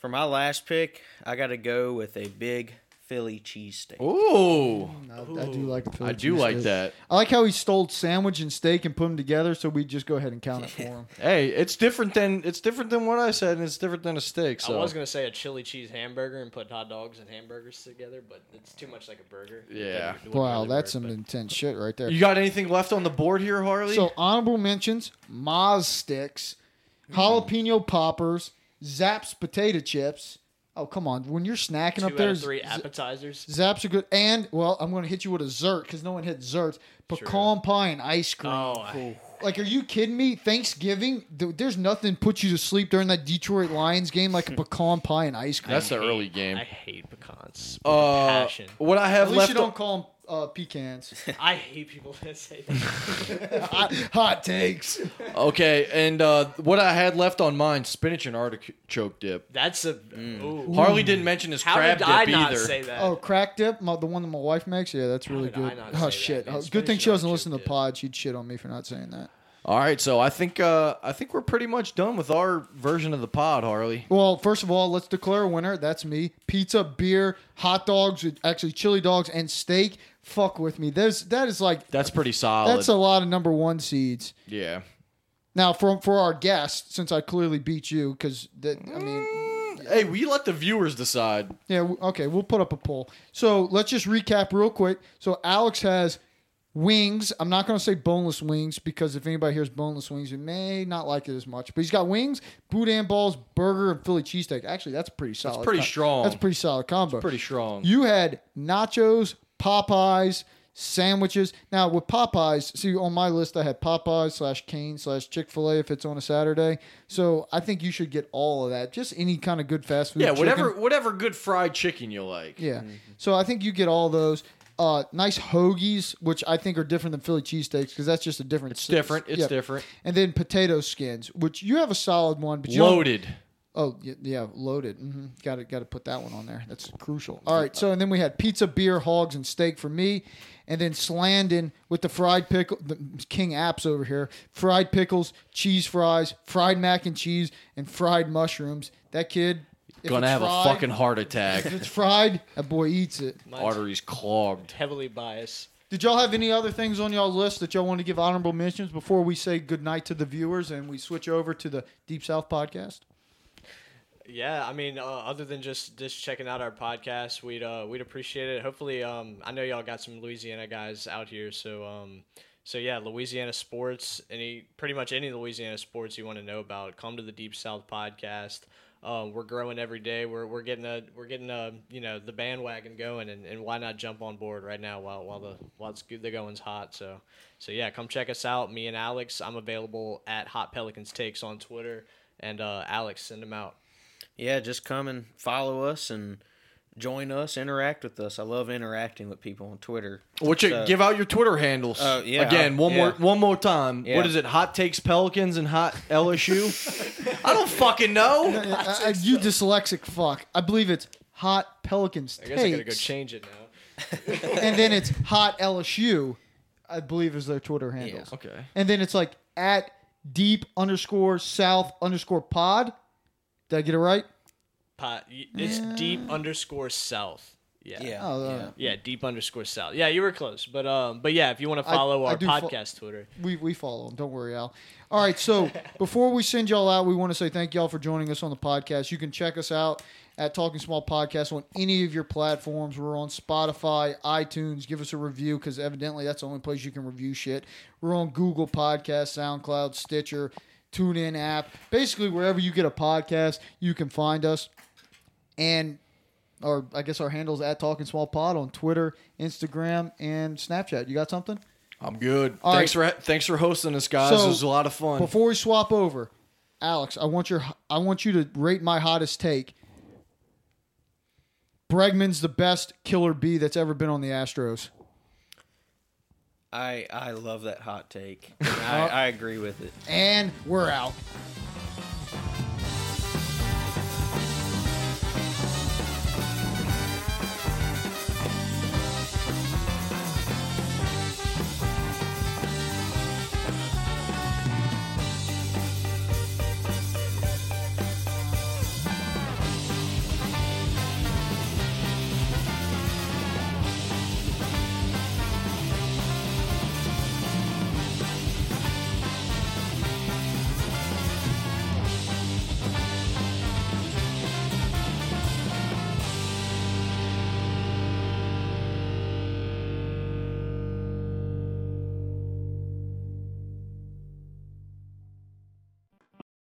[SPEAKER 4] for my last pick, I got to go with a big Philly cheesesteak.
[SPEAKER 2] Oh. Ooh,
[SPEAKER 1] I, I do like. the
[SPEAKER 2] I
[SPEAKER 1] Philippine
[SPEAKER 2] do like
[SPEAKER 1] steak.
[SPEAKER 2] that.
[SPEAKER 1] I like how he stole sandwich and steak and put them together, so we just go ahead and count it for him.
[SPEAKER 2] Hey, it's different than it's different than what I said, and it's different than a steak. So
[SPEAKER 3] I was gonna say a chili cheese hamburger and put hot dogs and hamburgers together, but it's too much like a burger. It
[SPEAKER 2] Yeah.
[SPEAKER 3] doesn't- it wouldn't
[SPEAKER 1] Wow,
[SPEAKER 3] really
[SPEAKER 1] that's
[SPEAKER 3] work,
[SPEAKER 1] some
[SPEAKER 3] but-
[SPEAKER 1] intense shit right there.
[SPEAKER 2] you got anything left on the board here, Harley?
[SPEAKER 1] So honorable mentions: Moz sticks, jalapeno poppers, Zaps potato chips. Oh come on! When you're snacking
[SPEAKER 3] two
[SPEAKER 1] up there,
[SPEAKER 3] out of three
[SPEAKER 1] Z-
[SPEAKER 3] appetizers.
[SPEAKER 1] Zaps are good. And well, I'm gonna hit you with a zert because no one hit zerts. Pecan pie and ice cream.
[SPEAKER 3] Oh, I-
[SPEAKER 1] Like, are you kidding me? Thanksgiving, th- there's nothing puts you to sleep during that Detroit Lions game like a pecan pie and ice cream.
[SPEAKER 2] that's the
[SPEAKER 3] hate-
[SPEAKER 2] early game.
[SPEAKER 3] I hate pecans. with a
[SPEAKER 2] uh,
[SPEAKER 3] passion.
[SPEAKER 2] what I
[SPEAKER 1] At
[SPEAKER 2] have
[SPEAKER 1] least
[SPEAKER 2] left.
[SPEAKER 1] you don't
[SPEAKER 2] on-
[SPEAKER 1] call them uh, pecans.
[SPEAKER 3] I hate people that say that.
[SPEAKER 1] hot, hot takes.
[SPEAKER 2] okay, and uh, what I had left on mine: spinach and artichoke dip.
[SPEAKER 3] That's a. ooh.
[SPEAKER 2] Harley didn't mention his
[SPEAKER 3] How
[SPEAKER 2] Mm. crab
[SPEAKER 3] did
[SPEAKER 2] dip
[SPEAKER 3] I not
[SPEAKER 2] either.
[SPEAKER 3] say that?
[SPEAKER 1] Oh, crack dip, my, the one that my wife makes. Yeah, that's really
[SPEAKER 3] did I
[SPEAKER 1] good.
[SPEAKER 3] not say
[SPEAKER 1] Oh
[SPEAKER 3] that,
[SPEAKER 1] shit!
[SPEAKER 3] man?
[SPEAKER 1] Oh, good
[SPEAKER 3] Spinach
[SPEAKER 1] thing she doesn't
[SPEAKER 3] artichoke
[SPEAKER 1] listen to
[SPEAKER 3] dip.
[SPEAKER 1] pod. She'd shit on me for not saying that.
[SPEAKER 2] All right, so I think uh, I think we're pretty much done with our version of the pod, Harley.
[SPEAKER 1] Well, first of all, let's declare a winner. That's me. Pizza, beer, hot dogs, actually chili dogs, and steak. Fuck with me. There's that is like
[SPEAKER 2] That's pretty solid.
[SPEAKER 1] that's a lot of number one seeds.
[SPEAKER 2] yeah.
[SPEAKER 1] Now, for for our guest, since I clearly beat you, because that I mean,
[SPEAKER 2] Hey, we let the viewers decide.
[SPEAKER 1] yeah, w- okay, we'll put up a poll. So let's just recap real quick. So Alex has wings. I'm not going to say boneless wings because if anybody hears boneless wings, you may not like it as much. But he's got wings, boudin balls, burger, and Philly cheesesteak. Actually, that's pretty solid.
[SPEAKER 2] pretty
[SPEAKER 1] co-
[SPEAKER 2] strong.
[SPEAKER 1] That's a pretty solid combo.
[SPEAKER 2] Pretty strong.
[SPEAKER 1] You had nachos, Popeyes, sandwiches. Now with Popeyes, see on my list I had Popeyes slash Cane slash Chick Fil A if it's on a Saturday. So I think you should get all of that. Just any kind of good fast food.
[SPEAKER 2] yeah, whatever
[SPEAKER 1] chicken.
[SPEAKER 2] whatever good fried chicken you like.
[SPEAKER 1] Yeah. So I think you get all those. Uh, nice hoagies, which I think are different than Philly cheesesteaks because that's just a different.
[SPEAKER 2] It's different. It's
[SPEAKER 1] Yep.
[SPEAKER 2] different.
[SPEAKER 1] And then potato skins, which you have a solid one, but you don't-
[SPEAKER 2] Loaded.
[SPEAKER 1] Oh yeah, yeah loaded. Mm-hmm. Got to got to put that one on there. That's crucial. All right. So and then we had pizza, beer, hogs, and steak for me, and then Slandon with the fried pickle, the King Apps over here, fried pickles, cheese fries, fried mac and cheese, and fried mushrooms. That kid if
[SPEAKER 2] Gonna
[SPEAKER 1] it's
[SPEAKER 2] have
[SPEAKER 1] fried-
[SPEAKER 2] a fucking heart attack.
[SPEAKER 1] If it's fried, that boy eats it.
[SPEAKER 3] Mine's
[SPEAKER 2] Arteries clogged.
[SPEAKER 3] heavily biased.
[SPEAKER 1] Did y'all have any other things on y'all list that y'all want to give honorable mentions before we say goodnight to the viewers and we switch over to the Deep South podcast?
[SPEAKER 3] Yeah, I mean, uh, other than just just checking out our podcast, we'd uh, we'd appreciate it. Hopefully, um, I know y'all got some Louisiana guys out here, so um, so yeah, Louisiana sports, any pretty much any Louisiana sports you want to know about, come to the Deep South podcast. Um, we're growing every day. We're we're getting a we're getting a you know the bandwagon going, and, and why not jump on board right now while while the while it's good, the going's hot. So so yeah, come check us out. Me and Alex, I'm available at Hot Pelicans Takes on Twitter, and uh, Alex send them out.
[SPEAKER 4] Yeah, just come and follow us and join us, interact with us. I love interacting with people on Twitter.
[SPEAKER 2] Which uh,
[SPEAKER 4] So-
[SPEAKER 2] give out your Twitter handles
[SPEAKER 4] Oh, yeah,
[SPEAKER 2] again
[SPEAKER 4] I-
[SPEAKER 2] one more
[SPEAKER 4] yeah.
[SPEAKER 2] one more time.
[SPEAKER 4] Yeah.
[SPEAKER 2] What is it? Hot takes Pelicans and hot LSU. I don't fucking know.
[SPEAKER 1] I- I- Uh, you dyslexic fuck. I believe it's hot Pelicans
[SPEAKER 3] I guess I gotta go
[SPEAKER 1] Takes,
[SPEAKER 3] change it now.
[SPEAKER 1] and then it's hot LSU. I believe is their Twitter handles.
[SPEAKER 2] Okay.
[SPEAKER 1] And then it's like at deep underscore south underscore pod. Did I get it right?
[SPEAKER 3] Pot, it's deep underscore south. Yeah.
[SPEAKER 4] Yeah.
[SPEAKER 1] Oh, uh,
[SPEAKER 4] yeah.
[SPEAKER 3] Yeah, deep underscore south. Yeah, you were close, but um, but yeah, if you want to
[SPEAKER 1] I-
[SPEAKER 3] follow
[SPEAKER 1] I
[SPEAKER 3] our
[SPEAKER 1] do fo-
[SPEAKER 3] podcast Twitter,
[SPEAKER 1] We, we follow them. Don't worry, Al. All right. So before we send y'all out, we want to say thank y'all for joining us on the podcast. You can check us out at Talking Small Podcast on any of your platforms. We're on Spotify, iTunes. Give us a review because evidently that's the only place you can review shit. We're on Google Podcast, SoundCloud, Stitcher, TuneIn app. Basically, wherever you get a podcast, you can find us. And or I guess our handles at Talking Small Pod on Twitter, Instagram, and Snapchat. You got something?
[SPEAKER 2] I'm good.
[SPEAKER 1] All
[SPEAKER 2] thanks for thanks for hosting us, guys.
[SPEAKER 1] So,
[SPEAKER 2] it was a lot of fun.
[SPEAKER 1] Before we swap over, Alex, I want your I want you to rate my hottest take. Bregman's the best killer bee that's ever been on the Astros.
[SPEAKER 4] I I love that hot take. I, I agree with it.
[SPEAKER 1] And we're out.